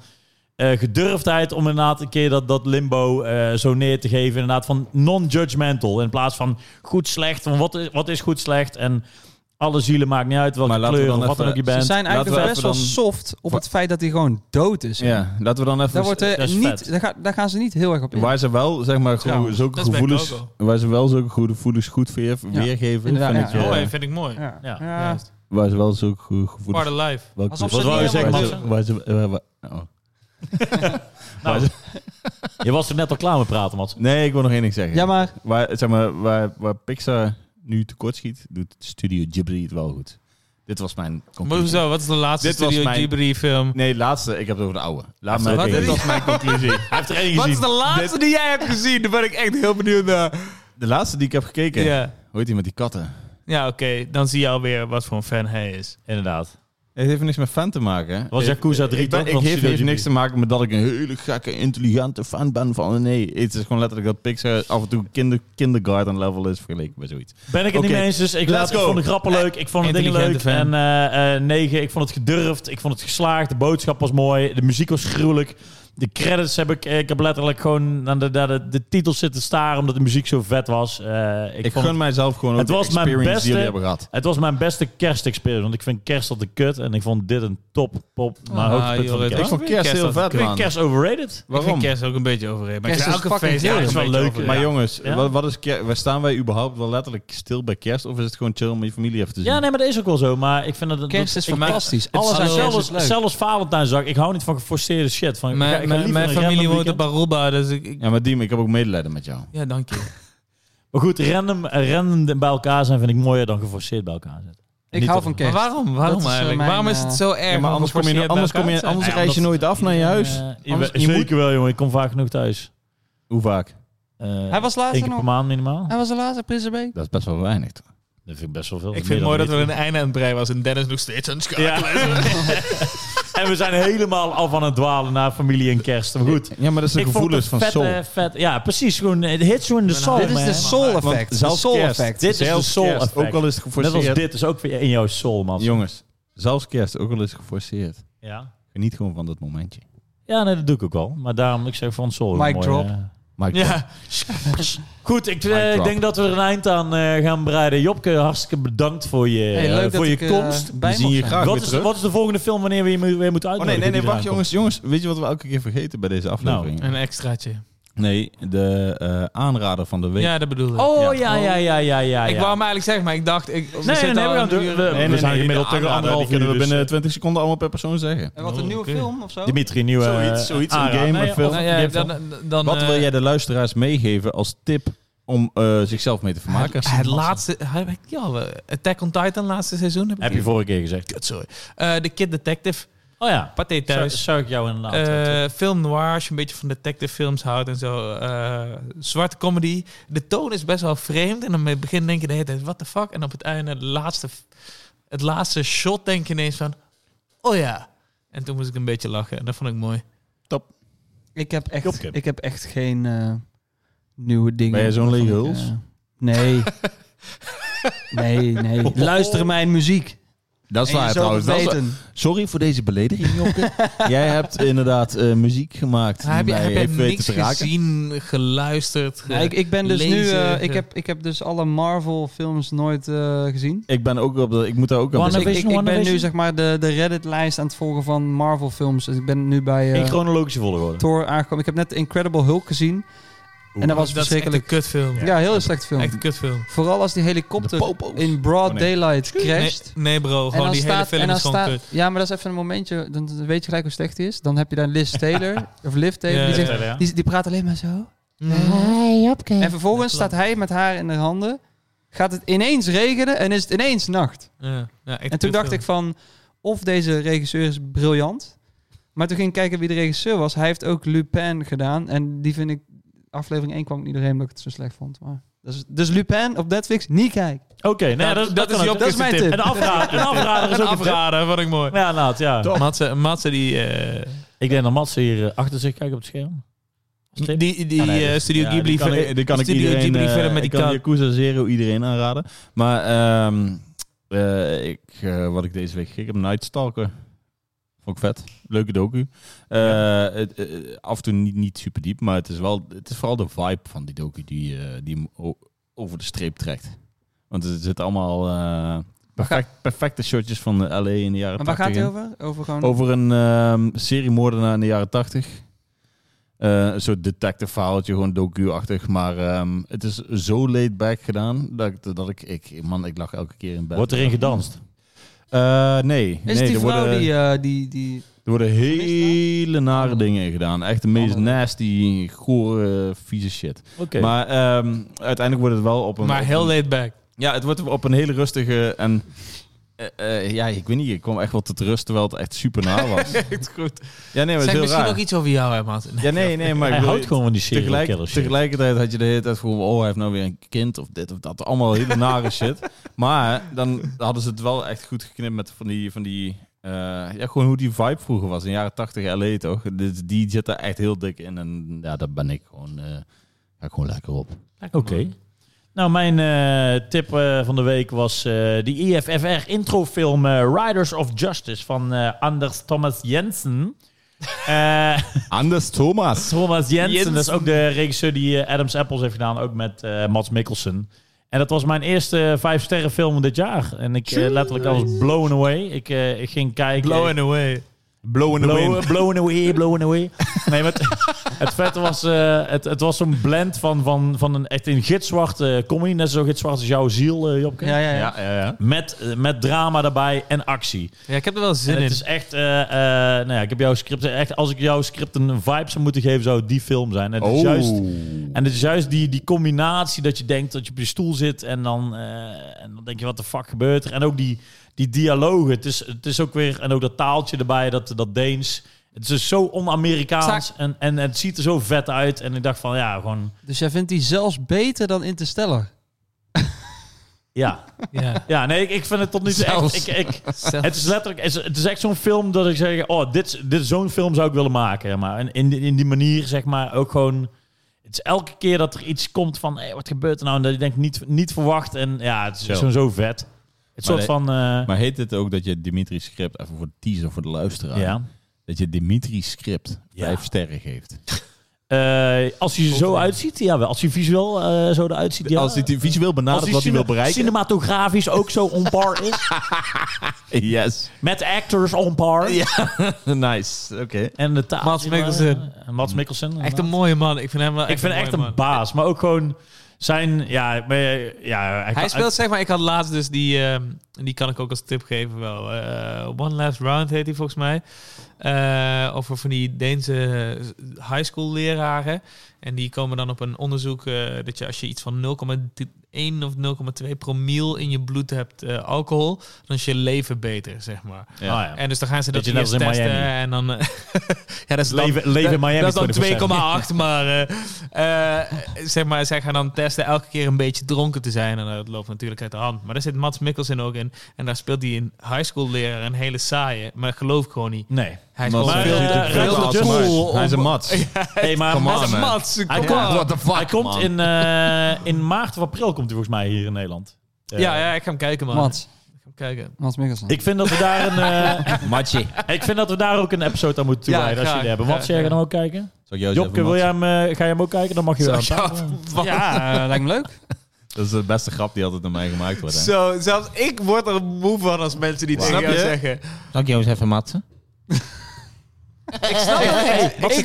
Speaker 1: eh, gedurfdheid om inderdaad een keer dat, dat limbo eh, zo neer te geven. Inderdaad van non-judgmental. In plaats van goed, slecht. Van wat, is, wat is goed, slecht? En alle zielen maakt niet uit welke
Speaker 2: Maar laten we
Speaker 1: kleur
Speaker 2: dan
Speaker 1: of wat dan
Speaker 2: even-
Speaker 1: ook je
Speaker 4: Ze
Speaker 1: bent.
Speaker 4: zijn
Speaker 2: laten we
Speaker 4: eigenlijk
Speaker 2: even
Speaker 4: best wel
Speaker 2: dan-
Speaker 4: soft op het feit dat hij gewoon dood is.
Speaker 2: Ja, laten we dan even...
Speaker 4: Daar, wordt, eh,
Speaker 1: dat is vet.
Speaker 4: niet, daar, ga- daar gaan ze niet heel erg op in.
Speaker 2: Waar ze wel, zeg maar, gewoon
Speaker 4: Ja,
Speaker 2: zulke
Speaker 3: dat is bij
Speaker 2: gevoelens...
Speaker 3: Coco.
Speaker 2: Waar ze wel zulke goede gevoelens goed weer, weergeven,
Speaker 4: inderdaad,
Speaker 2: vind
Speaker 4: ja.
Speaker 2: ik... eh,
Speaker 3: Mooi, vind ik mooi.
Speaker 4: Ja.
Speaker 1: Ja.
Speaker 4: Ja.
Speaker 3: Juist.
Speaker 2: waar ze wel zulke goede gevoelens...
Speaker 3: Part of life.
Speaker 2: welke-
Speaker 4: Alsof ze
Speaker 2: waar
Speaker 1: Wat wou je zeggen,
Speaker 4: niet helemaal
Speaker 1: Max?
Speaker 4: dood zijn.
Speaker 2: waar ze- eh, waar- oh.
Speaker 1: Nou, je was er net al klaar mee praten, Mats.
Speaker 2: Nee, ik wil nog één ding zeggen.
Speaker 4: Ja, maar
Speaker 2: waar, zeg maar, waar, waar Pixar nu tekort schiet, doet Studio Ghibli het wel goed. Dit was mijn
Speaker 3: Maar
Speaker 2: conclusie.
Speaker 3: hoezo? Wat is de laatste
Speaker 2: Dit was
Speaker 3: Studio
Speaker 2: mijn-
Speaker 3: Ghibli film?
Speaker 2: Nee, laatste. Ik heb het over de oude. Laat
Speaker 1: Wat
Speaker 2: maar.
Speaker 1: is
Speaker 2: Dit
Speaker 1: dit?
Speaker 2: was mijn conclusie.
Speaker 1: Hij heeft er één
Speaker 3: Wat is
Speaker 1: gezien.
Speaker 3: de laatste die jij hebt gezien? Daar ben ik echt heel benieuwd naar.
Speaker 2: De laatste die ik heb gekeken.
Speaker 3: Ja,
Speaker 2: Hoe heet die met die katten?
Speaker 3: ja oké. Dan zie je alweer wat voor een fan hij is.
Speaker 1: Inderdaad.
Speaker 2: Het heeft niks met fan te maken. hè?
Speaker 1: Was
Speaker 2: Ik-
Speaker 1: Yakuza 3
Speaker 2: ik, ben-
Speaker 1: toch
Speaker 2: ik
Speaker 1: van
Speaker 2: heeft,
Speaker 1: Studio
Speaker 2: heeft
Speaker 1: Ghibli?
Speaker 2: niks te maken met dat ik een hele gekke, intelligente fan ben van... Nee, het is gewoon letterlijk dat Pixar af en toe kinder, kindergarten level is vergeleken bij zoiets.
Speaker 1: Ben ik het niet
Speaker 2: Oké,
Speaker 1: mee eens, dus ik,
Speaker 2: let's
Speaker 1: laat, ik
Speaker 2: go.
Speaker 1: vond de grappen leuk, ik vond de dingen leuk.
Speaker 3: Intelligente
Speaker 1: En
Speaker 3: fan.
Speaker 1: eh, eh, negen, ik vond het gedurfd, ik vond het geslaagd, de boodschap was mooi, de muziek was gruwelijk. De credits heb ik, ik heb letterlijk gewoon naar de, naar de, de titels zitten staren omdat de muziek zo vet was. Eh, ik
Speaker 2: Ik,
Speaker 1: vond
Speaker 2: gun
Speaker 1: het,
Speaker 2: mijzelf gewoon ook
Speaker 1: Het
Speaker 2: de
Speaker 1: was mijn
Speaker 2: experience die jullie
Speaker 1: beste-
Speaker 2: hebben gehad.
Speaker 1: het was mijn beste kerstexperience, want ik vind kerst altijd kut en ik vond dit een top pop, maar
Speaker 3: Ah,
Speaker 1: hoogtepunt
Speaker 3: joh,
Speaker 1: van de
Speaker 3: dat
Speaker 1: kerst.
Speaker 2: Ik vond kerst heel vet,
Speaker 1: Ik
Speaker 2: man.
Speaker 1: vind kerst overrated.
Speaker 3: Ik
Speaker 2: Waarom?
Speaker 3: vind kerst ook een beetje overheen. Maar
Speaker 4: Kerst
Speaker 3: ik
Speaker 4: is
Speaker 3: vind elke
Speaker 4: fucking
Speaker 3: feest
Speaker 4: leuk.
Speaker 3: ja,
Speaker 1: Is wel
Speaker 3: een beetje
Speaker 1: leuk,
Speaker 3: over-
Speaker 2: Maar
Speaker 3: ja.
Speaker 2: jongens,
Speaker 1: Ja.
Speaker 2: wat, wat is kerst? Waar staan wij überhaupt wel letterlijk stil bij kerst? Of is het gewoon chill om je familie even te zien?
Speaker 1: Ja, nee, maar dat is ook wel zo, maar ik vind dat... dat-
Speaker 4: Kerst is
Speaker 3: ik maak-
Speaker 4: fantastisch.
Speaker 1: Alles
Speaker 4: Alles aan kerst is
Speaker 1: zelfs,
Speaker 4: leuk.
Speaker 1: zelfs Valentijnsdag. Ik hou niet van geforceerde shit. Van, ik ga- ik ga
Speaker 3: Mijn, mijn,
Speaker 1: liever
Speaker 3: mijn
Speaker 1: een
Speaker 3: familie
Speaker 1: random
Speaker 3: woont
Speaker 1: weekend.
Speaker 3: op Aruba, dus ik... ik-
Speaker 2: Ja, maar Diem, ik heb ook medelijden met jou.
Speaker 3: ja, dank je.
Speaker 1: Maar goed, random, random bij elkaar zijn vind ik mooier dan geforceerd bij elkaar zitten.
Speaker 4: Ik
Speaker 1: Niet
Speaker 4: hou
Speaker 1: op-
Speaker 4: van
Speaker 3: Maar
Speaker 4: kerst.
Speaker 3: waarom? Waarom
Speaker 4: Dat is, eh,
Speaker 3: eigenlijk?
Speaker 4: mijn,
Speaker 3: waarom is
Speaker 4: eh,
Speaker 3: het zo erg?
Speaker 2: Ja, maar
Speaker 3: om
Speaker 2: anders kom je,
Speaker 3: geforceerd
Speaker 2: anders
Speaker 3: bij
Speaker 2: kom je,
Speaker 3: elkaar te
Speaker 2: anders
Speaker 1: Ja,
Speaker 2: reis je
Speaker 1: omdat-
Speaker 2: nooit af naar je huis.
Speaker 1: Eh, je
Speaker 2: Anders-
Speaker 1: we-
Speaker 2: je
Speaker 1: zeker wel, jongen. Ik kom vaak genoeg thuis.
Speaker 2: Hoe vaak?
Speaker 1: Eh,
Speaker 4: Hij was
Speaker 1: één
Speaker 4: laatst
Speaker 1: keer per
Speaker 4: nog.
Speaker 1: maand minimaal.
Speaker 3: Oh.
Speaker 4: Hij was de laatste, Prinsen B.
Speaker 2: Dat is best wel weinig. toch?
Speaker 1: Dat vind ik best wel veel.
Speaker 3: zijn.
Speaker 2: Oh,
Speaker 3: Ik
Speaker 1: Meer
Speaker 3: vind het mooi
Speaker 1: dan
Speaker 3: dat er
Speaker 1: dit.
Speaker 3: een einde aan het breien was en Dennis nog steeds aan het schakelen.
Speaker 1: Ja. en we zijn helemaal af aan het dwalen naar familie en kerst. Maar goed.
Speaker 2: Ja, maar dat is de
Speaker 1: Ik vond het
Speaker 2: gevoelens van
Speaker 1: vet,
Speaker 2: soul.
Speaker 1: eh, vet. Ja, precies. Gewoon, het hit zo in de soul,
Speaker 4: Dit is de
Speaker 1: Oh, man.
Speaker 4: soul effect. De
Speaker 2: zelfs
Speaker 4: soul
Speaker 2: kerst.
Speaker 4: effect.
Speaker 1: Dit is de
Speaker 2: Zelfs
Speaker 1: soul
Speaker 2: kerst,
Speaker 1: effect.
Speaker 2: Ook al is het
Speaker 1: Net als
Speaker 2: geforceerd.
Speaker 1: dit is ook weer in jouw soul, man.
Speaker 2: Jongens, zelfs kerst, ook al is het geforceerd.
Speaker 1: Ja.
Speaker 2: Geniet gewoon van dat momentje.
Speaker 1: ja, nee, dat doe ik ook wel. Maar daarom, ik zeg van soul.
Speaker 4: Mic
Speaker 1: mooi,
Speaker 4: drop.
Speaker 1: eh.
Speaker 2: Maar ik
Speaker 3: Ja.
Speaker 1: Goed, ik eh,
Speaker 2: Mic drop.
Speaker 1: denk dat we er een eind aan eh, gaan breiden. Jopke, hartstikke bedankt voor je,
Speaker 4: Hey,
Speaker 1: eh,
Speaker 4: leuk
Speaker 1: voor
Speaker 4: dat
Speaker 1: je
Speaker 4: ik, eh,
Speaker 1: komst.
Speaker 4: bij
Speaker 2: We zien
Speaker 4: mag
Speaker 2: je
Speaker 4: zijn.
Speaker 2: graag
Speaker 1: Wat
Speaker 2: weer
Speaker 1: is,
Speaker 2: terug.
Speaker 1: wat is de volgende film wanneer we je mu- weer moeten
Speaker 2: Oh
Speaker 1: uitnodigen?
Speaker 2: nee, nee, nee,
Speaker 1: die eraan
Speaker 2: wacht jongens, jongens. Weet je wat we elke keer vergeten bij
Speaker 1: Nou,
Speaker 2: deze aflevering?
Speaker 3: Een extraatje.
Speaker 2: Nee, de eh, aanrader van de week.
Speaker 3: Ja, dat bedoel ik.
Speaker 1: komt? Oh ja, ja, ja, ja, ja. ja.
Speaker 3: ik wou hem eigenlijk zeggen, maar ik dacht... Ik, we
Speaker 1: nee,
Speaker 3: zitten
Speaker 1: nee,
Speaker 3: al
Speaker 1: we
Speaker 3: een
Speaker 1: gaan door.
Speaker 3: uur-
Speaker 1: We-
Speaker 2: Nee, nee,
Speaker 1: we
Speaker 2: nee,
Speaker 1: zijn
Speaker 2: die
Speaker 1: inmiddels
Speaker 2: aanrader,
Speaker 1: tegen anderhalf
Speaker 2: Die kunnen
Speaker 1: uur,
Speaker 2: we binnen
Speaker 1: dus,
Speaker 2: 20 seconden allemaal per persoon zeggen.
Speaker 4: En wat
Speaker 3: Oh,
Speaker 4: een nieuwe
Speaker 3: oké.
Speaker 4: film of zo?
Speaker 1: Dimitri, nieuwe eh,
Speaker 2: Zoiets, zoiets, een game, een film.
Speaker 3: Nou ja, dan, dan, dan,
Speaker 2: Wat
Speaker 3: eh,
Speaker 2: wil jij de luisteraars meegeven als tip om eh, zichzelf mee te vermaken?
Speaker 3: Het, het laatste... Heb ik die al? eh, Attack on Titan, laatste seizoen. Heb, ik
Speaker 1: Heb
Speaker 3: die-
Speaker 1: je vorige keer gezegd.
Speaker 3: Kut, sorry. Eh, The Kid Detective.
Speaker 1: Oh ja,
Speaker 3: Pathé
Speaker 1: zou,
Speaker 3: thuis.
Speaker 1: zou ik jou inderdaad... eh, terug-
Speaker 3: Eh, film noir, als je een beetje van detective films houdt en zo. eh, zwarte comedy. De toon is best wel vreemd. En dan bij het begin denk je de hele tijd, what the fuck? En op het einde, de laatste, het laatste shot denk je ineens van, oh ja. En toen moest ik een beetje lachen. En dat vond ik mooi.
Speaker 4: Ik heb echt,
Speaker 1: Jopke.
Speaker 4: ik heb echt geen eh, nieuwe dingen.
Speaker 2: Ben jij zo'n
Speaker 4: waarvan
Speaker 2: lege
Speaker 4: ik,
Speaker 2: huls?
Speaker 4: eh, nee. nee,
Speaker 2: Oh.
Speaker 4: nee. Luister mijn muziek.
Speaker 2: Dat is
Speaker 4: En
Speaker 2: waar
Speaker 4: je
Speaker 2: trouwens.
Speaker 4: zult
Speaker 2: Dat
Speaker 4: het
Speaker 2: is waar.
Speaker 4: weten.
Speaker 2: Sorry voor deze belediging, Jokke. jij hebt inderdaad eh, muziek gemaakt.
Speaker 3: heb je,
Speaker 2: die mij
Speaker 3: heb
Speaker 2: heeft
Speaker 3: je
Speaker 2: weten
Speaker 3: niks
Speaker 2: te raken.
Speaker 3: gezien, geluisterd? ge-
Speaker 4: Ja, ik, ik ben dus nu...
Speaker 3: lezen,
Speaker 4: eh, ik,
Speaker 3: ge-
Speaker 4: heb, ik heb dus alle Marvel films nooit eh, gezien.
Speaker 2: Ik ben ook op dat. Ik moet daar ook aan
Speaker 1: Wanna
Speaker 4: Dus
Speaker 2: denken.
Speaker 4: ik, ik,
Speaker 1: WandaVision,
Speaker 4: ik ben nu
Speaker 1: WandaVision?
Speaker 4: zeg maar de, de Reddit-lijst aan het volgen van Marvel films. Dus ik ben nu bij eh,
Speaker 1: in chronologische volgorde.
Speaker 4: Thor aangekomen. Ik heb net Incredible Hulk gezien. En dat was
Speaker 3: dat is echt een
Speaker 4: verschrikkelijk.
Speaker 3: kutfilm.
Speaker 4: Ja, heel slecht film.
Speaker 3: Echt een kutfilm.
Speaker 4: Vooral als die
Speaker 2: De
Speaker 4: helikopter
Speaker 2: popo's.
Speaker 4: in broad
Speaker 2: Oh, nee.
Speaker 4: daylight
Speaker 3: Nee,
Speaker 4: crasht.
Speaker 3: nee bro, gewoon die hele film is gewoon kut.
Speaker 4: ja, maar dat is even een momentje. Dan weet je gelijk hoe slecht hij is. Dan heb je daar Liz Taylor, of Liv Taylor,
Speaker 3: Ja,
Speaker 4: die,
Speaker 3: ja,
Speaker 4: zegt,
Speaker 1: ja.
Speaker 4: Die, die praat alleen maar zo. En vervolgens staat hij met haar in de handen. Gaat het ineens regenen en is het ineens nacht.
Speaker 3: Ja, ja, echt
Speaker 4: En toen dacht ik
Speaker 3: kutfilm.
Speaker 4: van, of deze regisseur is briljant. Maar toen ging ik kijken wie de regisseur was. Hij heeft ook Lupin gedaan. En die vind ik, aflevering 1 kwam ik niet doorheen omdat ik het zo slecht vond. Maar, dus, dus Lupin op Netflix, niet kijken.
Speaker 1: Oké, nee,
Speaker 3: Nou,
Speaker 1: dat, dat, kan ook.
Speaker 4: Dat is mijn tip.
Speaker 1: Een afrader, een afrader is
Speaker 3: Een
Speaker 1: ook een tip.
Speaker 3: afrader, vond ik mooi.
Speaker 1: Ja, nou, ja.
Speaker 3: Matze, Matze die, eh,
Speaker 1: Ik denk dat Mats hier eh, achter zich kijkt op het scherm. Als tip.
Speaker 3: die, die
Speaker 1: Ja, nee,
Speaker 3: eh,
Speaker 1: dat-
Speaker 3: Studio
Speaker 1: ja, die
Speaker 3: Ghibli...
Speaker 2: dus- Die kan
Speaker 3: ver-
Speaker 2: ik, die kan ik
Speaker 3: Studio
Speaker 2: iedereen.
Speaker 3: Ghibli
Speaker 2: eh,
Speaker 3: verder met die
Speaker 2: ik kan
Speaker 3: kat.
Speaker 2: Yakuza Zero iedereen aanraden. Maar ehm, eh, ik, eh, wat ik deze week gekeken heb, Night Stalker. Vond ik vet. Leuke docu. Eh, het, eh, af en toe niet, niet super diep, maar het is wel, het is vooral de vibe van die docu die, eh, die hem o- over de streep trekt. Want er zitten allemaal eh, perfect, perfecte shotjes van eh, LA in de jaren
Speaker 4: Maar waar
Speaker 2: 80
Speaker 4: gaat
Speaker 2: in.
Speaker 4: hij over? Over gewoon...
Speaker 2: Over een ehm, serie moordenaar in de jaren tachtig. Eh, een soort detective verhaaltje, gewoon docu-achtig. Maar ehm, het is zo laid back gedaan dat, ik- dat ik, ik... Man, ik lag elke keer in bed.
Speaker 1: Wordt erin gedanst.
Speaker 2: Eh, nee.
Speaker 4: Is
Speaker 2: nee,
Speaker 4: het die
Speaker 2: er
Speaker 4: vrouw
Speaker 2: worden,
Speaker 4: die, eh, die, die...
Speaker 2: Er worden hele nare dingen in gedaan. Echt de meest
Speaker 4: Oh.
Speaker 2: nasty, gore, vieze shit.
Speaker 1: Oké.
Speaker 2: Maar ehm, uiteindelijk wordt het wel op een...
Speaker 3: Maar
Speaker 2: op
Speaker 3: heel
Speaker 2: een-
Speaker 3: laid back.
Speaker 2: ja, het wordt op een hele rustige en... eh, eh, ja, ik weet niet. Ik kwam echt wel tot rust terwijl het echt super naar was.
Speaker 3: Echt goed.
Speaker 2: ja, nee, maar het
Speaker 3: zeg
Speaker 2: is heel
Speaker 3: misschien
Speaker 2: raar.
Speaker 3: nog iets over jou, hè, Matze?
Speaker 2: Ja, nee, nee, maar ik
Speaker 1: Hij
Speaker 2: bedoel,
Speaker 1: houdt gewoon van die serial
Speaker 2: tegelijk,
Speaker 1: killer shit.
Speaker 2: tegelijkertijd had je de hele tijd gewoon, oh, hij heeft nou weer een kind of dit of dat. Allemaal hele nare shit. Maar dan hadden ze het wel echt goed geknipt met van die, van die Eh, ja, gewoon hoe die vibe vroeger was, in de jaren 80 LA toch? Dus die zit daar echt heel dik in. En ja, daar ben ik gewoon, eh, ga ik gewoon lekker op.
Speaker 1: Oké. Nou, mijn eh, tip eh, van de week was eh die IFFR introfilm eh, Riders of Justice van eh, Anders Thomas Jensen. Eh,
Speaker 2: Anders Thomas.
Speaker 1: Thomas Jensen, dat is ook de regisseur die eh, Adams Apples heeft gedaan, ook met eh Mats Mikkelsen. En dat was mijn eerste vijf sterren film dit jaar. En ik eh, letterlijk, I was blown away. Ik, eh, ik ging kijken.
Speaker 3: Blown away.
Speaker 2: Blow in the
Speaker 1: Blow-
Speaker 2: wind.
Speaker 1: blown away, blown away. Nee, maar het, het vette was, eh, het, het was zo'n blend van, van, van een echt een gitzwarte comedy. Net zo gitzwart als jouw ziel, eh, Jopke.
Speaker 4: Ja, ja, ja.
Speaker 2: Ja, ja, ja.
Speaker 1: Met, eh, met drama daarbij en actie.
Speaker 3: Ja, ik heb er wel zin
Speaker 1: en
Speaker 3: in.
Speaker 1: het is echt, eh, eh, nou ja, ik heb jouw script, echt, als ik jouw script een vibe zou moeten geven, zou het die film zijn. En het
Speaker 2: Oh.
Speaker 1: is juist, en het is juist die, die combinatie dat je denkt dat je op je stoel zit en dan, eh, en dan denk je wat de fuck gebeurt er. En ook die, die dialogen, het is, het is ook weer, en ook dat taaltje erbij, dat, dat Deens. Het is dus zo on-Amerikaans en, en het ziet er zo vet uit. En ik dacht van ja, gewoon,
Speaker 4: Dus jij vindt die zelfs beter dan Interstellar?
Speaker 1: ja.
Speaker 3: Ja.
Speaker 1: Ja, nee, ik, ik vind het tot nu toe echt,
Speaker 3: Zelfs.
Speaker 1: ik, ik, Het is letterlijk, het is, het is echt zo'n film dat ik zeg, oh, dit, is- dit is zo'n film zou ik willen maken. zeg Maar en in, die- in die manier, zeg maar, ook gewoon. Het is elke keer dat er iets komt van, hey, wat gebeurt er nou? En dat je denkt niet, niet verwacht. En ja, het is
Speaker 2: Zo.
Speaker 1: zo'n zo vet. Het
Speaker 2: Maar
Speaker 1: soort van. eh,
Speaker 2: Maar heet het ook dat je Dimitri's script, even voor de teaser voor de luisteraar,
Speaker 1: ja.
Speaker 2: dat je Dimitri's script
Speaker 1: Ja.
Speaker 2: vijf sterren geeft?
Speaker 1: Eh, als hij er zo uitziet, ja wel. Als hij visueel eh, zo eruit ziet, ja.
Speaker 2: Als hij die visueel
Speaker 1: Als
Speaker 2: benadert
Speaker 1: hij
Speaker 2: wat hij
Speaker 1: cine-
Speaker 2: wil bereiken.
Speaker 1: cinematografisch ook zo on par is.
Speaker 2: Yes.
Speaker 1: met actors on par.
Speaker 2: Ja. nice. Oké.
Speaker 1: En de taal.
Speaker 3: Mads Mikkelsen.
Speaker 1: Eh, Mads Mikkelsen.
Speaker 3: Echt
Speaker 1: inderdaad.
Speaker 3: een mooie man. Ik vind hem wel
Speaker 1: Ik vind
Speaker 3: een
Speaker 1: echt
Speaker 3: mooie
Speaker 1: een
Speaker 3: man.
Speaker 1: baas, maar ook gewoon zijn, ja, maar, eh, ja
Speaker 3: Hij speelt, zeg maar, ik had laatst dus die, ehm, en die kan ik ook als tip geven wel. eh, One Last Round heet die volgens mij. Eh, over van die Deense eh, high school leraren. En die komen dan op een onderzoek eh, dat je als je iets van 0,1 of 0,2 promiel in je bloed hebt eh, alcohol, dan is je leven beter, zeg maar.
Speaker 1: Ah, ja.
Speaker 3: En dus dan gaan ze dat,
Speaker 1: Beetje net
Speaker 3: eerst
Speaker 1: als in
Speaker 3: testen
Speaker 1: Miami.
Speaker 3: en dan... eh, ja, dat is dan-
Speaker 1: Leven- leven in Miami
Speaker 3: Dat is
Speaker 1: 24%.
Speaker 3: dan 2,8, maar... eh, eh, zeg maar, zij gaan dan testen elke keer een beetje dronken te zijn. En dat loopt natuurlijk uit de hand. Maar daar zit Mats Mikkelsen ook in. En daar speelt hij een high school leraar, een hele saaie. Maar geloof ik gewoon niet.
Speaker 1: Nee.
Speaker 3: Hij is
Speaker 2: Maar,
Speaker 3: gewoon
Speaker 1: Maar,
Speaker 3: veel
Speaker 1: eh,
Speaker 3: te
Speaker 1: Rijnald
Speaker 3: veel
Speaker 1: Mats
Speaker 3: te
Speaker 1: Mats.
Speaker 3: cool om-
Speaker 2: Hij is een mat.
Speaker 1: Hey, maar
Speaker 2: Come on,
Speaker 1: Mats-
Speaker 2: man.
Speaker 3: Mats,
Speaker 1: Hij
Speaker 3: kom
Speaker 1: komt-
Speaker 3: op.
Speaker 2: What the fuck,
Speaker 1: hij komt
Speaker 2: man.
Speaker 1: in, eh, in maart of april komt hij volgens mij hier in Nederland. Eh,
Speaker 3: Ja, ja, ik ga hem kijken, man.
Speaker 4: Mats.
Speaker 3: Ik ga hem kijken.
Speaker 4: Mats Mikkelsen.
Speaker 1: Ik vind dat we daar een, eh,
Speaker 2: Matje.
Speaker 1: ik vind dat we daar ook een episode aan moeten
Speaker 3: Ja,
Speaker 1: toewijden als
Speaker 3: graag,
Speaker 1: jullie hebben.
Speaker 3: graag,
Speaker 1: Wat jij gaat
Speaker 3: graag.
Speaker 1: hem ook kijken?
Speaker 2: Zal ik jou eens
Speaker 1: Jopke,
Speaker 2: even
Speaker 1: wil jij
Speaker 2: matchen?
Speaker 1: hem, eh, ga je hem ook kijken? Dan mag je wel aan
Speaker 3: Zou-
Speaker 1: tafel.
Speaker 4: Ja, eh, lijkt me leuk.
Speaker 2: Dat is de beste grap die altijd naar mij gemaakt wordt. Hè?
Speaker 3: Zo, zelfs ik word er moe van als mensen die
Speaker 2: Snap
Speaker 3: tegen jou
Speaker 2: je?
Speaker 3: zeggen.
Speaker 2: Zal ik jou eens even matsen?
Speaker 1: Ik
Speaker 3: snap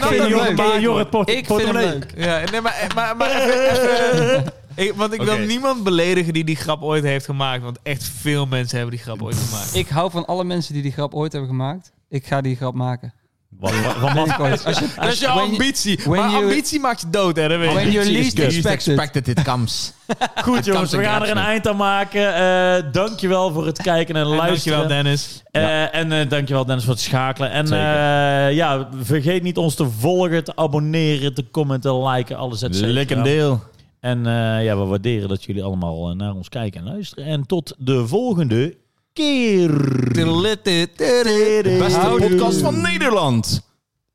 Speaker 1: vind
Speaker 3: dat
Speaker 1: Jor-
Speaker 3: leuk.
Speaker 1: maar Jor het port-
Speaker 3: Ik vind hem
Speaker 1: portemonnee.
Speaker 3: leuk. Ja, nee, maar, eh, maar, maar even- even- eh, ik, want ik
Speaker 2: Oké.
Speaker 3: wil niemand beledigen die die grap ooit heeft gemaakt. Want echt veel mensen hebben die grap ooit gemaakt.
Speaker 4: Ik hou van alle mensen die die grap ooit hebben gemaakt. Ik ga die grap maken.
Speaker 1: Wat- wat- wat- wat-
Speaker 4: Ik ooit. Als je,
Speaker 3: Dat is je ambitie.
Speaker 4: when
Speaker 3: maar
Speaker 4: you-
Speaker 3: ambitie maakt je dood, hè? Dat weet
Speaker 4: when
Speaker 3: je.
Speaker 4: you least expect it.
Speaker 2: expected it comes.
Speaker 1: Goed jongens, we
Speaker 2: in
Speaker 1: gaan er een
Speaker 2: reactie.
Speaker 1: eind aan maken. Eh dankjewel voor het kijken en
Speaker 3: En
Speaker 1: luisteren.
Speaker 3: Dankjewel, Dennis.
Speaker 1: Eh, En eh, dankjewel Dennis voor het schakelen. En
Speaker 2: Zeker.
Speaker 1: eh, ja, vergeet niet ons te volgen, te abonneren, te commenten, liken, alles et cetera.
Speaker 2: deel.
Speaker 1: En eh, ja, we waarderen dat jullie allemaal eh, naar ons kijken en luisteren. En tot de volgende keer.
Speaker 2: Beste podcast van Nederland.